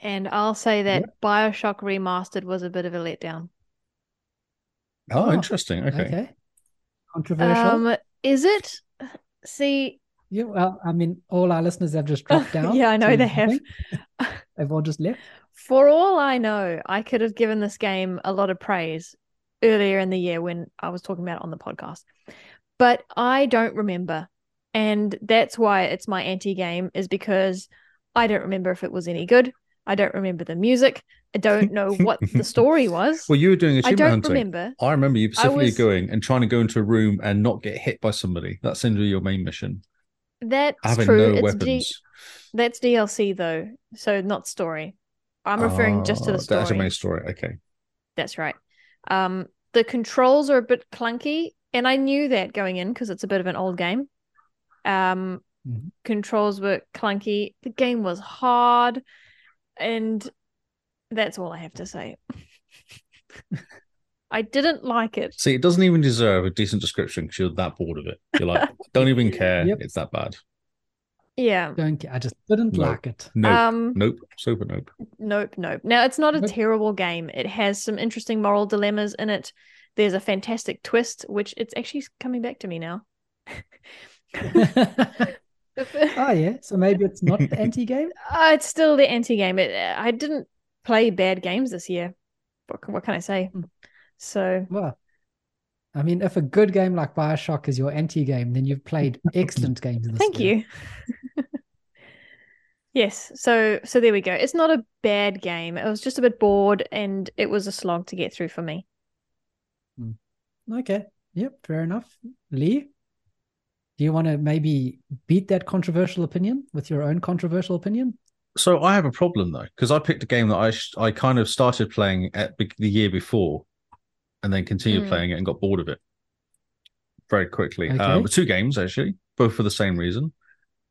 And I'll say that Yep. Bioshock Remastered was a bit of a letdown. Oh, Oh, interesting. Okay. Controversial. Um, is it? See, yeah, well, I mean, all our listeners have just dropped down. Yeah, I know to they have. nothing. They've all just left. for all I know, I could have given this game a lot of praise earlier in the year when I was talking about it on the podcast, but I don't remember. And that's why it's my anti game, is because I don't remember if it was any good. I don't remember the music. I don't know what the story was. Well, you were doing I achievement don't hunting. remember. I remember you specifically was- going and trying to go into a room and not get hit by somebody. That seemed to be your main mission. That's Having true. no it's weapons. D- that's DLC though, so not story. I'm referring just to Oh, the story. That's your main story. Okay. That's right. Um, the controls are a bit clunky, and I knew that going in because it's a bit of an old game. Um, Mhm. Controls were clunky. The game was hard, and that's all I have to say. I didn't like it. See, it doesn't even deserve a decent description because you're that bored of it. You're like, don't even care. Yep. It's that bad. Yeah. Don't care. I just didn't No. like it. Nope. Um, nope. Super nope. Nope, nope. Now, it's not a But- terrible game. It has some interesting moral dilemmas in it. There's a fantastic twist, which it's actually coming back to me now. oh uh, yeah, so maybe it's not the anti-game. it's still the anti game. It, I didn't play bad games this year. What, can- what can I say? Hmm. So, Well, I mean, if a good game like Bioshock is your anti-game, then you've played excellent games. This thank year. you. yes. So, so there we go. It's not a bad game. It was just a bit bored and it was a slog to get through for me. Okay. Yep. Fair enough. Lee, do you want to maybe beat that controversial opinion with your own controversial opinion? So I have a problem though because I picked a game that I sh- I kind of started playing at be- the year before, and then continued Hmm. playing it and got bored of it very quickly. Um, Okay. two games actually, both for the same reason.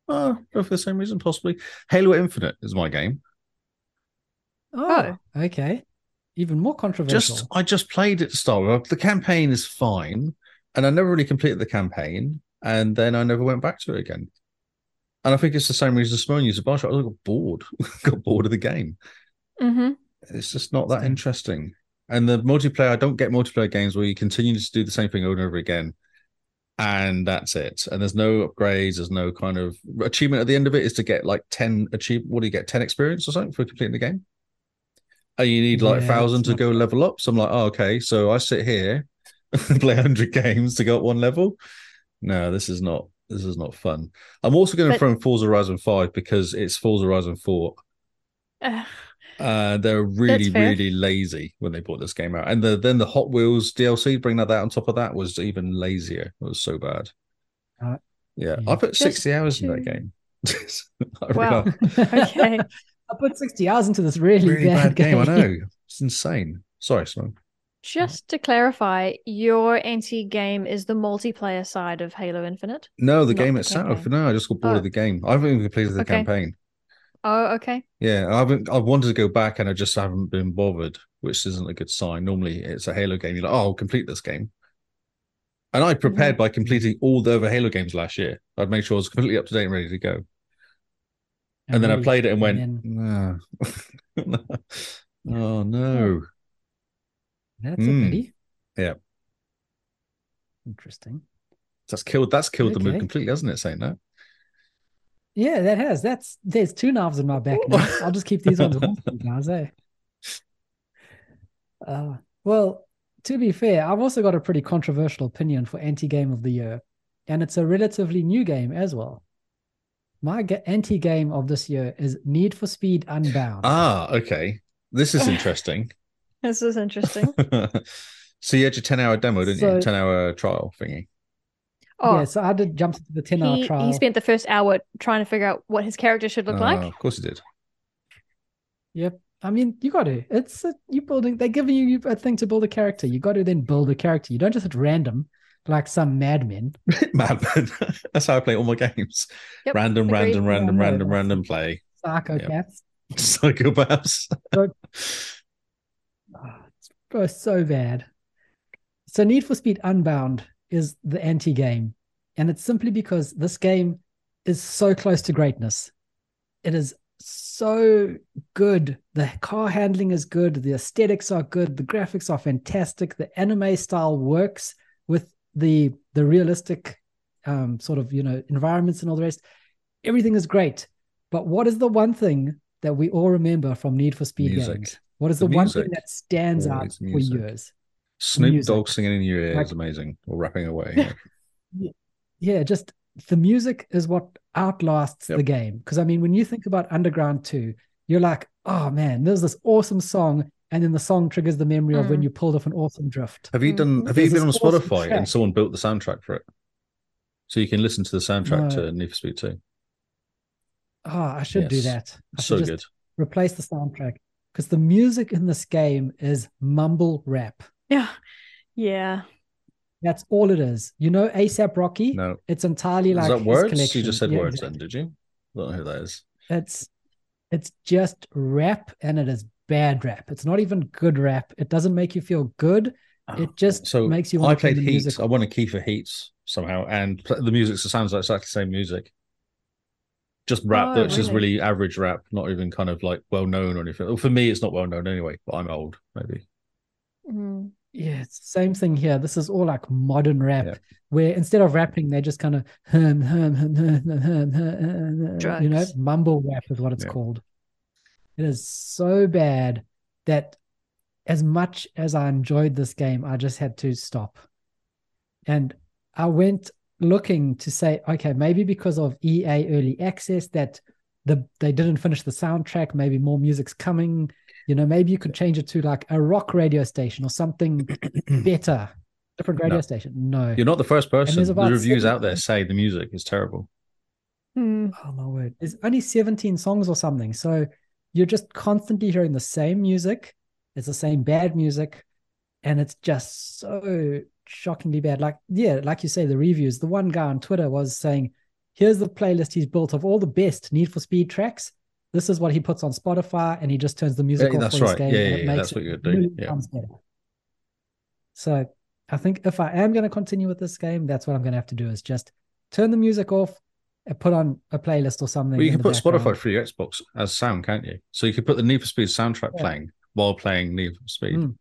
Uh, both for the same reason, possibly. Halo Infinite is my game. Oh. Ah, okay. Even more controversial. Just I just played it to start with. The campaign is fine, and I never really completed the campaign, and then I never went back to it again. And I think it's the same reason Simone used a bar shot. I got bored, got bored of the game. Mm-hmm. it's just not that interesting. And the multiplayer, I don't get multiplayer games where you continue to do the same thing over and over again, and that's it. And there's no upgrades. There's no kind of achievement at the end of it is to get like ten achieve. What do you get? Ten experience or something for completing the game. And you need like Yeah, thousand it's to not go fair. level up. So I'm like, oh, okay. So I sit here, and play hundred games to go up one level. No, this is not. This is not fun. I'm also going to But- throw in Forza Horizon Five because it's Forza Horizon Four uh, they're really, fair. really lazy when they brought this game out, and the, then the Hot Wheels DLC bringing that, that on top of that was even lazier. It was so bad. Uh, yeah, yeah. I put Just sixty hours in that to- game. I Wow. realised. okay. I put 60 hours into this really, really bad, bad game. game. I know it's insane. Sorry, Simon. Just to clarify, your anti game is the multiplayer side of Halo Infinite. No, the Not game the itself. campaign. No, I just got bored Oh. of the game. I haven't even completed the Okay. campaign. Oh, okay. Yeah, I haven't. I wanted to go back, and I just haven't been bothered, which isn't a good sign. Normally, it's a Halo game. You're like, oh, I'll complete this game, and I prepared by completing all the other Halo games last year. I'd make sure I was completely up to date and ready to go, and, then I really- played it and went, then- no, oh no, That's Mm. a pity. Yeah. Interesting. that's killed. That's killed the mood Okay. completely, hasn't it? Saying that, Yeah, that has. That's there's two knives in my back now. I'll just keep these ones warm for you guys, eh? Uh, well, to be fair, I've also got a pretty controversial opinion for anti-game of the year, and it's a relatively new game as well. My ga- anti-game of this year is Need for Speed Unbound. ah, okay, this is interesting. This is interesting. so you had your ten-hour demo, didn't So- you? Ten-hour trial thingy. Oh, yeah, so I did jump into the 10-hour he, trial. he spent the first hour trying to figure out what his character should look Ah, like. Of course, you did. Yep. I mean, you got to. It's a, you building. They're giving you a thing to build a character. You got to then build a character. You don't just hit random like some madmen. Madman. That's how I play all my games. Yep, Random, agreed. random, random, Yeah, I know random, that. random play. psychopaths. Psychopaths. Ah, it's oh, so bad. So Need for Speed Unbound is the anti-game, and it's simply because this game is so close to greatness. It is so good. The car handling is good. The aesthetics are good. The graphics are fantastic. The anime style works with the the realistic um, sort of you know environments and all the rest. Everything is great. But what is the one thing that we all remember from Need for Speed Music. games? What is the, The one thing music. that stands out Always for music. years? Snoop Music. Dogg singing in your ear Like- is amazing, or rapping away. yeah, just the music is what outlasts Yep. the game. Because I mean, when you think about Underground 2, you're like, oh man, there's this awesome song. And then the song triggers the memory of when Mm. you pulled off an awesome drift. Have you done? Mhm. Have you There's been on this awesome Spotify track. and someone built the soundtrack for it, so you can listen to the soundtrack No. to Need for Speed Two. Oh, I should do Yes. that. I should So just good. replace the soundtrack. Because the music in this game is mumble rap. Yeah. Yeah. That's all it is. You know ASAP Rocky? No, It's entirely is like that his words? You collection. just said Yeah, words, exactly. then did you? I don't know who that is. It's it's just rap and it is bad rap. It's not even good rap. It doesn't make you feel good. It just Ah, so makes you I want to played play the Heat. music. I won a key for Heat somehow, and pl- the music sounds like exactly the same music. Just rap Oh, that's just really? really average rap, not even kind of like well known or anything. Well, for me, it's not well known anyway, but I'm old, maybe. Mm. Yeah, it's the same thing here. This is all like modern rap, Yeah. where instead of rapping, they just kind of hum, hum, hum, hum, hum, hum, hum, hum, you know, Drugs. mumble rap is what it's Yeah. called. It is so bad that as much as I enjoyed this game, I just had to stop. And I went looking to say, okay, maybe because of EA early access that the they didn't finish the soundtrack, maybe more music's coming. You know, maybe you could change it to like a rock radio station or something better, different radio No. station. No. You're not the first person. The about reviews seven- out there say the music is terrible. Mm. Oh my word. There's only 17 songs or something. So you're just constantly hearing the same music. It's the same bad music. And it's just so shockingly bad. Like, yeah, like you say, the reviews. The one guy on Twitter was saying, here's the playlist he's built of all the best Need for Speed tracks. This is what he puts on Spotify, and he just turns the music Yeah, off that's for his right. game. Yeah, and yeah, it yeah, makes that's it what you're a doing. million Yeah. times better. So I think if I am going to continue with this game, that's what I'm going to have to do is just turn the music off and put on a playlist or something. Well, you in can the put background. Spotify through your Xbox as sound, can't you? So you could put the Need for Speed soundtrack Yeah. playing while playing Need for Speed Mm.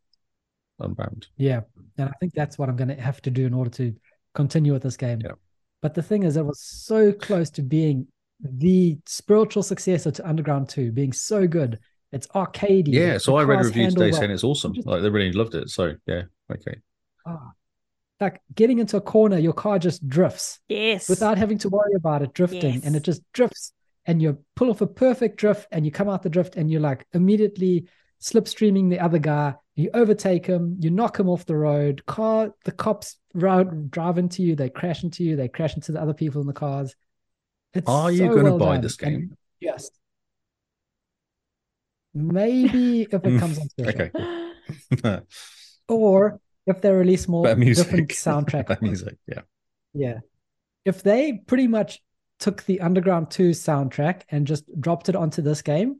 Unbound. Yeah. And I think that's what I'm going to have to do in order to continue with this game. Yeah. But the thing is, it was so close to being the spiritual successor to Underground 2, being so good. It's arcadey. Yeah. the- So the I read a cars review handle today well. saying it's awesome. Just- Like they really loved it. So yeah. Okay. Ah. like getting into a corner, your car just drifts. Yes. without having to worry about it drifting and Yes. it just drifts and you pull off a perfect drift and you come out the drift and you're like immediately slipstreaming the other guy you overtake him you knock him off the road car the cops round, drive into you they crash into you they crash into the other people in the cars it's Are you so going to well buy done. this And game? yes maybe if it Mm, comes on special Okay. cool. or if they release more Better music. different soundtrack Better music. Yeah. yeah. If they pretty much took the Underground 2 soundtrack and just dropped it onto this game,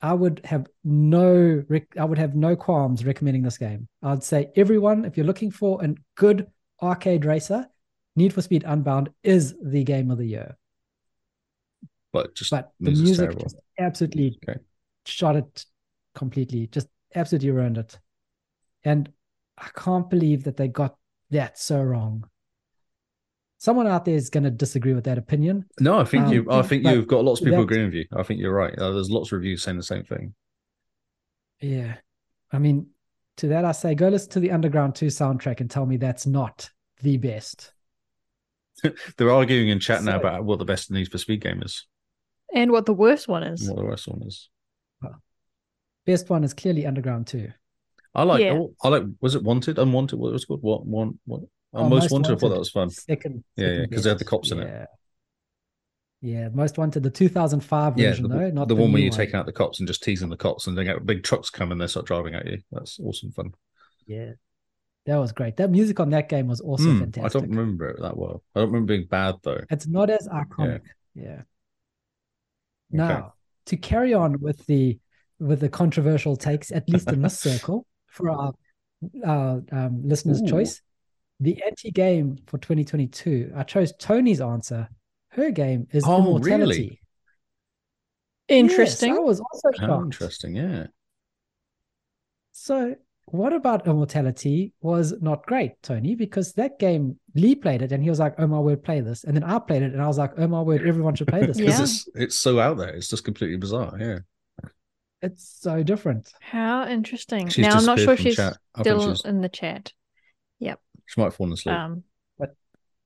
I would have no rec- I would have no qualms recommending this game. I'd say everyone if you're looking for a good arcade racer, Need for Speed Unbound is the game of the year. But just But the music's music terrible. just absolutely Okay. shot it completely, just absolutely ruined it. And I can't believe that they got that so wrong. Someone out there is going to disagree with that opinion, No, I think Um, you. I think but you've got lots of people that- agreeing with you. I think you're right. Uh, there's lots of reviews saying the same thing. Yeah. I mean, to that I say, go listen to the Underground 2 soundtrack and tell me that's not the best. They're arguing in chat now So- about what the best Need for Speed game is, and what the worst one is. and what the worst one is. Best one is clearly Underground 2. I like. Yeah. oh, I like. Was it Wanted? Unwanted? What was it called? What? One? What? Oh, Oh, most, Most wanted. I thought Wanted. that was fun. Second. Yeah, yeah, second 'cause they had the best. cops in it. Yeah. Yeah, most wanted the 2005 Yeah, version, the, though, not the the, one where new you're taking out the cops and just teasing the cops, and they get big trucks come and they start driving at you. That's awesome fun. Yeah, that was great. That music on that game was also Hmm, I fantastic. don't remember it that well. I don't remember being bad though. It's not as iconic. Yeah. Okay. Now, to carry on with the with the controversial takes, at least in this circle, for our our um, listeners' Ooh. choice, the anti game for 2022, I chose Tony's answer. Her game is Oh, really? Immortality. Interesting. Yes, I was also Oh, shocked. interesting. Yeah. So, what about Immortality was not great, Tony, because that game, Lee played it and he was like, oh my word, play this. And then I played it and I was like, oh my word, everyone should play this. Because Yeah. it's it's so out there. It's just completely bizarre. Yeah. It's so different. How interesting. She's now I'm not disappeared sure if from she's chat. I think still she's- in the chat. she might have fallen asleep. Um, But-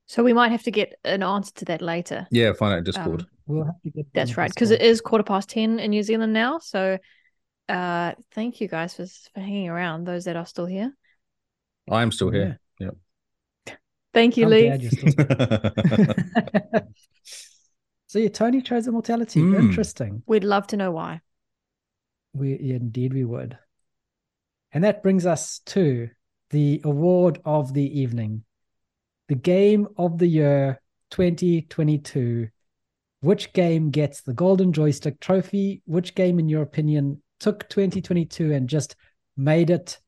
so we might have to get an answer to that later. yeah, find out in Discord. Um, We'll have to get. That's them right, this because one. it is quarter past ten in New Zealand now. So, uh, thank you guys for for hanging around. Those that are still here, I am still here. thank you, I'm Lee. glad you're still- so, yeah, Tony chose Immortality. Hmm. Interesting. We'd love to know why. We Indeed, we would. And that brings us to the award of the evening the game of the year 2022. Which game gets the Golden Joystick Trophy? Which game, in your opinion, took 2022 and just made it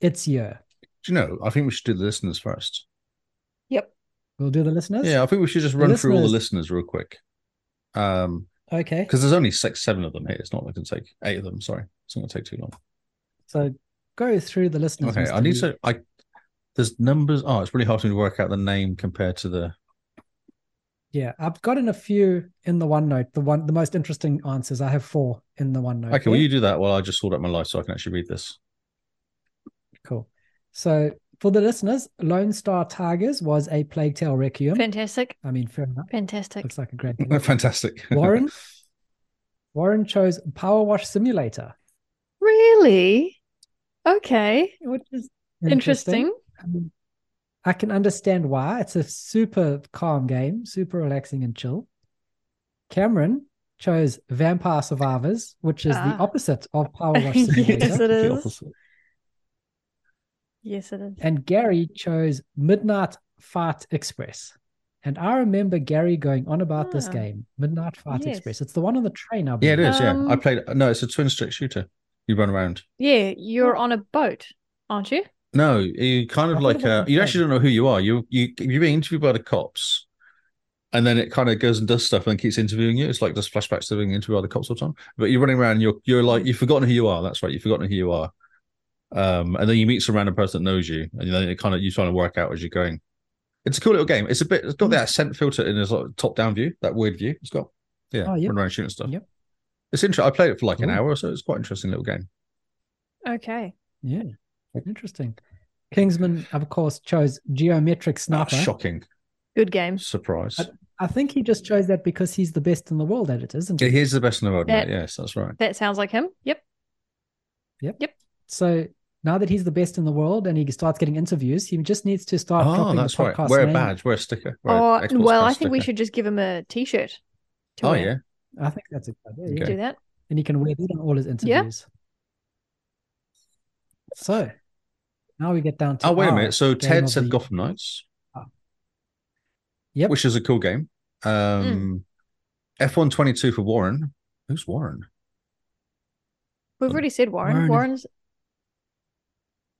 its year? do you know? I think we should do the listeners first. We'll do the listeners. Yeah, I think we should just The run through all the listeners- listeners real quick. Um, Okay. because there's only six, seven of them here. It's not going to take eight of them. Sorry, it's not going to take too long. So go through the listeners. Okay, I Mr. need Lee. to. I there's numbers. Oh, it's really hard for me to work out the name compared to the. Yeah, I've gotten a few in the OneNote. The one, the most interesting answers. I have four in the OneNote. Okay, well, here. you do that while I just sort out my life so I can actually read this. Cool. So for the listeners, Lone Star Tigers was a Plague Tale Requiem. Fantastic, I mean, fair enough. fantastic. Looks like a great. Fantastic. Warren. Warren chose Power Wash Simulator, Really? Okay, which is interesting. I mean, I can understand why. It's a super calm game, super relaxing and chill. Cameron chose Vampire Survivors, which is Ah. the opposite of Power Wash Simulator. Yes, it The is. opposite. Yes, it is. and Gary chose Midnight Fight Express. And I remember Gary going on about this Ah. game, Midnight Fight Yes. Express. It's the one on the train, I Yeah, believe. it is. Um, yeah, I played. No, it's a twin stick shooter. You run around. Yeah, you're on a boat, aren't you? No, you kind I of thought like about uh, the you phone. actually don't know who you are. You you you're being interviewed by the cops, and then it kind of goes and does stuff and keeps interviewing you. It's like just flashbacks to being interviewed by the cops all the time. But you're running around. And you're you're like you've forgotten who you are. That's right. You've forgotten who you are. Um, and then you meet some random person that knows you, and then it kind of you're trying to work out as you're going. It's a cool little game. It's a bit. It's got that scent filter in a sort of top down view, that weird view. It's got yeah, Oh, yeah. running around shooting stuff. Yep. It's interesting. I played it for like an Cool. hour or so. It's quite an interesting little game. Okay. Yeah. Interesting. Kingsman, of course, chose Geometric Sniper. Ah, Shocking Good game. surprise. I- I think he just chose that because he's the best in the world at it, isn't he? Yeah, he's the best in the world. mate. That- Yes, that's right. That sounds like him. Yep. So now that he's the best in the world and he starts getting interviews, he just needs to start Oh, dropping that's the right. podcast Wear a name. badge, wear a sticker. Wear Or a Xbox Uh, Oh, well, Pro I think we sticker. should just give him a t-shirt. to Oh wear. yeah, I think that's a good idea. yeah. Okay. do that. and he can wear that on all his interviews. So now we get down to Oh wait a our minute. So game Ted of said the- Gotham Knights. Ah. Yep. Which is a cool game. Um, Hmm. F one twenty two for Warren. Who's Warren? We've Um, already said Warren. Warren. Warren's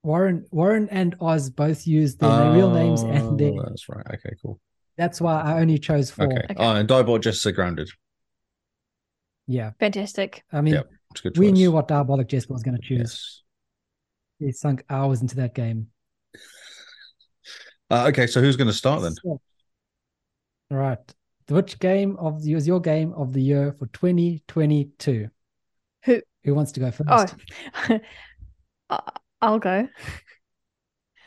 Warren. Warren and Oz both use their na- real names, and their, Oh, that's right. Okay, cool. that's why I only chose four. Okay. Okay. Oh, and Diebot Jessica Grounded. Yeah, fantastic. I mean, Yep. It's a good. we choice. knew what Diabolic Jesper was going to choose. Yes. He sunk hours into that game. Uh, okay, so who's going to start then? So- all right. Which game of the, was your game of the year for 2022? Who- Who wants to go first? Oh, I- I'll go.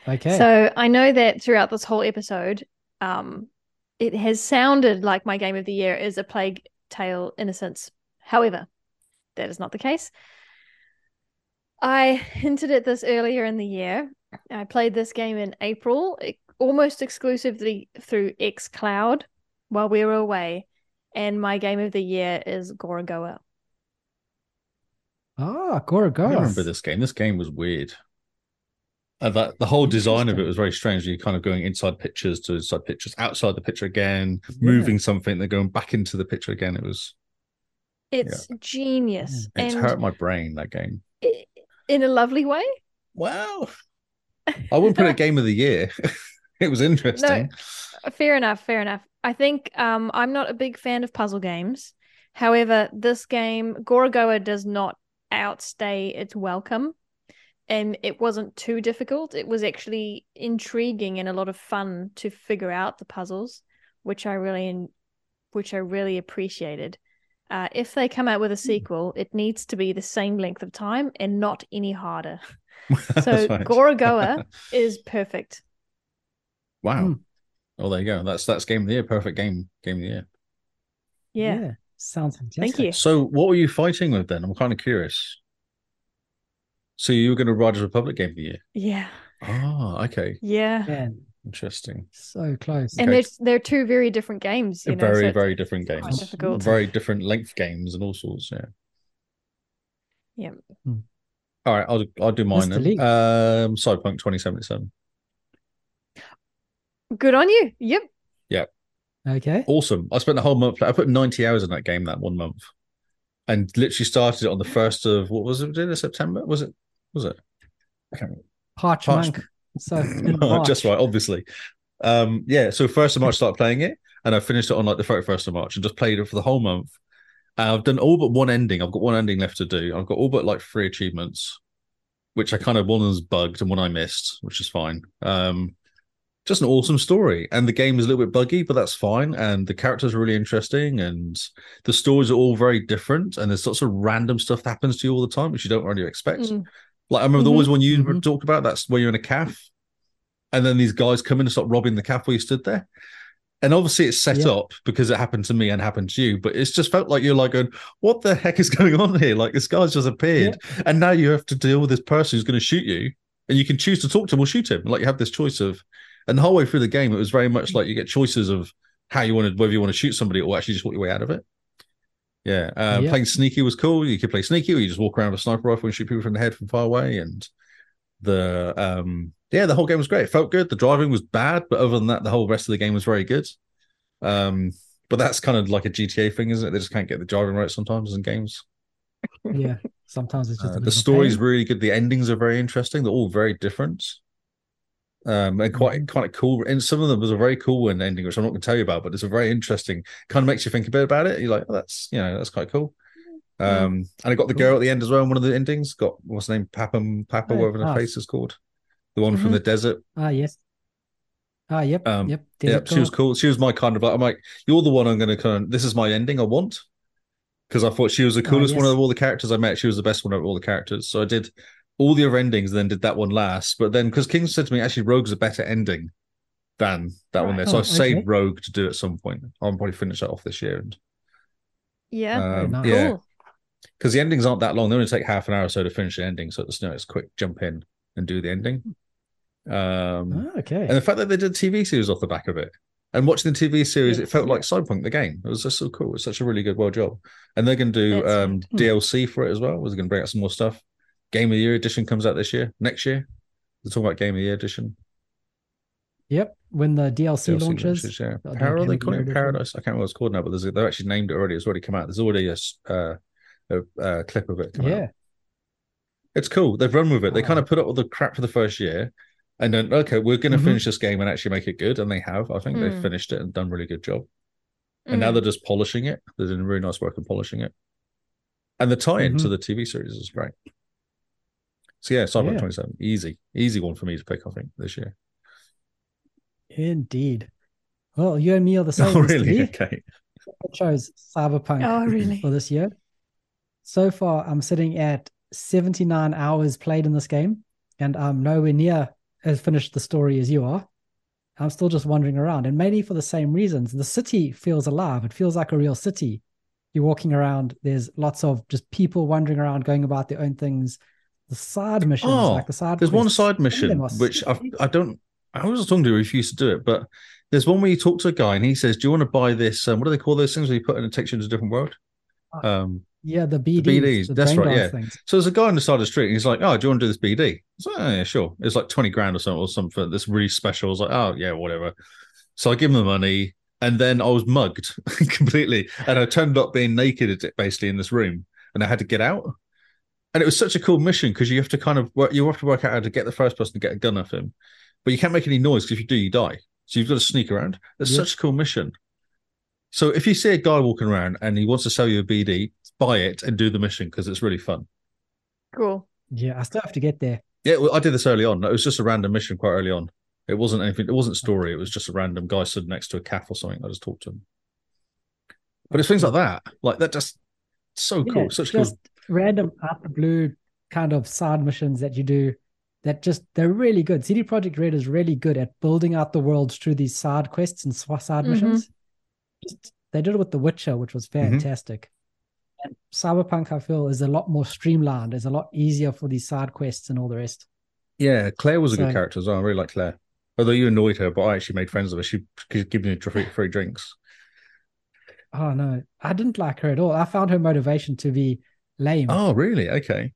okay. So I know that throughout this whole episode, um, it has sounded like my game of the year is a Plague Tale Innocence. However, that is not the case. I hinted at this earlier in the year. I played this game in April, e- almost exclusively through xCloud while we were away, and my game of the year is Gorogoa. ah, I Gorogos. remember this game. This game was weird. Uh, that the whole design of it Interesting. was very strange. You're kind of going inside pictures to inside pictures, outside the picture again, moving something, then going back into the picture again. It was It's genius, it's and hurt my brain that game. i- in a lovely way. Wow. I wouldn't put it game of the year. it was interesting. Fair enough, fair enough. I think um, I'm not a big fan of puzzle games. However, this game, Gorogoa does not outstay its welcome. And it wasn't too difficult. It was actually intriguing and a lot of fun to figure out the puzzles, which I really en- which I really appreciated. Uh, if they come out with a sequel, it needs to be the same length of time and not any harder. So That's right. Gorogoa is perfect. wow. Hmm. Oh, there you go. That's that's game of the year. Perfect game. Game of the year. Yeah. Sounds fantastic. Thank you. So, what were you fighting with then? I'm kind of curious. So, you were going to Riders Republic game of the year. Yeah. Ah, okay. Yeah. Man, Interesting. so close. And Okay. there's they're two very different games, you know. so very, it's- very different quite games. difficult. Very different length games and all sorts. Yeah. Yeah. Hmm. All right, I'll I'll do mine Mr. then. Lee. Um, Cyberpunk 2077. good on you. Yep. Okay. Awesome. I spent the whole month. I put 90 hours in that game that one month, and literally started it on the first of what was it? Was it September? Was it? Was it? I can't remember. Parch, Parch- Monk. So in March. just right, obviously. Um, yeah, so first of March I started playing it, and I finished it on like the thirty first of March, and just played it for the whole month. And I've done all but one ending. I've got one ending left to do. I've got all but like three achievements, which I kind of one was bugged and one I missed, which is fine. Um, just an awesome story, and the game is a little bit buggy, but that's fine. And the characters are really interesting, and the stories are all very different. And there's lots of random stuff that happens to you all the time, which you don't really expect. Mm. Like I remember there Mhm. was one you Mhm. talked about. That's where you're in a calf, and then these guys come in and start robbing the calf while you stood there. And obviously it's set Yeah. up because it happened to me and happened to you, but it's just felt like you're like going, "What the heck is going on here?" Like this guy's just appeared, and now you have to deal with this person who's going to shoot you, and you can choose to talk to him or shoot him. Like you have this choice of, and the whole way through the game, it was very much like you get choices of how you want to whether you want to shoot somebody or actually just walk your way out of it. Yeah, uh, Yeah. playing sneaky was cool. You could play sneaky, or you just walk around with a sniper rifle and shoot people from the head from far away. And the um, yeah, the whole game was great. It felt good. The driving was bad, but other than that, the whole rest of the game was very good. Um, but that's kind of like a GTA thing, isn't it? They just can't get the driving right sometimes in games. yeah. Sometimes it's just Uh, a bit the of a story's pain. really good. The endings are very interesting. They're all very different. Um, and quite Mm-hmm. quite cool. And some of them was a very cool one ending, which I'm not going to tell you about, but it's a very interesting. Kind of makes you think a bit about it. You're like, oh, that's you know, that's quite cool. Yeah. Um, and I got the Mm-hmm. Cool. girl at the end as well. In one of the endings, got what's her name, Papam Papa, Oh, whatever her nice. face is called, the one from Mhm. the desert. Ah, yes. Ah, yep. Um, yep. Yeah, Desert she was Girl. cool. She was my kind of like, I'm like, you're the one I'm going to kind of, this is my ending I want. Because I thought she was the Oh, coolest one yes. of all the characters I met. She was the best one of all the characters. So I did all the other endings and then did that one last. But then, because King said to me, actually, Rogue's a better ending than that one there. So Oh, I saved okay. Rogue to do at some point. I'll probably finish that off this year. And Yeah. very um, nice. cool. yeah, because the endings aren't that long. They only take half an hour or so to finish the ending. So it's, you know, it's quick jump in and do the ending. Um, Ah, okay. and the fact that they did a TV series off the back of it and watching the TV series, it felt like Cyberpunk the game. It was just so cool. It's such a really good well job. And they're going to do That's um, DLC for it as well. We're going to bring out some more stuff. Game of the Year edition comes out this year, next year. They're talking about Game of the Year edition. Yep. When the DLC, launches, yeah. they'll do How are Game they of the calling Year it? edition. Paradise? I can't remember what it's called now, but there's a, they've actually named it already. It's already come out. There's already a, s- uh, a, a clip of it. Come out. yeah. It's cool. They've run with it. They Wow. kind of put up with the crap for the first year and then, okay, we're going to Mhm. finish this game and actually make it good. And they have. I think Mm. they've finished it and done a really good job. And now Mm. they're just polishing it. They're doing really nice work in polishing it. And the tie in to the TV series is great. So, yeah, Cyberpunk Yeah. 27. Easy, easy one for me to pick, I think, this year. Indeed. Well, you and me are the same. Oh, Mr. really? Lee. Okay. I chose Cyberpunk Oh, really? for this year. So far, I'm sitting at 79 hours played in this game, and I'm nowhere near as finished the story as you are. I'm still just wandering around, and mainly for the same reasons. The city feels alive, it feels like a real city. You're walking around, there's lots of just people wandering around, going about their own things. The side missions, Oh, like the side There's one quests. side mission are which I sneaky. I don't. I was talking to refuse to do it, but there's one where you talk to a guy and he says, "Do you want to buy this? Um, what do they call those things where you put in a takes you to a different world?" Um, Yeah, the BDs. BDs, that's brain right, dance yeah. Things. so there's a guy on the side of the street and he's like, "Oh, do you want to do this BD?" It's like, "Oh yeah, sure." It's like twenty grand or something or something. This really special. I was like, "Oh yeah, whatever." So I give him the money, and then I was mugged completely, and I turned up being naked basically in this room, and I had to get out. And it was such a cool mission because you have to kind of work, you have to work out how to get the first person to get a gun off him, but you can't make any noise because if you do, you die. So you've got to sneak around. That's Yeah. such a cool mission. So if you see a guy walking around and he wants to sell you a BD, buy it and do the mission because it's really fun. Cool. Yeah, I still have to get there. Yeah, well, I did this early on. It was just a random mission quite early on. It wasn't anything. It wasn't story. It was just a random guy stood next to a calf or something. I just talked to him. But it's things like that. Like that just so Yeah, cool. Such just cool. random out the blue kind of side missions that you do that just they're really good. CD Projekt Red is really good at building out the world through these side quests and sw- side Mhm. missions. Just, they did it with The Witcher, which was fantastic. And Cyberpunk, I feel, is a lot more streamlined. It's a lot easier for these side quests and all the rest. Yeah, Claire was a good So- character as well. I really liked Claire. Although you annoyed her, but I actually made friends with her. She she gave me free, free drinks. Oh no, I didn't like her at all. I found her motivation to be lame. Oh, really? Okay.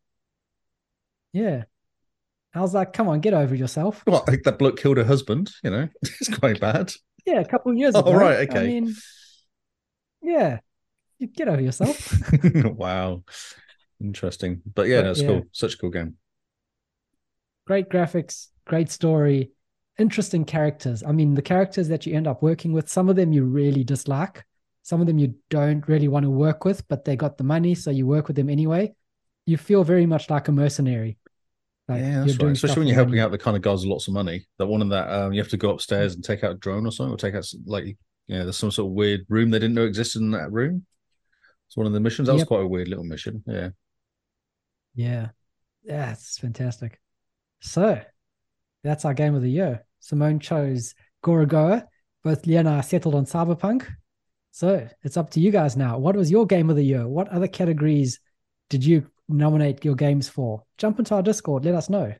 Yeah. I was like, come on, get over yourself. Well, I think that bloke killed her husband. You know, it's quite bad. Yeah, a couple of years Oh, ago. right, okay. I mean, yeah, you get over yourself. wow, interesting. But yeah, But that's yeah. cool. Such a cool game. great graphics, great story, interesting characters. I mean, the characters that you end up working with, some of them you really dislike, some of them you don't really want to work with, but they got the money, so you work with them anyway. You feel very much like a mercenary. yeah, that's right. stuff Especially when for you're money. helping out the kind of guys with lots of money. That one in that um, you have to go upstairs and take out a drone or something, or take out some, like yeah, there's some sort of weird room they didn't know existed in that room. It's one of the missions. That was Yep. quite a weird little mission. Yeah. Yeah. Yeah, it's fantastic. So that's our game of the year. Simone chose Gorogoa. Both Leah and I settled on Cyberpunk. So it's up to you guys now. What was your game of the year? What other categories did you nominate your games for? Jump into our Discord. Let us know.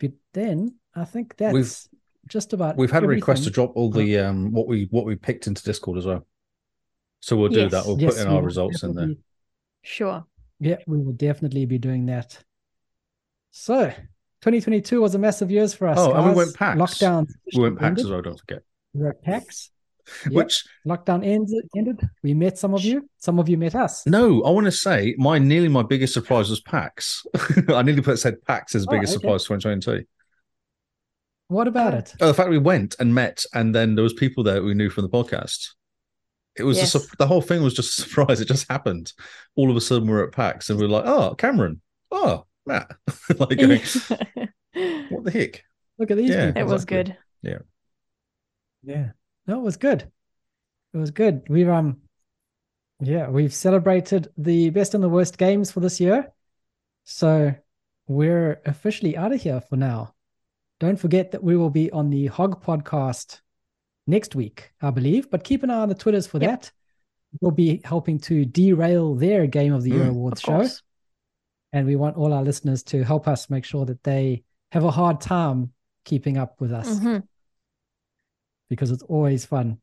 But then I think that's We've- just about We've had a request to everything. Uh-huh. drop all the um what we what we picked into Discord as well. So we'll do Yes. that. We'll Yes, put in we our will results in there. definitely- Sure. Yeah, we will definitely be doing that. So 2022 was a massive years for us. Oh, and we guys. went PAX. Lockdown. We went packs as ended. well, don't forget. We were at PAX. Yep. Which Lockdown ends, ended. We met some of you. Some of you met us. no, I want to say my nearly my biggest surprise was PAX. I nearly put said PAX as Oh, biggest okay. surprise 2022. What about it? Oh, the fact we went and met, and then there was people there that we knew from the podcast. It was just Yes. a, the whole thing was just a surprise. It just happened. All of a sudden, we're at PAX, and we're like, "Oh, Cameron! Oh, Matt!" like, going, it what the heck? Look at these Yeah. people. was Exactly. good. Yeah. No, it was good. It was good. We've um yeah, we've celebrated the best and the worst games for this year. So we're officially out of here for now. Don't forget that we will be on the Hog podcast next week, I believe, but keep an eye on the Twitters for Yep. that. We'll be helping to derail their Game of the Year Mm, awards Of show. course. and we want all our listeners to help us make sure that they have a hard time keeping up with us Mhm. because it's always fun.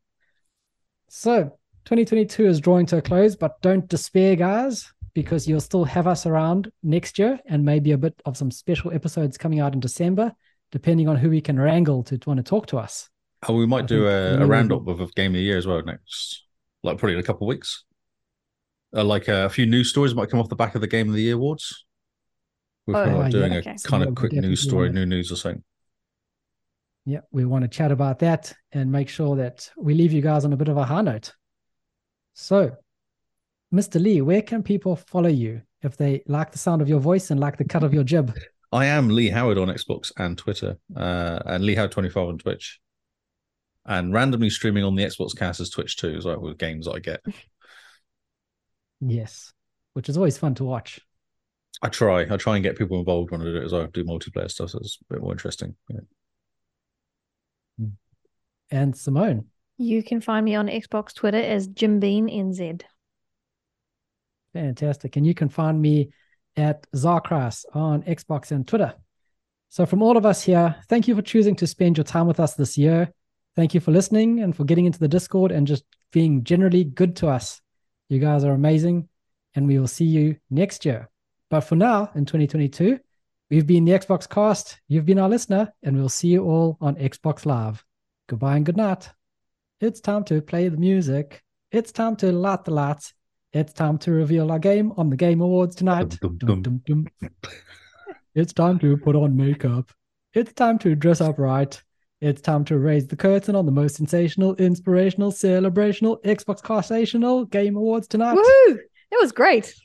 So 2022 is drawing to a close, but don't despair, guys, because you'll still have us around next year and maybe a bit of some special episodes coming out in December, depending on who we can wrangle to want to talk to us. Oh, we might I do think a, a we- roundup of, of game of the year as well next, like probably in a couple of weeks. Uh, like uh, a few news stories might come off the back of the game of the year awards. We're Oh, kind of yeah. doing Okay. a kind Yeah, of we quick definitely news story, wanna- new news or something. Yeah, we want to chat about that and make sure that we leave you guys on a bit of a high note. So, Mr. Lee, where can people follow you if they like the sound of your voice and like the cut of your jib? I am Lee Howard on Xbox and Twitter, uh, and Lee Howard twenty five on Twitch, and randomly streaming on the Xbox cast is Twitch too, as well with games I get. Yes, which is always fun to watch. I try, I try and get people involved when I do it as well. Do multiplayer stuff, so it's a bit more interesting. Yeah. And Simone, You can find me on Xbox Twitter as Jim Bean NZ. fantastic. And you can find me at Zarkras on Xbox and Twitter. So, from all of us here, thank you for choosing to spend your time with us this year. Thank you for listening and for getting into the Discord and just being generally good to us. You guys are amazing, and we will see you next year. But for now, in 2022, we've been the Xbox cast, you've been our listener, and we'll see you all on Xbox Live. Goodbye and good night. It's time to play the music. It's time to light the lights. It's time to reveal our game on the Game Awards tonight. Dum, dum, Dum, dum, dum. It's time to put on makeup. It's time to dress up right. It's time to raise the curtain on the most sensational, inspirational, celebrational, Xbox Carsational Game Awards tonight. Woohoo! That was great.